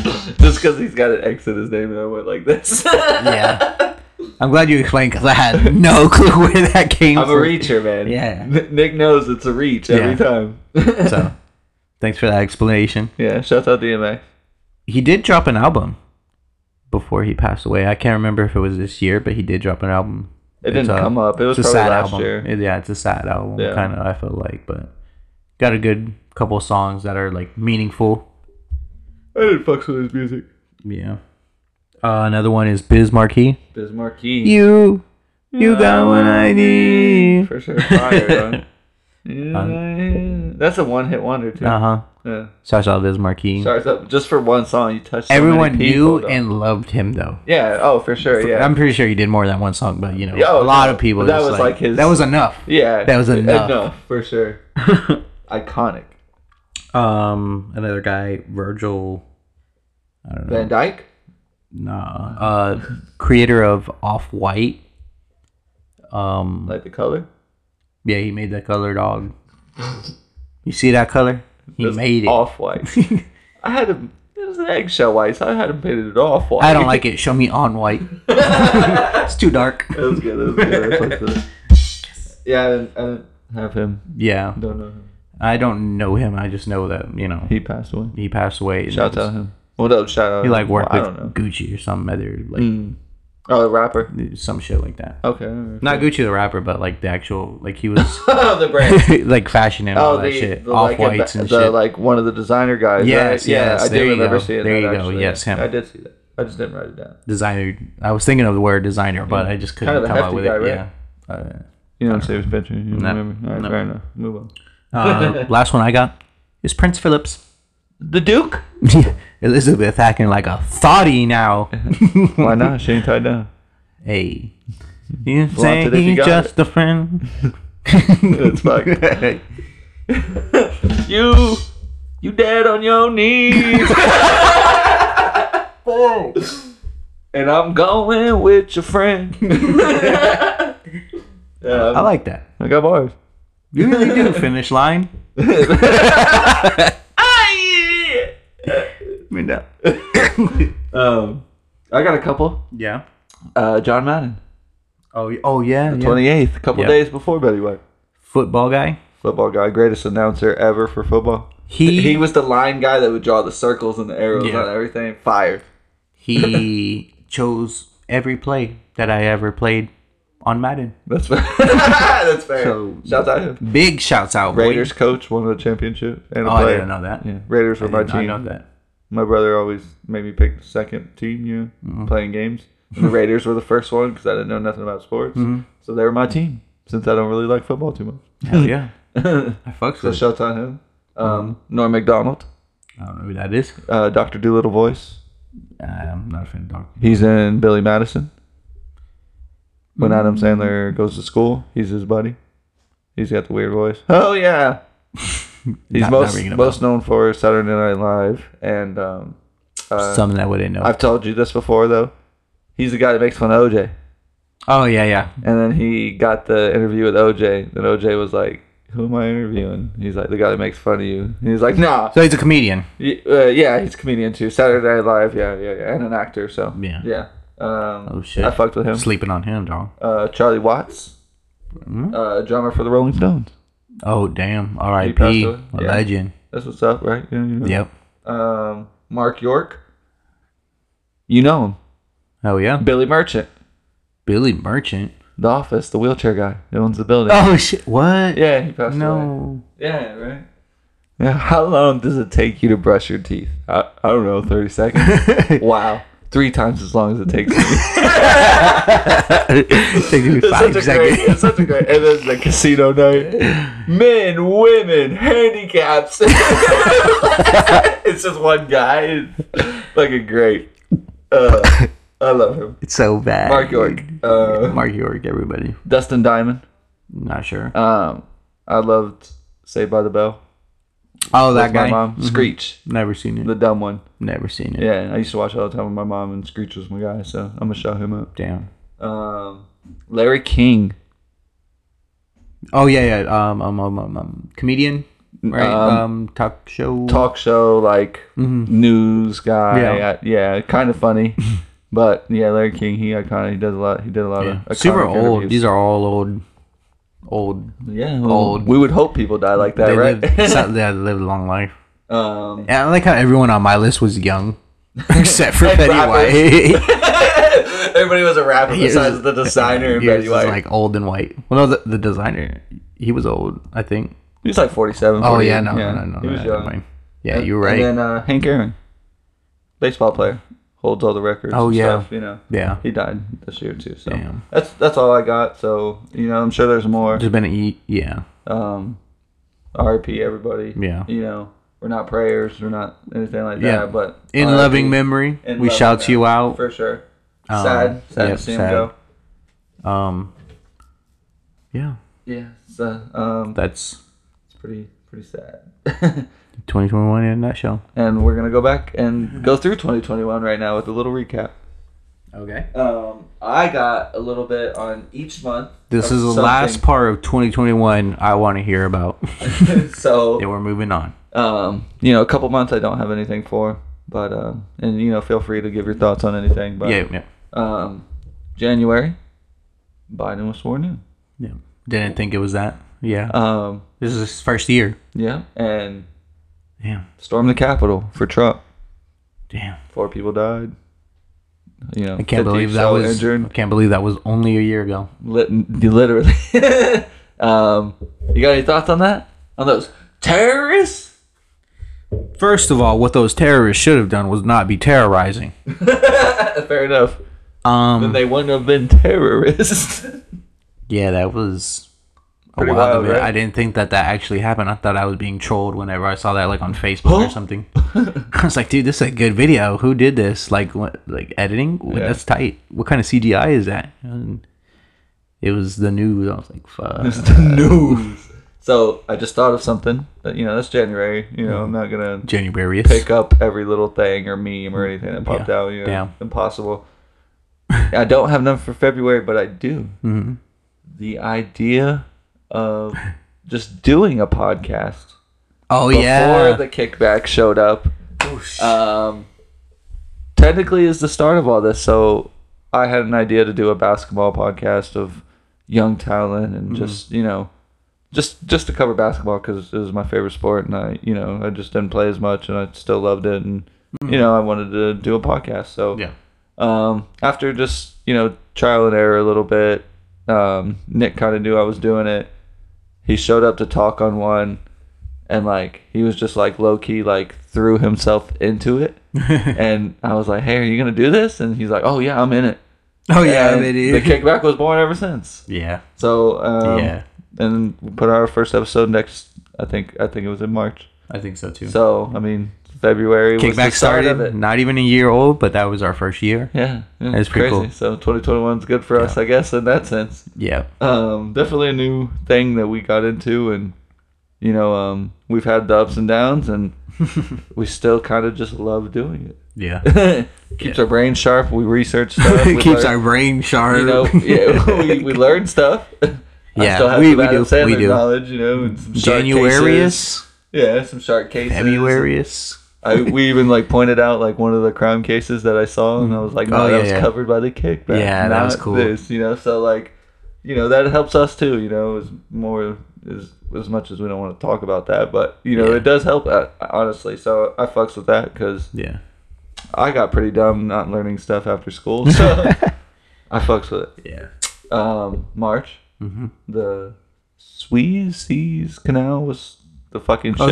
S2: Just because he's got an X in his name and I went like this. I'm
S3: yeah. I'm glad you explained because I had no clue where that came
S2: a
S3: from.
S2: reacher, man.
S3: Yeah.
S2: N- Nick knows it's a reach every
S3: Yeah.
S2: time.
S3: So thanks for that explanation.
S2: yeah, shout out DMX.
S3: He did drop an album before he passed away. I can't remember if it was this year, but he did drop an album.
S2: It didn't
S3: It's a-
S2: come up. It was
S3: it's a
S2: probably
S3: sad
S2: last
S3: album.
S2: year.
S3: It- yeah, it's a sad album,
S2: Yeah.
S3: kind of, I feel like. But got a good couple songs that are like meaningful.
S2: I didn't fuck with his music.
S3: Yeah. Uh, another one is Biz Markie.
S2: Biz Marquee.
S3: You, you got what I need.
S2: For Uh, sure. Fire,
S3: Um,
S2: dog. That's a one hit wonder, too.
S3: Uh huh.
S2: Yeah.
S3: Shout out Biz Markie.
S2: Starts up just for one song. You touched so
S3: Everyone
S2: many people,
S3: knew
S2: dog.
S3: and loved him though.
S2: Yeah, oh, for sure. Yeah.
S3: I'm pretty sure he did more than one song, but you know,
S2: Yeah, oh,
S3: a lot
S2: no,
S3: of people.
S2: but that
S3: just
S2: was like his-
S3: That was enough.
S2: yeah. Uh,
S3: that was enough.
S2: for sure. Iconic.
S3: Um, another guy, Virgil. I don't know.
S2: Van Dyke?
S3: Nah. Uh, creator of Off White. Um,
S2: Like the color?
S3: yeah, he made that color dog. You see that color? He
S2: That's
S3: made it.
S2: Off white. I had him. It was an eggshell white, so I had him painted it off white.
S3: I don't like it. Show me on white. it's too dark.
S2: it. was good. It was good. That's what it is. Yeah, I didn't, I didn't have him.
S3: Yeah.
S2: Don't know him.
S3: I don't know him. I just know that you know
S2: He passed away.
S3: he passed away. and
S2: Shout
S3: it was-
S2: out to him. What up? Shout out.
S3: He like worked
S2: Well, I don't know.
S3: with Gucci or some other like
S2: Mm. Oh, the rapper.
S3: some shit like that.
S2: Okay. alright.
S3: Not Gucci the rapper, but like the actual like he was
S2: the brand.
S3: like fashion and all
S2: Oh,
S3: that
S2: the,
S3: shit,
S2: the,
S3: off
S2: like,
S3: whites
S2: the,
S3: and
S2: the,
S3: shit.
S2: like one of the designer guys.
S3: Yes,
S2: right? yeah,
S3: yes,
S2: I
S3: there
S2: do
S3: you
S2: remember
S3: go.
S2: seeing
S3: There
S2: that.
S3: you go,
S2: actually.
S3: yes, him.
S2: I did see that. I just didn't write it down.
S3: designer. I was thinking of the word designer, but I just couldn't
S2: Kind of a
S3: come up
S2: Mm. hefty
S3: with
S2: guy,
S3: it.
S2: right?
S3: Yeah. Uh,
S2: You don't save his picture. You
S3: No.
S2: remember? All right,
S3: No.
S2: fair enough. Move on.
S3: uh, last one I got is Prince Phillips.
S2: The Duke.
S3: Elizabeth acting like a thotty now.
S2: Why not? She ain't tied down.
S3: hey, you
S2: Flaunt
S3: say
S2: it if you
S3: he's
S2: got
S3: just a friend.
S2: It's like you, you dead on your knees. and I'm going with your friend. yeah,
S3: I like that.
S2: I got bars.
S3: You really do finish line.
S2: Um, I got a couple.
S3: Yeah.
S2: Uh, John Madden,
S3: Oh, y- oh yeah. yeah.
S2: twenty eighth, a couple
S3: Yeah.
S2: days before Betty White.
S3: Football guy.
S2: Football guy, greatest announcer ever for football.
S3: He
S2: He was the line guy that would draw the circles and the arrows
S3: Yeah.
S2: on everything. Fire.
S3: he chose every play that I ever played on Madden.
S2: That's fair. That's fair.
S3: So-
S2: Shout out to him.
S3: Big shouts out, boy.
S2: Raiders coach won the championship and a
S3: Oh, I
S2: player.
S3: didn't know that.
S2: Yeah, Raiders
S3: I
S2: were my
S3: did not
S2: team.
S3: know that.
S2: My brother always made me pick the second team. You know, playing games. And the Raiders were the first one because I didn't know nothing about sports, so they were my team. Since I don't really like football too much,
S3: Hell yeah. I fucks
S2: so
S3: with it.
S2: shout out to him. Um, Norm Macdonald,
S3: I don't know who that is.
S2: uh, Doctor Doolittle voice.
S3: I'm not a fan of Doc.
S2: He's in Billy Madison. When Adam Sandler goes to school, he's his buddy. He's got the weird voice. Oh yeah. he's
S3: Not- not
S2: most
S3: ringing a
S2: most known for Saturday Night Live, and um,
S3: Something that we didn't know.
S2: I've told you this before though. He's the guy that makes fun of OJ,
S3: oh yeah, yeah.
S2: and then he got the interview with OJ. Then OJ was like, "Who am I interviewing?" He's like, "The guy that makes fun of you." And he's like, "Nah,
S3: So he's a comedian.
S2: Y- uh, yeah, he's a comedian too. Saturday Night Live, yeah, yeah, yeah, and an actor. So
S3: Yeah.
S2: yeah. Um,
S3: Oh, shit.
S2: I fucked with him.
S3: Sleeping on him, dog.
S2: uh, Charlie Watts,
S3: Mm-hmm.
S2: uh, drummer for the Rolling Stones.
S3: Oh damn.
S2: passed
S3: R.I.P.
S2: away.
S3: A
S2: Yeah.
S3: legend.
S2: That's what's up, right? Yeah, you know.
S3: Yep.
S2: Um, Mark York, you know him.
S3: Oh yeah.
S2: Billy Merchant,
S3: Billy Merchant.
S2: The Office, the wheelchair guy that owns the building.
S3: Oh shit. What?
S2: Yeah, he passed away.
S3: No.
S2: Yeah, right. Yeah, how long does it take you to brush your teeth? I, I don't know, thirty seconds. wow, three times as long as it takes me.
S3: Takes me
S2: such
S3: five
S2: a
S3: seconds.
S2: great, it's such a great, and then the casino night, men, women, handicaps. it's just one guy. It's fucking great. Uh, I love him.
S3: It's so bad.
S2: Mark York,
S3: dude.
S2: uh,
S3: Mark York. Everybody.
S2: Dustin Diamond.
S3: Not sure.
S2: Um, I loved Saved by the Bell.
S3: oh, that
S2: That's my
S3: guy.
S2: mom. Screech,
S3: Never seen it.
S2: the dumb one.
S3: Never seen it.
S2: Yeah, I used to watch all the time with my mom, and Screech was my guy. So I'm gonna shout him up.
S3: Damn.
S2: Um, Larry King.
S3: Oh yeah, yeah. Um, um, um, um, um comedian, right? Um,
S2: Um,
S3: talk show.
S2: talk show like news guy.
S3: Mm-hmm. Yeah.
S2: Yeah, kind of funny. but yeah, Larry King, he iconic. He does a lot. He did a lot
S3: Yeah.
S2: of
S3: Super
S2: iconic
S3: old.
S2: interviews.
S3: These are all old, old.
S2: yeah, well,
S3: old.
S2: We would hope people die like that,
S3: They
S2: right?
S3: lived, so- they lived a long life.
S2: um,
S3: And I like how everyone on my list was young, except for Betty
S2: rappers.
S3: White.
S2: everybody was a rapper
S3: He was-
S2: besides the designer and
S3: He was
S2: Betty
S3: just,
S2: White.
S3: like old and white. Well, no, the, the designer, he was old, I think.
S2: he was like forty-seven.
S3: Oh
S2: 48.
S3: yeah, no, no, no, no,
S2: he was
S3: no,
S2: young.
S3: never mind. Yeah, you were right.
S2: And then uh, Hank Aaron, baseball player, holds all the records.
S3: Oh,
S2: and
S3: yeah.
S2: stuff, you know.
S3: yeah,
S2: He died this year too, so
S3: Damn.
S2: that's that's all I got. So you know, I'm sure there's more.
S3: just been a e- yeah,
S2: um, RIP everybody.
S3: Yeah.
S2: You know, we're not prayers, we're not anything like that.
S3: Yeah.
S2: But
S3: in
S2: RIP,
S3: loving memory.
S2: in
S3: we
S2: loving
S3: shout you out.
S2: for sure.
S3: Um,
S2: sad, sad
S3: yep,
S2: to see
S3: sad.
S2: him go.
S3: um, yeah,
S2: Yeah. So um,
S3: that's
S2: it's pretty pretty sad.
S3: 2021 in a nutshell.
S2: and we're gonna go back and go through 2021 right now with a little recap.
S3: Okay.
S2: Um, I got a little bit on each month.
S3: This
S2: of
S3: is the
S2: something.
S3: last part of 2021 I want to hear about.
S2: so
S3: and we're moving on.
S2: um, you know, a couple months I don't have anything for, but um, and you know, feel free to give your thoughts on anything. But
S3: Yeah, yeah,
S2: Um, January, Biden was sworn in.
S3: yeah. Didn't think it was that. Yeah.
S2: Um,
S3: this is his first year.
S2: yeah, and
S3: Damn.
S2: storm the Capitol for Trump.
S3: Damn.
S2: Four people died. You know,
S3: I
S2: 50
S3: can't believe that
S2: so
S3: was.
S2: injured.
S3: I can't believe that was only a year ago.
S2: Lit- literally. um, you got any thoughts on that? On those terrorists?
S3: First of all, what those terrorists should have done was not be terrorizing.
S2: Fair enough.
S3: Um.
S2: They wouldn't have been terrorists.
S3: Yeah, that was. A
S2: Pretty
S3: wild
S2: wild,
S3: event.
S2: right?
S3: I didn't think that that actually happened. I thought I was being trolled whenever I saw that, like on Facebook or
S2: Huh?
S3: something. I was like, "Dude, this is a good video. Who did this? Like, what? Like editing? Wha-
S2: Yeah.
S3: That's tight. What kind of CGI is that?" And it was the news. I was like, "Fuck."
S2: news. Uh, So I just thought of something. That, you know, that's January. You know, I'm not gonna
S3: January.
S2: pick up every little thing or meme or anything that popped
S3: Yeah.
S2: out. You know,
S3: Damn.
S2: impossible. I don't have none for February, but I do.
S3: Mhm.
S2: The idea of just doing a podcast
S3: Oh
S2: before
S3: yeah.
S2: the kickback showed up. Um, technically is the start of all this. So I had an idea to do a basketball podcast of young talent and just you know, just just to cover basketball because it was my favorite sport and I you know I just didn't play as much and I still loved it and you know I wanted to do a podcast. So
S3: yeah.
S2: um, after just you know trial and error a little bit um, nick kind of knew i was doing it he showed up to talk on one and like he was just like low-key like threw himself into it and i was like hey are you gonna do this and he's like oh yeah i'm in it
S3: Oh yeah.
S2: And
S3: it
S2: the
S3: is.
S2: kickback was born ever since
S3: yeah.
S2: so um,
S3: yeah.
S2: and we put our first episode next i think i think it was in march
S3: I think so too.
S2: so i mean february was the
S3: Kickback
S2: start
S3: started
S2: of it
S3: not even a year old, but that was our first year.
S2: yeah, yeah
S3: That's pretty cool.
S2: So 2021 is good for us, I guess, in that sense.
S3: Yeah.
S2: Um, definitely a new thing that we got into, and you know, um, we've had the ups and downs, and we still kind of just love doing
S3: Yeah.
S2: it. Keeps our brain sharp. We research stuff. we
S3: Keeps
S2: learn-
S3: our brain sharp.
S2: you know, yeah, we, we learn stuff.
S3: Yeah,
S2: have
S3: we-
S2: some
S3: we
S2: Adam
S3: do, we
S2: Sandler
S3: do.
S2: Knowledge, you know, and some shark cases.
S3: Januarius,
S2: Yeah, some shark cases.
S3: Februarius.
S2: I, we even like pointed out like one of the crime cases that I saw, and I was like, "No,
S3: Oh,
S2: that
S3: yeah,
S2: was
S3: yeah.
S2: covered by the kickback."
S3: Yeah, that was
S2: not
S3: cool.
S2: This, you know, so like, you know, that helps us too. You know, as more as as much as we don't want to talk about that, but you know,
S3: Yeah.
S2: it does help uh, honestly. So I fucks with that because
S3: Yeah.
S2: I got pretty dumb not learning stuff after school. So I fucks with it.
S3: Yeah.
S2: Um, March,
S3: Mm-hmm.
S2: the Suez Seas Canal was. The fucking shipping
S3: Oh,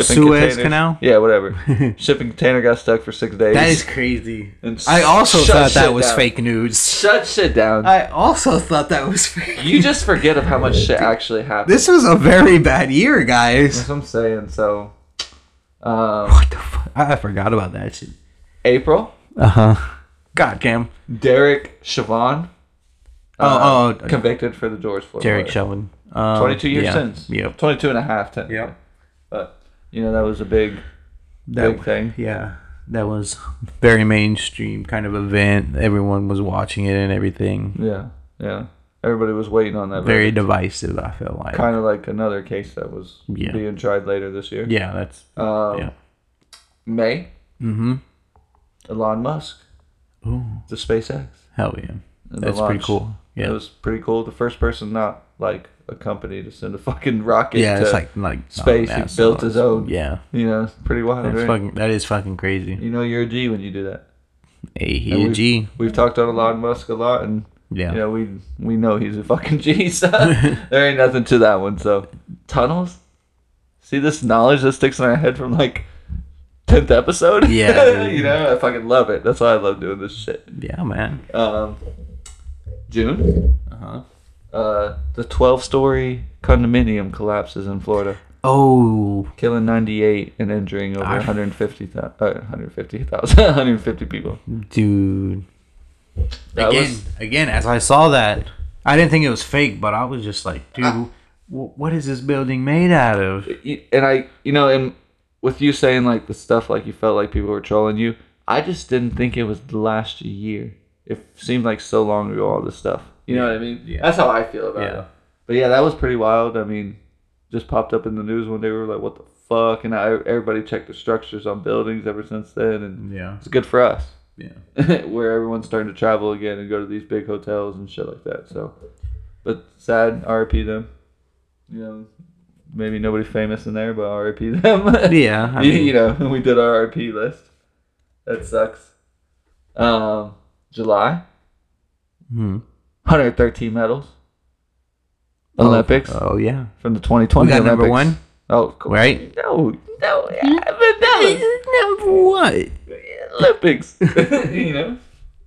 S2: containers-
S3: Suez Canal?
S2: Yeah, whatever. shipping container got stuck for six days.
S3: That is crazy.
S2: And
S3: I also
S2: shut
S3: thought that
S2: shit
S3: was
S2: down.
S3: fake news.
S2: Shut shit down.
S3: I also thought that was fake.
S2: you just forget of how much shit actually happened.
S3: This was a very bad year, guys.
S2: That's what I'm saying. So, um,
S3: What the fuck? I I forgot about that shit.
S2: April,
S3: Uh huh. God damn.
S2: Derek Chauvin, Uh,
S3: Oh, oh,
S2: convicted for the George Floyd.
S3: Derek
S2: murder.
S3: Chauvin. Um,
S2: 22 years
S3: yeah.
S2: since.
S3: Yep.
S2: 22 and a half. Ten.
S3: Yep.
S2: But, you know, that was a big, big
S3: That,
S2: thing.
S3: yeah. That was very mainstream kind of event. Everyone was watching it and everything.
S2: Yeah. Yeah. Everybody was waiting on that.
S3: Very divisive, I feel like.
S2: Kind of like another case that was
S3: Yeah.
S2: being tried later this year.
S3: Yeah, that's.
S2: Um,
S3: Yeah.
S2: May,
S3: Mm-hmm.
S2: Elon Musk,
S3: Ooh,
S2: the SpaceX.
S3: hell yeah.
S2: and the
S3: That's pretty
S2: launch.
S3: cool.
S2: It
S3: Yeah.
S2: was pretty cool. The first person not like a company to send a fucking rocket
S3: Yeah,
S2: to
S3: it's like like
S2: space.
S3: oh,
S2: he
S3: that's-
S2: built his own.
S3: Yeah,
S2: You know, it's pretty wild,
S3: that's
S2: right?
S3: fucking that is fucking crazy.
S2: you know you're a G when you do that.
S3: Hey,
S2: And
S3: he a
S2: we've-
S3: G.
S2: We've talked on Elon Musk a lot and
S3: Yeah.
S2: you know, we we know he's a fucking G, so there ain't nothing to that one. So tunnels? See this knowledge that sticks in our head from like tenth episode?
S3: Yeah, dude.
S2: you know, I fucking love it. That's why I love doing this shit.
S3: Yeah, man.
S2: um, June. Uh-huh. the 12 story condominium collapses in Florida,
S3: Oh,
S2: killing 98 and injuring over
S3: I-
S2: 150,000 uh, 150,000 150 people.
S3: dude.
S2: That
S3: again,
S2: was
S3: again, as I saw that, I didn't think it was fake, but I was just like, dude,
S2: Ah.
S3: wh- what is this building made out of?
S2: you- and I, you know, and with you saying like the stuff like you felt like people were trolling you, I just didn't think it was the last year. It seemed like so long ago, all this stuff. You know what I mean?
S3: Yeah.
S2: That's how I feel about
S3: Yeah.
S2: it. But yeah, that was pretty wild. I mean, just popped up in the news one day. We were like, what the fuck? And I, everybody checked the structures on buildings ever since then. And
S3: Yeah.
S2: it's good for us
S3: Yeah.
S2: where everyone's starting to travel again and go to these big hotels and shit like that. So, but sad, RIP them. You know, maybe nobody famous in there, but RIP them.
S3: Yeah, I
S2: you,
S3: mean-
S2: you know, we did our RIP list. That sucks. Um, July,
S3: Hmm.
S2: 113 medals.
S3: Oh,
S2: Olympics
S3: Oh, yeah.
S2: from the 2020
S3: We got number
S2: Olympics.
S3: one?
S2: Oh, cool.
S3: Right?
S2: No, no, yeah, but that
S3: Number what?
S2: was Olympics. you know,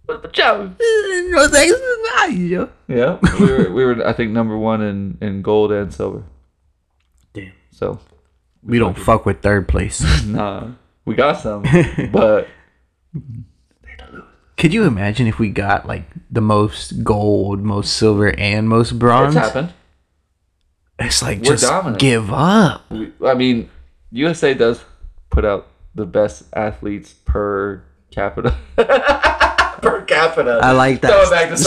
S2: what the job?
S3: No thanks to
S2: Yeah, we were, we were, I think, number one in in gold and silver.
S3: Damn.
S2: So
S3: We don't fuck with third place.
S2: nah, we got some, but
S3: Could you imagine if we got like the most gold, most silver, and most
S2: it's
S3: bronze?
S2: happened.
S3: It's like
S2: We're
S3: just
S2: dominant.
S3: give up.
S2: We, I mean, USA does put out the best athletes per capita. per capita.
S3: I like
S2: Throw
S3: that.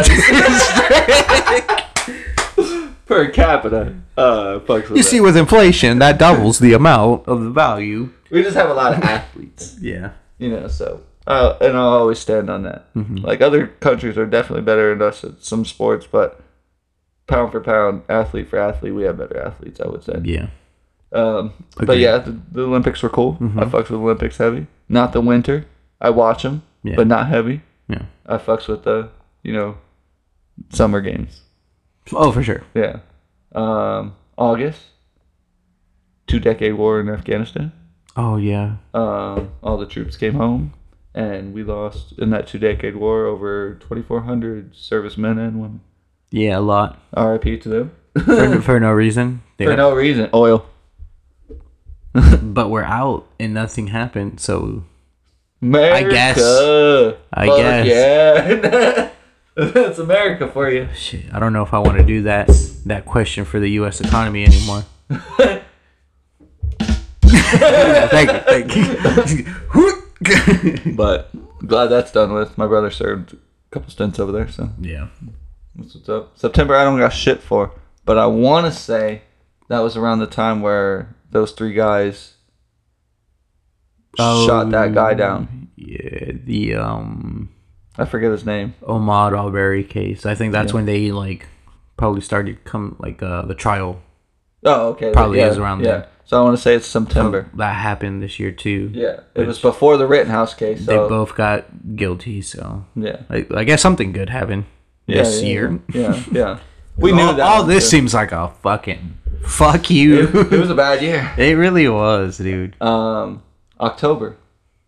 S2: it back to social studies. per capita. Uh, fucks with
S3: You
S2: that.
S3: see, with inflation, that doubles the amount of the value.
S2: we just have a lot of athletes,
S3: Yeah.
S2: you know. So, uh, and I'll always stand on that.
S3: Mm-hmm.
S2: Like other countries are definitely better than us at some sports, but pound for pound, athlete for athlete, we have better athletes. I would say.
S3: Yeah.
S2: Um, but
S3: Agreed. Mm-hmm.
S2: yeah, the, the Olympics were cool. I fucks with Olympics heavy. Not the winter. I watch them,
S3: Yeah.
S2: but not heavy.
S3: Yeah.
S2: I fucks with the you know summer games.
S3: Oh, for sure.
S2: Yeah. Um, August. Two decade war in Afghanistan.
S3: Oh, yeah.
S2: Um, all the troops came home, and we lost in that two decade war over 2,400 servicemen and women.
S3: Yeah, a lot.
S2: R.I.P. to them
S3: For, for no reason. They
S2: for
S3: got-
S2: no reason. Oil.
S3: But we're out and nothing happened, so
S2: America.
S3: guess. I
S2: Fuck
S3: guess.
S2: Yeah. That's America for you.
S3: shit, I don't know if I want to do that that question for the U.S. economy anymore. thank you, thank you.
S2: But glad that's done with. My brother served a couple stints over there, so
S3: yeah,
S2: that's what's up. September, I don't got shit for, but I want to say that was around the time where those three guys
S3: Oh.
S2: shot
S3: Um,
S2: that guy down.
S3: yeah. The um
S2: I forget his name.
S3: Ahmad Arbery case. I think that's when they like probably started come like uh the trial
S2: Oh, okay.
S3: Probably
S2: yeah,
S3: is around
S2: yeah.
S3: then. Oh.
S2: So I want to say it's September.
S3: that happened this year too.
S2: Yeah, it was before the Rittenhouse case.
S3: They
S2: So
S3: both got guilty, so
S2: yeah,
S3: I, I guess something good happened
S2: Yeah,
S3: this
S2: yeah,
S3: year.
S2: yeah, yeah. We knew
S3: all,
S2: that.
S3: all
S2: one,
S3: this
S2: too.
S3: seems like a fucking fuck you.
S2: It, it was a bad year.
S3: it really was, dude.
S2: Um, October,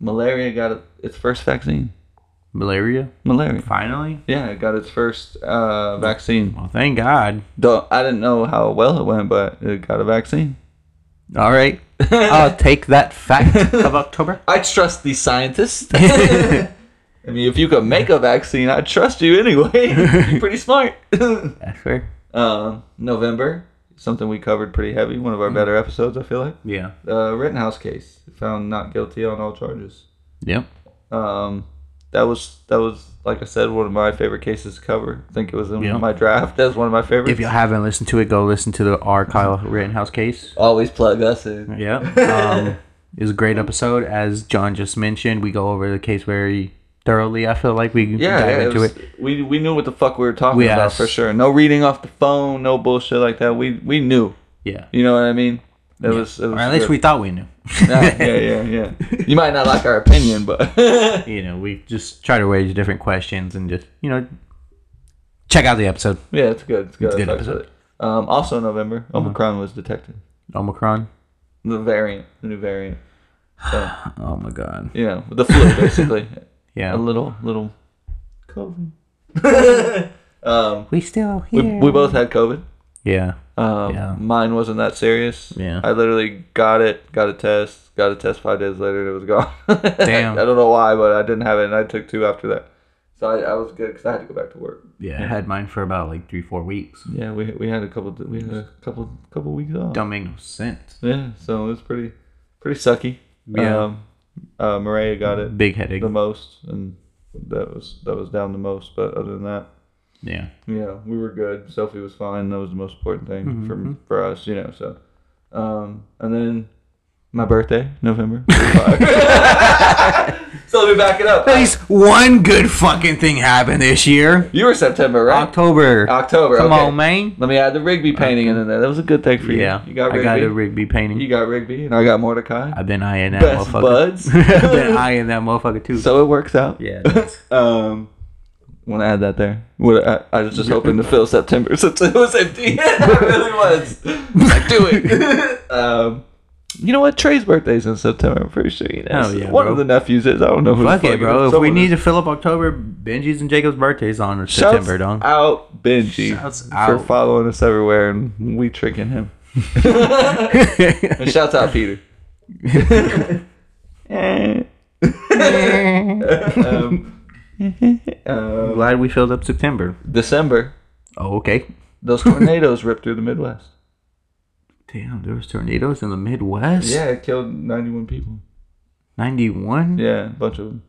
S2: malaria got it- its first vaccine.
S3: Malaria,
S2: Malaria.
S3: finally.
S2: Yeah, it got its first uh, vaccine.
S3: Well, thank God.
S2: Don't, I didn't know how well it went, but it got a vaccine.
S3: All right, I'll take that fact of October.
S2: I trust these scientists. I mean, if you could make a vaccine, I trust you anyway. You're pretty smart.
S3: That's fair.
S2: um, November, something we covered pretty heavy. One
S3: Mm.
S2: of our better episodes, I feel like.
S3: Yeah.
S2: The Rittenhouse case found not guilty on all charges.
S3: Yep.
S2: Um, that was that was like I said, one of my favorite cases to cover. I think it was in
S3: Yeah.
S2: my draft. That's one of my favorites.
S3: If you haven't listened to it, go listen to the R. Kyle Rittenhouse case.
S2: Always plug us in.
S3: Yeah. Um, it was a great episode, as John just mentioned. We go over the case very thoroughly. I feel like we
S2: Yeah,
S3: dive
S2: yeah, it
S3: into
S2: was-
S3: it.
S2: we we knew what the fuck we were talking
S3: We
S2: about
S3: asked-
S2: for sure. No reading off the phone, no bullshit like that. We we knew.
S3: Yeah.
S2: You know what I mean? It was. It was
S3: Or at least
S2: good.
S3: we thought we knew.
S2: yeah, yeah, yeah, yeah. You might not like our opinion, but
S3: you know, we just try to raise different questions and just, you know, check out the episode.
S2: yeah, it's good. It's good.
S3: It's a good
S2: I fucks with
S3: episode.
S2: it. Um, also in November, Omicron was detected.
S3: Omicron.
S2: The variant, the new variant.
S3: Oh my god.
S2: You know, the flu basically.
S3: Yeah.
S2: A little, little COVID.
S3: we still
S2: We,
S3: here.
S2: we both had COVID.
S3: yeah.
S2: Um,
S3: Yeah.
S2: Mine wasn't that serious.
S3: Yeah.
S2: I literally got it, got a test, got a test five days later, and it was gone.
S3: Damn.
S2: I don't know why, but I didn't have it, and I took two after that. So I, I was good because I had to go back to work.
S3: Yeah, I had mine for about like three, four weeks.
S2: Yeah, we, we had a couple we had a couple couple weeks off.
S3: Don't make no sense.
S2: Yeah, so it was pretty pretty sucky.
S3: Yeah.
S2: Um, uh, Maria got it
S3: Big headache.
S2: the most, and that was that was down the most. But other than that,
S3: Yeah.
S2: Yeah, we were good. Sophie was
S3: Mm-hmm.
S2: fine. That was the most important thing for for us, you know. So, um, and then My birthday, November. 45. so let me back it up.
S3: At least one good fucking thing happened this year.
S2: You were September, right?
S3: October.
S2: October,
S3: Come
S2: okay.
S3: on, man.
S2: Let me add the Rigby painting in there. That was a good thing for you.
S3: Yeah.
S2: You got Rigby.
S3: I got a Rigby painting.
S2: You got Rigby, and I got Mordecai.
S3: I've been eyeing that
S2: Best
S3: motherfucker.
S2: buds.
S3: I've been eyeing that motherfucker too.
S2: so it works out.
S3: yeah.
S2: Um, want to add that there? What I, I was just hoping to fill September since it was empty. I really was. Like, do it. um, you know what? Trey's birthday's in September. I'm pretty sure he knows.
S3: Oh, yeah,
S2: One
S3: bro.
S2: of the nephews is. I don't know who. the
S3: Fuck
S2: fuck
S3: it,
S2: it
S3: bro.
S2: is.
S3: If we
S2: Someone
S3: need
S2: is-
S3: to fill up October, Benji's and Jacob's birthdays on
S2: Shouts
S3: September, dog.
S2: out Benji
S3: Shouts
S2: for
S3: out.
S2: following us everywhere and we tricking him. And shouts out Peter. Um,
S3: I'm glad we filled up September.
S2: December,
S3: Oh, okay.
S2: those tornadoes ripped through the Midwest.
S3: Damn, there was tornadoes in the Midwest.
S2: Yeah, it killed 91 people.
S3: ninety-one.
S2: Yeah, a bunch of them.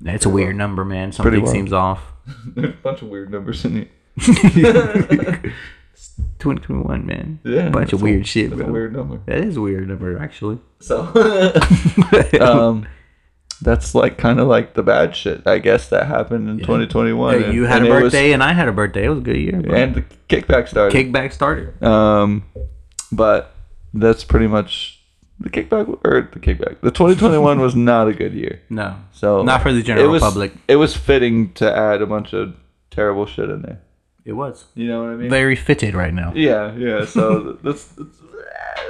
S3: That's a weird number, man.
S2: Pretty
S3: Something
S2: wild.
S3: seems off.
S2: There's a bunch of weird numbers in it.
S3: Twenty twenty-one, man.
S2: Yeah,
S3: bunch of
S2: that's a-
S3: weird shit,
S2: That's
S3: bro.
S2: a weird number.
S3: That is a weird number, actually.
S2: So, um, that's like kind of like the bad shit, I guess, that happened in 2021.
S3: Hey, you had
S2: and
S3: a
S2: it was-
S3: birthday, and I had a birthday. It was a good year, bro.
S2: and the kickback started.
S3: Kickback started.
S2: Um, but that's pretty much the kickback or the kickback. The 2021 was not a good year.
S3: No,
S2: So
S3: Not for the general
S2: it was,
S3: public.
S2: It was fitting to add a bunch of terrible shit in there.
S3: it was
S2: You know what I mean?
S3: very fitted right now.
S2: yeah, yeah. So that's that's, that's,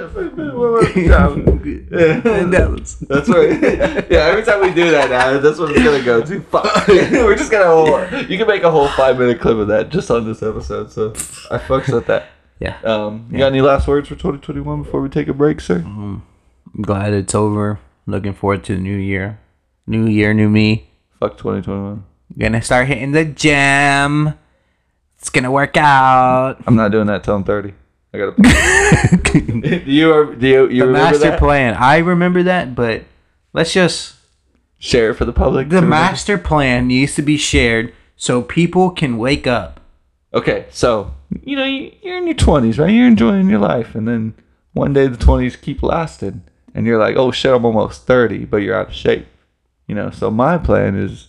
S2: that's right. Yeah, every time we do that now, that's what it's gonna go to. Fuck. We're just gonna. Whole, you can make a whole five minute clip of that just on this episode. So I fucks with that.
S3: Yeah,
S2: Um, you got any last words for 2021 before we take a break, sir?
S3: I'm glad it's over. Looking forward to the new year. New year, new me.
S2: Fuck 2021.
S3: Gonna start hitting the gym. It's gonna work out.
S2: I'm not doing that till I'm 30. I gotta. do you are do you, you
S3: The
S2: remember
S3: master
S2: that?
S3: plan. I remember that, but let's just
S2: Share it for the public. to
S3: the
S2: remember.
S3: master plan needs to be shared so people can wake up.
S2: Okay, so you know you- you're in your 20s, right? You're enjoying your life, and then one day the 20s keep lasting, and you're like, oh shit, I'm almost 30, but you're out of shape. You know, so my plan is,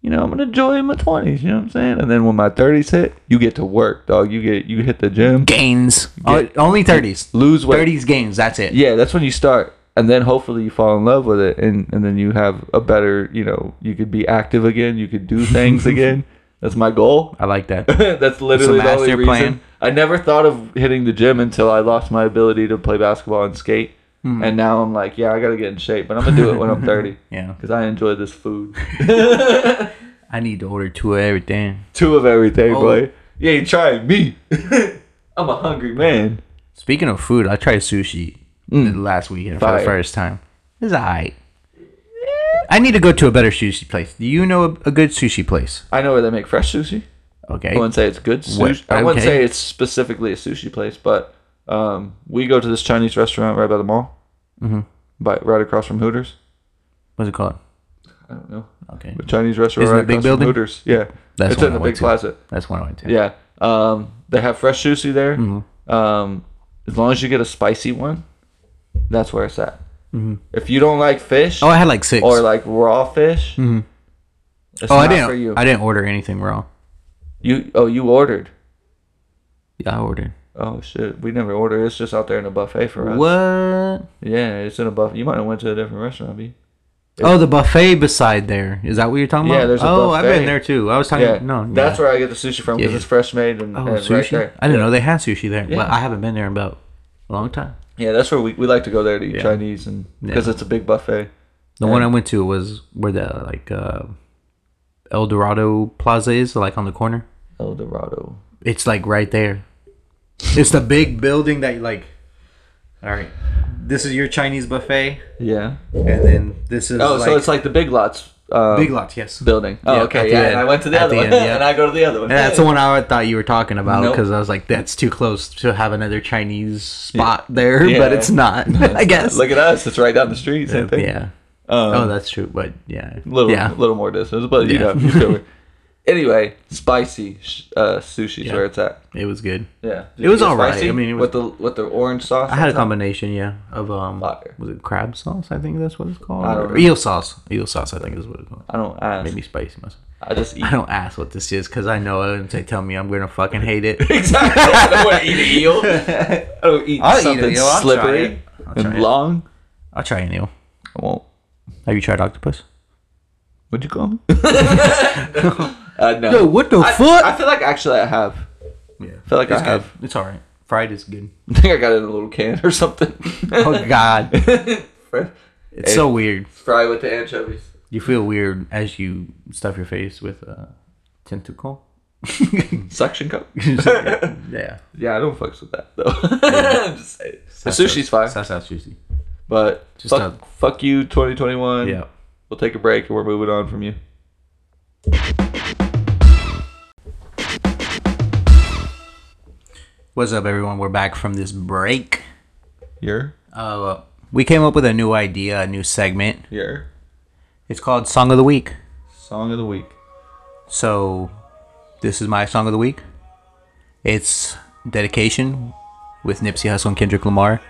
S2: you know, I'm gonna enjoy my 20s. You know what I'm saying? And then when my 30s hit, you get to work, dog. You get you hit the gym,
S3: Gains. O- only thirties.
S2: lose weight.
S3: Thirties gains. That's it.
S2: yeah that's when you start and then hopefully you fall in love with it and, and then you have a better you know you could be active again you could do things again that's my goal
S3: I like that.
S2: that's literally the only
S3: master
S2: reason
S3: plan.
S2: i never thought of hitting the gym until i lost my ability to play basketball and skate
S3: Hmm.
S2: and now i'm like yeah i gotta get in shape but i'm gonna do it when i'm 30
S3: Yeah.
S2: because i enjoy this food
S3: I need to order two of everything.
S2: two of everything
S3: Oh.
S2: boy you ain't trying me i'm a hungry man
S3: Speaking of food, I tried sushi last weekend for
S2: Mm. Fire.
S3: the first time. It's alright. I need to go to a better sushi place. Do you know a, a good sushi place?
S2: i know where they make fresh sushi
S3: Okay.
S2: I wouldn't say it's good
S3: What-
S2: sushi. I wouldn't
S3: okay.
S2: say it's specifically a sushi place, but um, we go to this Chinese restaurant right by the mall, mm-hmm. by right across from Hooters.
S3: What's it called?
S2: I don't know
S3: Okay.
S2: the Chinese restaurant
S3: Oh, Isn't it
S2: right
S3: a big
S2: across
S3: building?
S2: from Hooters. Yeah,
S3: That's
S2: it's
S3: the
S2: in the
S3: one I
S2: big
S3: went to.
S2: plaza.
S3: That's one I went to.
S2: Yeah, um, they have fresh sushi there.
S3: Mm-hmm.
S2: Um, as long as you get a spicy one, that's where it's at. If you don't like fish
S3: Mm-hmm. Oh, I had like six.
S2: or like raw fish, it's
S3: oh,
S2: not
S3: I didn't.
S2: for you.
S3: I didn't order anything raw.
S2: you oh you ordered.
S3: Yeah, I ordered.
S2: Oh shit, we never order. It's just out there in a buffet for us.
S3: What?
S2: Yeah, it's in a buffet. You might have went to a different restaurant, B.
S3: Oh, the buffet beside there. Is that what you're talking
S2: Yeah,
S3: about?
S2: there's a
S3: oh, I've
S2: buffet.
S3: been there too. I was talking.
S2: Yeah,
S3: no,
S2: that's
S3: yeah.
S2: where I get the sushi from because
S3: Yeah.
S2: it's fresh made and,
S3: Oh,
S2: and
S3: sushi.
S2: right there.
S3: I didn't know they had sushi there.
S2: Yeah.
S3: Well, I haven't been there in about a long time.
S2: Yeah, that's where we, we like to go there to eat Chinese and because
S3: Yeah.
S2: it's a big buffet.
S3: The one I went to was where the like uh, El Dorado Plaza is, like on the corner.
S2: El Dorado.
S3: It's like right there. It's the big building that you like. All right, this is your Chinese buffet,
S2: Yeah.
S3: and then this is
S2: Oh,
S3: like,
S2: so it's like the Big Lots. Um,
S3: Big Lots, yes.
S2: building. Oh,
S3: Yeah, at
S2: okay.
S3: the
S2: Yeah,
S3: end.
S2: and I went to the
S3: At
S2: other
S3: the
S2: one,
S3: end, yeah.
S2: and I go to the other one.
S3: And that's the one I thought you were talking about
S2: Nope.
S3: because I was like, that's too close to have another Chinese spot there,
S2: Yeah.
S3: but it's not. I guess.
S2: Look at us. It's right down the street. Same thing.
S3: Uh, yeah.
S2: Um,
S3: oh, that's true. But yeah,
S2: Little,
S3: yeah.
S2: little more distance, but you
S3: Yeah.
S2: know, you feel me. Anyway, spicy sh- uh, sushi is
S3: Yeah.
S2: where it's at.
S3: It was good.
S2: Yeah,
S3: It was alright. I mean, it was-
S2: with the with the orange sauce.
S3: I had a
S2: on top?
S3: combination, yeah, of um,
S2: Fire.
S3: was it crab sauce? I think that's what it's called.
S2: I don't
S3: Or
S2: know.
S3: eel sauce. Eel sauce, I think is what it's called.
S2: I don't ask.
S3: Made me spicy myself.
S2: I just eat.
S3: I don't ask what this is because I know if they tell me I'm gonna fucking hate it.
S2: exactly. I don't want to eat an eel. I don't eat
S3: I'll eat
S2: something
S3: an eel, I'll try it.
S2: slippery
S3: I'll
S2: and
S3: try it.
S2: long.
S3: I'll try an eel.
S2: I won't.
S3: Have you tried octopus?
S2: What'd you call me? uh, no.
S3: Yo, what the
S2: I,
S3: fuck?
S2: I feel like actually I have.
S3: Yeah,
S2: feel like
S3: it's
S2: I
S3: good.
S2: have.
S3: It's alright. Fried is good.
S2: I think I got it in a little can or something.
S3: Oh God,
S2: Fry-
S3: it's so weird.
S2: Fry with the anchovies.
S3: You feel weird as you stuff your face with a tentacle.
S2: Suction cup.
S3: yeah,
S2: Yeah, I don't fucks with that though. Just say it. The sushi's fine,
S3: That's how sushi.
S2: but
S3: Just
S2: fuck, fuck you, 2021.
S3: Yeah.
S2: We'll take a break and we're moving on from you.
S3: What's up, everyone? We're back from this break.
S2: You're?
S3: Uh, we came up with a new idea, a new segment.
S2: You're?
S3: It's called Song of the Week.
S2: Song of the week.
S3: So, this is my song of the week. It's Dedication with Nipsey Hussle and Kendrick Lamar.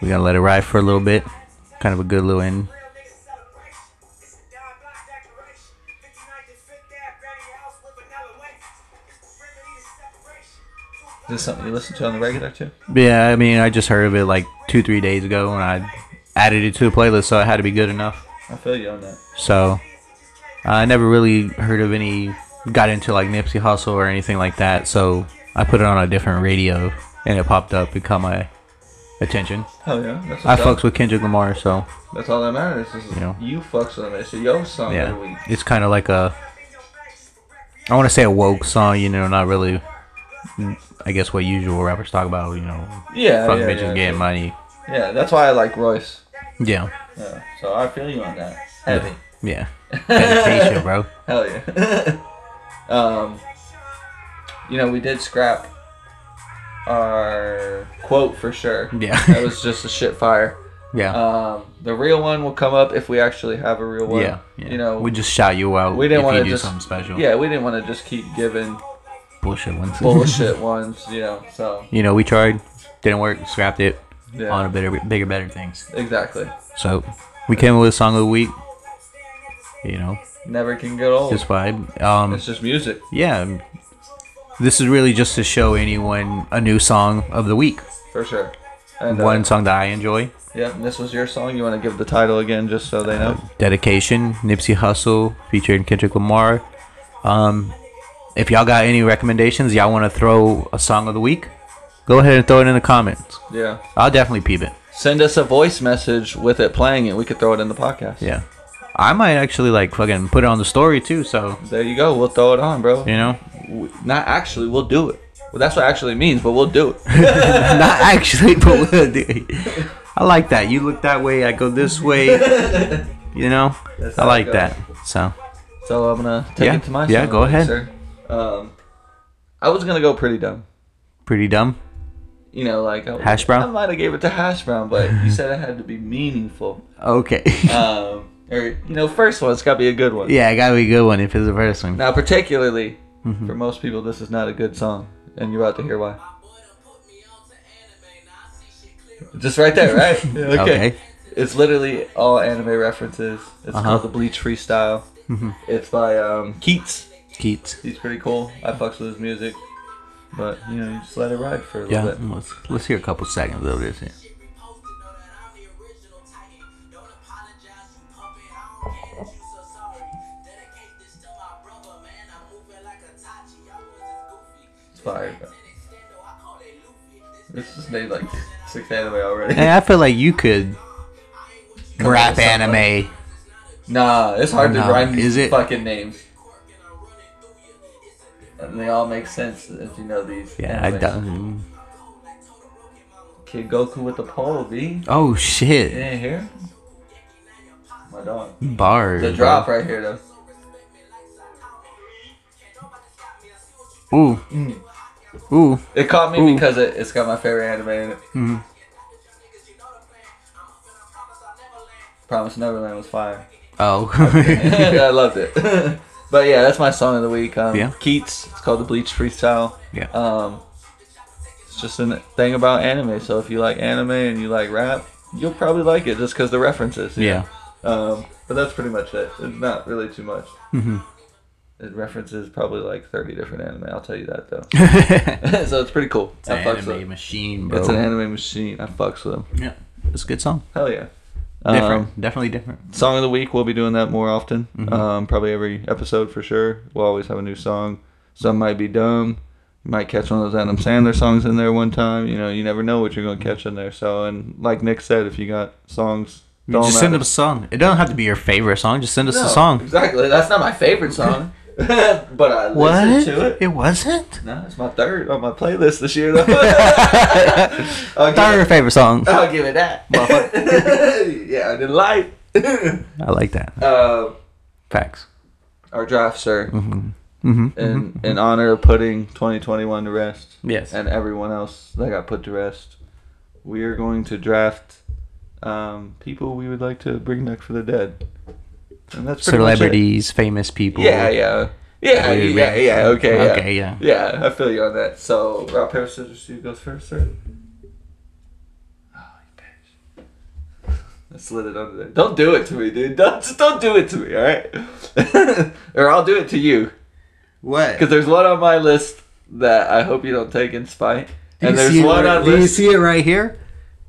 S3: We're going to let it ride for a little bit. Kind of a good little end.
S2: Is this something you listen to on the regular too?
S3: Yeah, I mean, I just heard of it like two, three days ago and I added it to the playlist, so it had to be good enough.
S2: I feel you on that.
S3: So, I never really heard of any, got into like Nipsey Hussle or anything like that, so I put it on a different radio and it popped up. It caught my attention.
S2: Hell yeah. That's
S3: I
S2: what's up.
S3: fucks with Kendrick Lamar, so
S2: That's all that matters. Is
S3: You know.
S2: You fucks with them. It's your song of the
S3: yeah,
S2: week.
S3: it's kind of like a. I want to say a woke song, you know, not really. I guess what usual rappers talk about, you know,
S2: Yeah.
S3: fuck
S2: Oh, yeah,
S3: bitches
S2: yeah,
S3: getting money.
S2: yeah. Yeah, that's why I like Royce.
S3: Yeah,
S2: Yeah, so I feel you on that. Heavy.
S3: yeah. Meditation, bro.
S2: Hell yeah. um, you know, we did scrap our quote for sure.
S3: Yeah.
S2: That was just a shit fire.
S3: Yeah,
S2: Um, the real one will come up if we actually have a real one.
S3: yeah, yeah.
S2: You know,
S3: we just shout you out.
S2: we didn't
S3: if
S2: want
S3: you
S2: to
S3: do
S2: just
S3: something special.
S2: Yeah, we didn't want to just keep giving
S3: bullshit ones.
S2: bullshit ones. You know, so
S3: you know, we tried, didn't work, scrapped it
S2: yeah,
S3: on a better, bigger, better things.
S2: exactly.
S3: So we came up with song of the week. You know,
S2: Never can get old.
S3: this vibe. Um,
S2: it's just music.
S3: yeah, um, this is really just to show anyone a new song of the week.
S2: For sure. And uh,
S3: One song that I enjoy.
S2: yeah, and this was your song. You want to give the title again, just so they know.
S3: Dedication, Nipsey Hussle, featuring Kendrick Lamar. Um, if y'all got any recommendations, y'all want to throw a song of the week, go ahead and throw it in the comments.
S2: Yeah.
S3: I'll definitely peep it.
S2: Send us a voice message with it playing, and we could throw it in the podcast.
S3: Yeah. I might actually like fucking put it on the story too, so
S2: There you go. We'll throw it on, bro.
S3: you know.
S2: W Not actually. We'll do it. Well, that's what actually means, but we'll do it.
S3: Not actually, but we'll do it. I like that. You look that way, I go this way. You know?
S2: That's
S3: I
S2: how it
S3: like
S2: goes.
S3: that. So
S2: So I'm gonna take
S3: Yeah.
S2: it to my.
S3: Yeah,
S2: song,
S3: go ahead.
S2: sir. Um, I was gonna go pretty dumb.
S3: pretty dumb.
S2: You know, like I,
S3: Hash brown?
S2: I might have gave it to hash brown, but you said it had to be meaningful.
S3: Okay.
S2: Um, or you know, first one, it's gotta be a good one.
S3: yeah, it gotta be a good one if it's the first one.
S2: Now, particularly
S3: Mm-hmm.
S2: for most people, this is not a good song, and you're about to hear why. Just right there, right? okay.
S3: Okay.
S2: It's literally all anime references. It's
S3: Uh-huh. Mm-hmm.
S2: called the Bleach Freestyle. It's by um, Keats.
S3: Keats.
S2: He's pretty cool. I fucks with his music, but you know, you just let it ride for a
S3: Yeah.
S2: little bit.
S3: Let's let's hear a couple seconds of this. here.
S2: It's fire. Bro. This is made like six anime already.
S3: And I feel like you could rap
S2: up with something.
S3: anime.
S2: Nah, it's hard
S3: Nah,
S2: to rhyme these
S3: is it?
S2: fucking names. And they all make sense if you know these.
S3: Yeah, I
S2: animes.
S3: don't.
S2: Kid Goku with the pole, B.
S3: Oh shit.
S2: Yeah, here. My dog.
S3: Bars.
S2: The
S3: bro.
S2: drop right here, though.
S3: Ooh.
S2: Mm.
S3: Ooh.
S2: It caught me
S3: Ooh.
S2: because it, it's got my favorite anime in it. Promise Neverland was fire.
S3: Oh.
S2: I loved it. but But yeah, that's my song of the week. Um,
S3: Yeah.
S2: Keats. It's called the Bleach Freestyle.
S3: Yeah.
S2: Um, it's just a thing about anime. So if you like anime and you like rap, you'll probably like it just because the references. you
S3: Yeah.
S2: know? Um, but that's pretty much it. It's not really too much.
S3: Mm-hmm.
S2: It references probably like 30 different anime. I'll tell you that though. so it's pretty cool. I fucks with it.
S3: machine,
S2: It's an anime machine. I fucks with them.
S3: yeah. It's a good song.
S2: Hell yeah.
S3: Different.
S2: Um,
S3: Definitely different.
S2: song of the week we'll be doing that more often
S3: Mm-hmm.
S2: um, probably every episode for sure we'll always have a new song some might be dumb you might catch one of those adam sandler songs in there one time you know you never know what you're going to catch in there so and like nick said if you got songs throw
S3: just
S2: 'em
S3: send
S2: at
S3: us a song. It doesn't have to be your favorite song. Just send us
S2: No,
S3: a song.
S2: exactly that's not my favorite song but i
S3: What?
S2: listened to it
S3: wasn't?
S2: no it's my third on my playlist this year though I'll, give
S3: Third
S2: it,
S3: favorite song.
S2: I'll give it that yeah i did life
S3: I like that.
S2: uh,
S3: Facts.
S2: our draft sir
S3: Mm-hmm.
S2: in in honor of putting 2021 to rest
S3: Yes.
S2: and everyone else that got put to rest we are going to draft um, people we would like to bring back for the dead and that's pretty much it.
S3: Celebrities, famous people.
S2: yeah yeah yeah
S3: Weird
S2: yeah
S3: man.
S2: yeah okay yeah.
S3: Okay, yeah.
S2: yeah i feel you on that so rock paper scissors who goes first sir Oh, you bitch. I slid it under there. Don't do it to me, dude. Don't, just don't do it to me, all right? or I'll do it to you.
S4: What?
S2: Because there's one on my list that I hope you don't take in spite.
S3: Do
S2: and
S3: you
S2: there's
S3: see it
S2: one
S3: right-
S2: on
S3: Do you
S2: list.
S3: see it right here?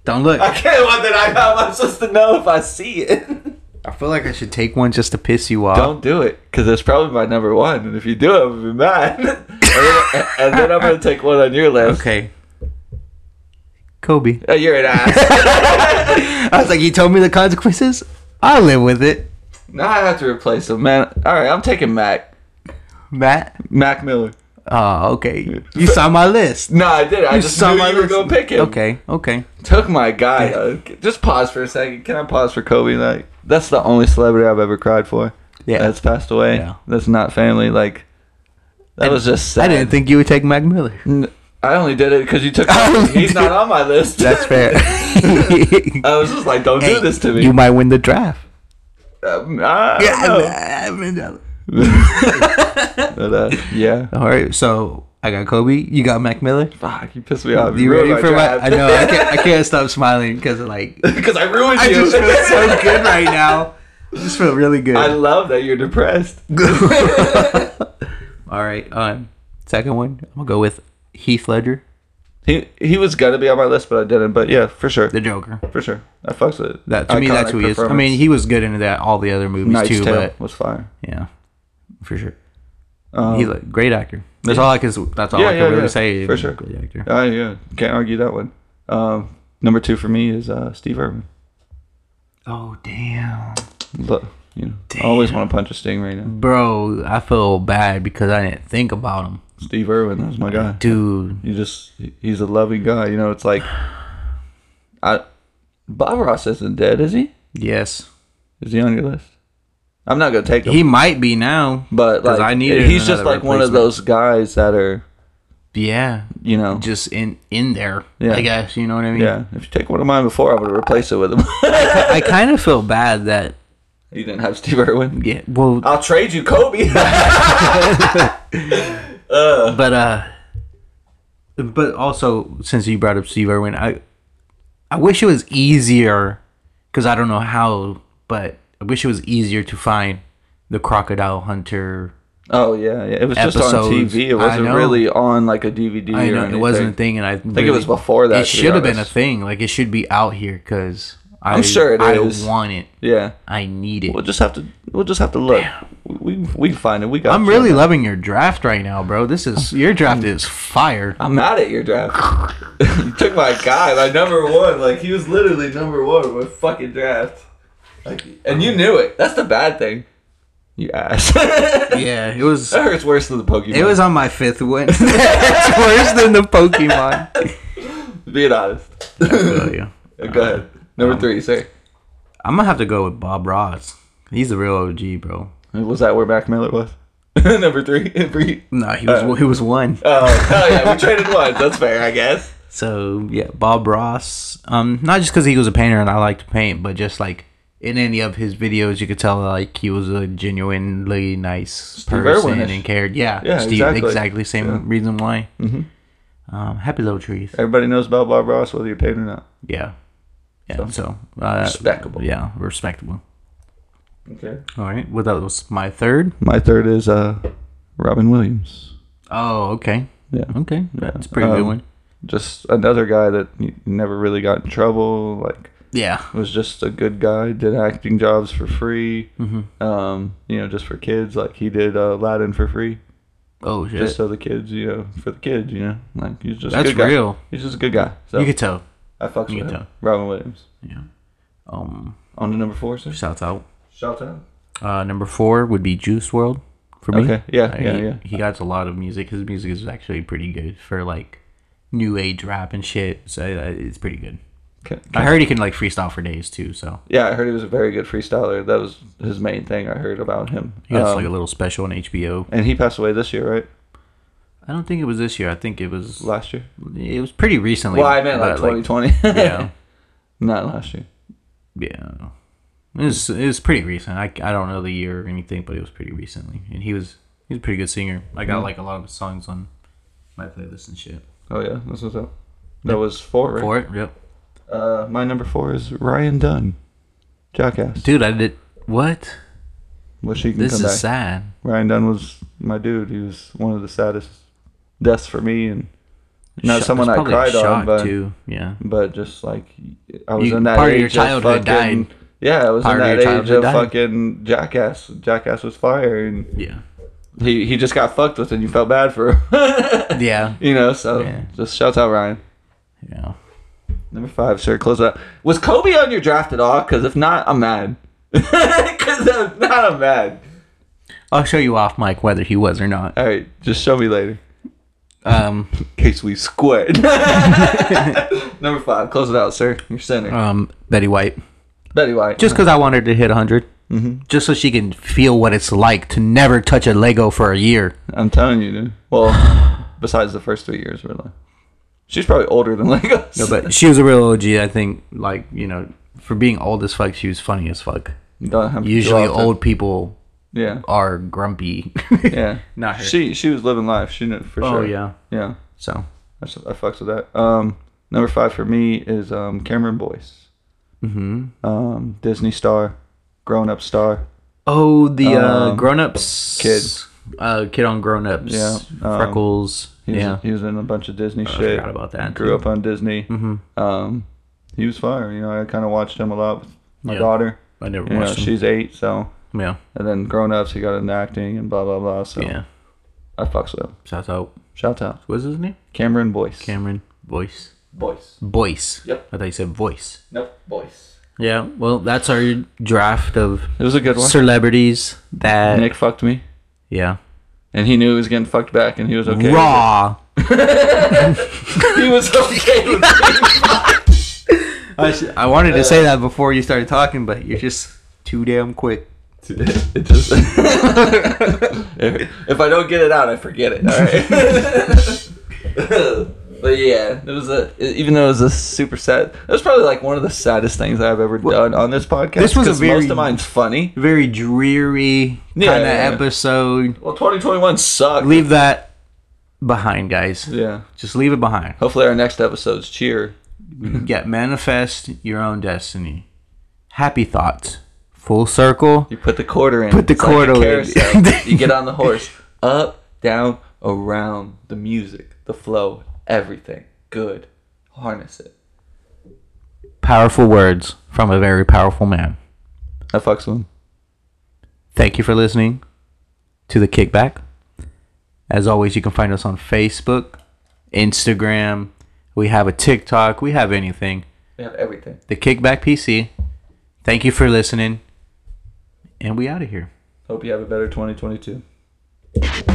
S3: Don't look.
S2: I can't want that I got. I'm supposed to know if I see it.
S3: I feel like I should take one just to piss you off.
S2: Don't do it, because it's probably my number one. And if you do it, I'm gonna be mad. and, then, and then I'm gonna take one on your list.
S3: Okay. Kobe.
S2: Uh, you're an ass.
S3: I was like, you told me the consequences. I live with it.
S2: now I have to replace him, man. All right, I'm taking Mac.
S3: Matt.
S2: Mac Miller.
S3: Oh, okay. You saw my list.
S2: No, I did. I just
S3: saw
S2: knew
S3: my
S2: you were
S3: list.
S2: gonna pick him.
S3: Okay. Okay.
S2: Took my guy. though. Just pause for a second. Can I pause for Kobe? Like that's the only celebrity I've ever cried for.
S3: Yeah.
S2: that's passed away.
S3: Yeah.
S2: That's not family. Like that was just
S3: I
S2: sad.
S3: didn't think you would take Mac Miller.
S2: N- I only did it because you took.
S3: I only
S2: He's
S3: did-
S2: not on my list.
S3: That's fair.
S2: I was just like, don't do this to me.
S3: You might win the draft.
S2: Um, I don't know. But, uh, yeah.
S3: All right. So I got Kobe. You got Mac Miller.
S2: Fuck, Oh, you pissed me off.
S3: You ready for my? I know. I
S2: I
S3: can't, I can't stop smiling because like
S2: Because I ruined
S3: I
S2: you.
S3: just feel so good right now. I just feel really good.
S2: I love that you're depressed.
S3: All right. Um, second one. I'm gonna go with Heath Ledger,
S2: He he was gonna be on my list, but I didn't. But yeah, for sure,
S3: the Joker.
S2: for sure, I fucks with it.
S3: That to me, that's who he is. I mean, he was good into that all the other movies
S2: Knight's
S3: too.
S2: Tale
S3: But
S2: was fire.
S3: yeah, for sure.
S2: Um,
S3: He's a great actor. That's all I can. That's all
S2: Yeah,
S3: I can
S2: yeah,
S3: really
S2: yeah,
S3: say.
S2: for sure.
S3: Great actor.
S2: Uh, yeah, can't argue that one. Um, number two for me is uh, Steve Irwin.
S3: Oh damn,
S2: Look, you know, I always want to punch a sting right now.
S3: bro! I feel bad because I didn't think about him,
S2: Steve Irwin, that's my guy.
S3: dude.
S2: You just, he's a loving guy. You know, it's like, I, Bob Ross isn't dead, is he?
S3: Yes,
S2: Is he on your list? I'm not gonna take him,
S3: he might be now,
S2: but
S3: 'cause
S2: like,
S3: I needed
S2: he's just
S3: another
S2: like one of
S3: replacement.
S2: those guys that are,
S3: yeah,
S2: you know,
S3: just in in there.
S2: Yeah.
S3: I guess you know what I mean.
S2: yeah. If you take one of mine before, I would replace it with him.
S3: I kind of feel bad that
S2: you didn't have Steve Irwin.
S3: yeah. Well,
S2: I'll trade you Kobe.
S3: but uh, but also since you brought up Steve Irwin, I I wish it was easier because I don't know how, but I wish it was easier to find the crocodile hunter
S2: Oh yeah, yeah. It was just on
S3: Episodes.
S2: TV. It
S3: I
S2: wasn't
S3: know.
S2: really on like a DVD.
S3: I
S2: or
S3: know
S2: anything.
S3: it wasn't a thing, and I
S2: it was before that,
S3: It
S2: to be
S3: should have been a
S2: honest.
S3: thing. Like it should be out here because I'm
S2: sure it
S3: I
S2: is.
S3: want it.
S2: Yeah,
S3: I need it.
S2: we'll just have to. We'll just have to look. We we- we can find it. We got.
S3: I'm
S2: you.
S3: really loving your draft right now, bro. This is your draft is fire.
S2: I'm mad at your draft. you took my guy, my number one. Like he was literally number one with fucking draft. Like, and you knew it. That's the bad thing. You ass. that
S3: Yeah, it was.
S2: hurts worse than the Pokemon.
S3: It was on my fifth one. it's worse than the Pokemon.
S2: Being honest.
S3: Oh, yeah.
S2: Go ahead. Number
S3: um,
S2: three, sir.
S3: I'm gonna have to go with Bob Ross. He's a real OG, bro.
S2: Was that where Mac Miller was? number three. for you.
S3: No, he
S2: Uh,
S3: was he was one.
S2: Oh, oh yeah, we traded once. That's fair, I guess.
S3: So yeah, Bob Ross. Um, not just because he was a painter and I like to paint, but just like in any of his videos, you could tell like he was a genuinely nice
S2: Steve
S3: person
S2: Irwin-ish.
S3: and cared. Yeah,
S2: Yeah,
S3: Steve,
S2: exactly.
S3: exactly. same
S2: Yeah.
S3: reason why.
S2: Mhm.
S3: Um, happy little trees.
S2: Everybody knows about Bob Ross, whether you're paid or not.
S3: Yeah, yeah. So, uh,
S2: Respectable.
S3: Yeah, respectable.
S2: Okay.
S3: All right. Well, that was my third.
S2: My third is uh, Robin Williams.
S3: Oh, okay.
S2: Yeah.
S3: Okay, that's a pretty good
S2: Um,
S3: one.
S2: Just another guy that n- never really got in trouble. Like
S3: Yeah.
S2: was just a good guy. Did acting jobs for free.
S3: Mm-hmm.
S2: Um, you know, just for kids. Like he did uh, Aladdin for free,
S3: Oh shit.
S2: just so the kids, you know, for the kids, you know, like he's just
S3: That's
S2: a good guy.
S3: real.
S2: He's just a good guy. So
S3: You could tell.
S2: I fucks
S3: you
S2: with
S3: could
S2: him.
S3: tell.
S2: Robin Williams
S3: Yeah. Um.
S2: on to number four, sir.
S3: Shouts out.
S2: Shout out.
S3: Uh, number four would be Juice World for me.
S2: Okay. Yeah.
S3: Uh,
S2: yeah.
S3: he,
S2: Yeah.
S3: He got a lot of music. His music is actually pretty good for like new age rap and shit. So uh, it's pretty good.
S2: Okay.
S3: I heard he can like freestyle for days too. So
S2: Yeah, I heard he was a very good freestyler. That was his main thing I heard about him.
S3: he got
S2: Um,
S3: like a little special on HBO.
S2: and he passed away this year, right?
S3: I don't think it was this year. I think it was
S2: Last year?
S3: it was pretty recently.
S2: Well, I meant like
S3: but,
S2: 2020.
S3: yeah.
S2: Not last year.
S3: Yeah. It was, it was pretty recent. I, I don't know the year or anything, but it was pretty recently. And he was he was a pretty good singer. I got like a lot of his songs on my playlist and shit.
S2: Oh, yeah. That's what's up. That was four, right?
S3: For it, yep.
S2: Uh, my number four is Ryan Dunn. Jackass.
S3: Dude, I did what?
S2: Wish he can
S3: This
S2: come
S3: is
S2: back.
S3: sad.
S2: Ryan Dunn was my dude. He was one of the saddest deaths for me and not
S3: Sho-
S2: someone
S3: it's
S2: I
S3: probably
S2: cried on,
S3: shock,
S2: but,
S3: too. Yeah.
S2: but just like I was
S3: You-
S2: in that
S3: part of
S2: age
S3: your childhood
S2: fucking-
S3: died.
S2: Yeah, I was
S3: Part
S2: in
S3: of your
S2: that age
S3: childhood
S2: of
S3: died.
S2: fucking Jackass. Jackass was fire and
S3: Yeah.
S2: he he just got fucked with and you felt bad for him.
S3: Yeah.
S2: you know, so
S3: Yeah.
S2: just shouts out Ryan.
S3: Yeah.
S2: Number five, sir, close out. Was Kobe on your draft at all? Because if not, I'm mad. Because if not, I'm mad.
S3: I'll show you off mic whether he was or not.
S2: All right, just show me later.
S3: Um
S2: In case we squared. Number five, close it out, sir. You're center.
S3: um Betty White.
S2: Betty White.
S3: Just cuz I want her to hit 100. Mm-hmm. Just so she can feel what it's like to never touch a Lego for a year.
S2: I'm telling you, dude. Well, besides the first three years, really. She's probably older than Legos.
S3: No, but she was a real OG. I think, like you know, for being old as fuck, she was funny as fuck.
S2: Don't have to go
S3: Usually,
S2: off the-
S3: old people
S2: Yeah,
S3: are grumpy.
S2: yeah.
S3: Not her.
S2: She she was living life. She knew for
S3: oh
S2: sure.
S3: yeah.
S2: yeah.
S3: So
S2: I, s- I fucks with that. Um, number five for me is um, Cameron Boyce,
S3: hmm
S2: um, Disney star, grown up star.
S3: Oh, the uh,
S2: Um,
S3: grown ups
S2: Kid.
S3: Uh, kid on grown ups.
S2: Yeah, um,
S3: Freckles.
S2: He was,
S3: yeah.
S2: he was in a bunch of Disney
S3: I
S2: shit.
S3: forgot about that.
S2: Grew up on Disney.
S3: hmm
S2: Um, he was fire. You know, I kind of watched him a lot with my
S3: Yeah.
S2: daughter.
S3: I never
S2: You know,
S3: watched him.
S2: she's eight, so
S3: Yeah.
S2: and then grown ups, he got into acting and blah blah blah. So
S3: Yeah.
S2: I fucks with him.
S3: Shout out.
S2: Shout out
S3: What's his name?
S2: Cameron Boyce.
S3: Cameron Voice.
S2: Boyce.
S3: Voice.
S2: Yep.
S3: I thought you said voice.
S2: Nope. Boyce.
S3: Yeah. Well, that's our draft of
S2: It was a good one.
S3: celebrities that.
S2: Nick fucked me,
S3: Yeah.
S2: and he knew he was getting fucked back, and he was okay. with
S3: Raw.
S2: it. He was okay. With Uh, it.
S3: I, sh- I wanted to say that before you started talking, but you're just too damn quick.
S2: It just if, if I don't get it out, I forget it. All right. but yeah, it was a even though it was a super sad. It was probably like one of the saddest things I've ever done on this podcast.
S3: this was a
S2: 'cause most
S3: very-
S2: of mine's funny.
S3: Very dreary
S2: Yeah,
S3: kind of
S2: yeah, yeah.
S3: episode.
S2: Well, 2021 sucked.
S3: Leave that behind, guys.
S2: yeah.
S3: Just leave it behind.
S2: Hopefully, our next episode's cheer.
S3: yeah, manifest your own destiny. Happy thoughts. Full circle.
S2: You put the quarter in.
S3: Put the
S2: It's like a
S3: quarter in.
S2: carousel. you get on the horse. Up, down, around. The music, the flow, everything. Good. Harness it.
S3: Powerful words from a very powerful man.
S2: That fucks one.
S3: Thank you for listening to the kickback. As always, you can find us on Facebook, Instagram. We have a TikTok. We have anything.
S2: We have everything.
S3: The Kickback PC. Thank you for listening. And we out of here.
S2: Hope you have a better 2022.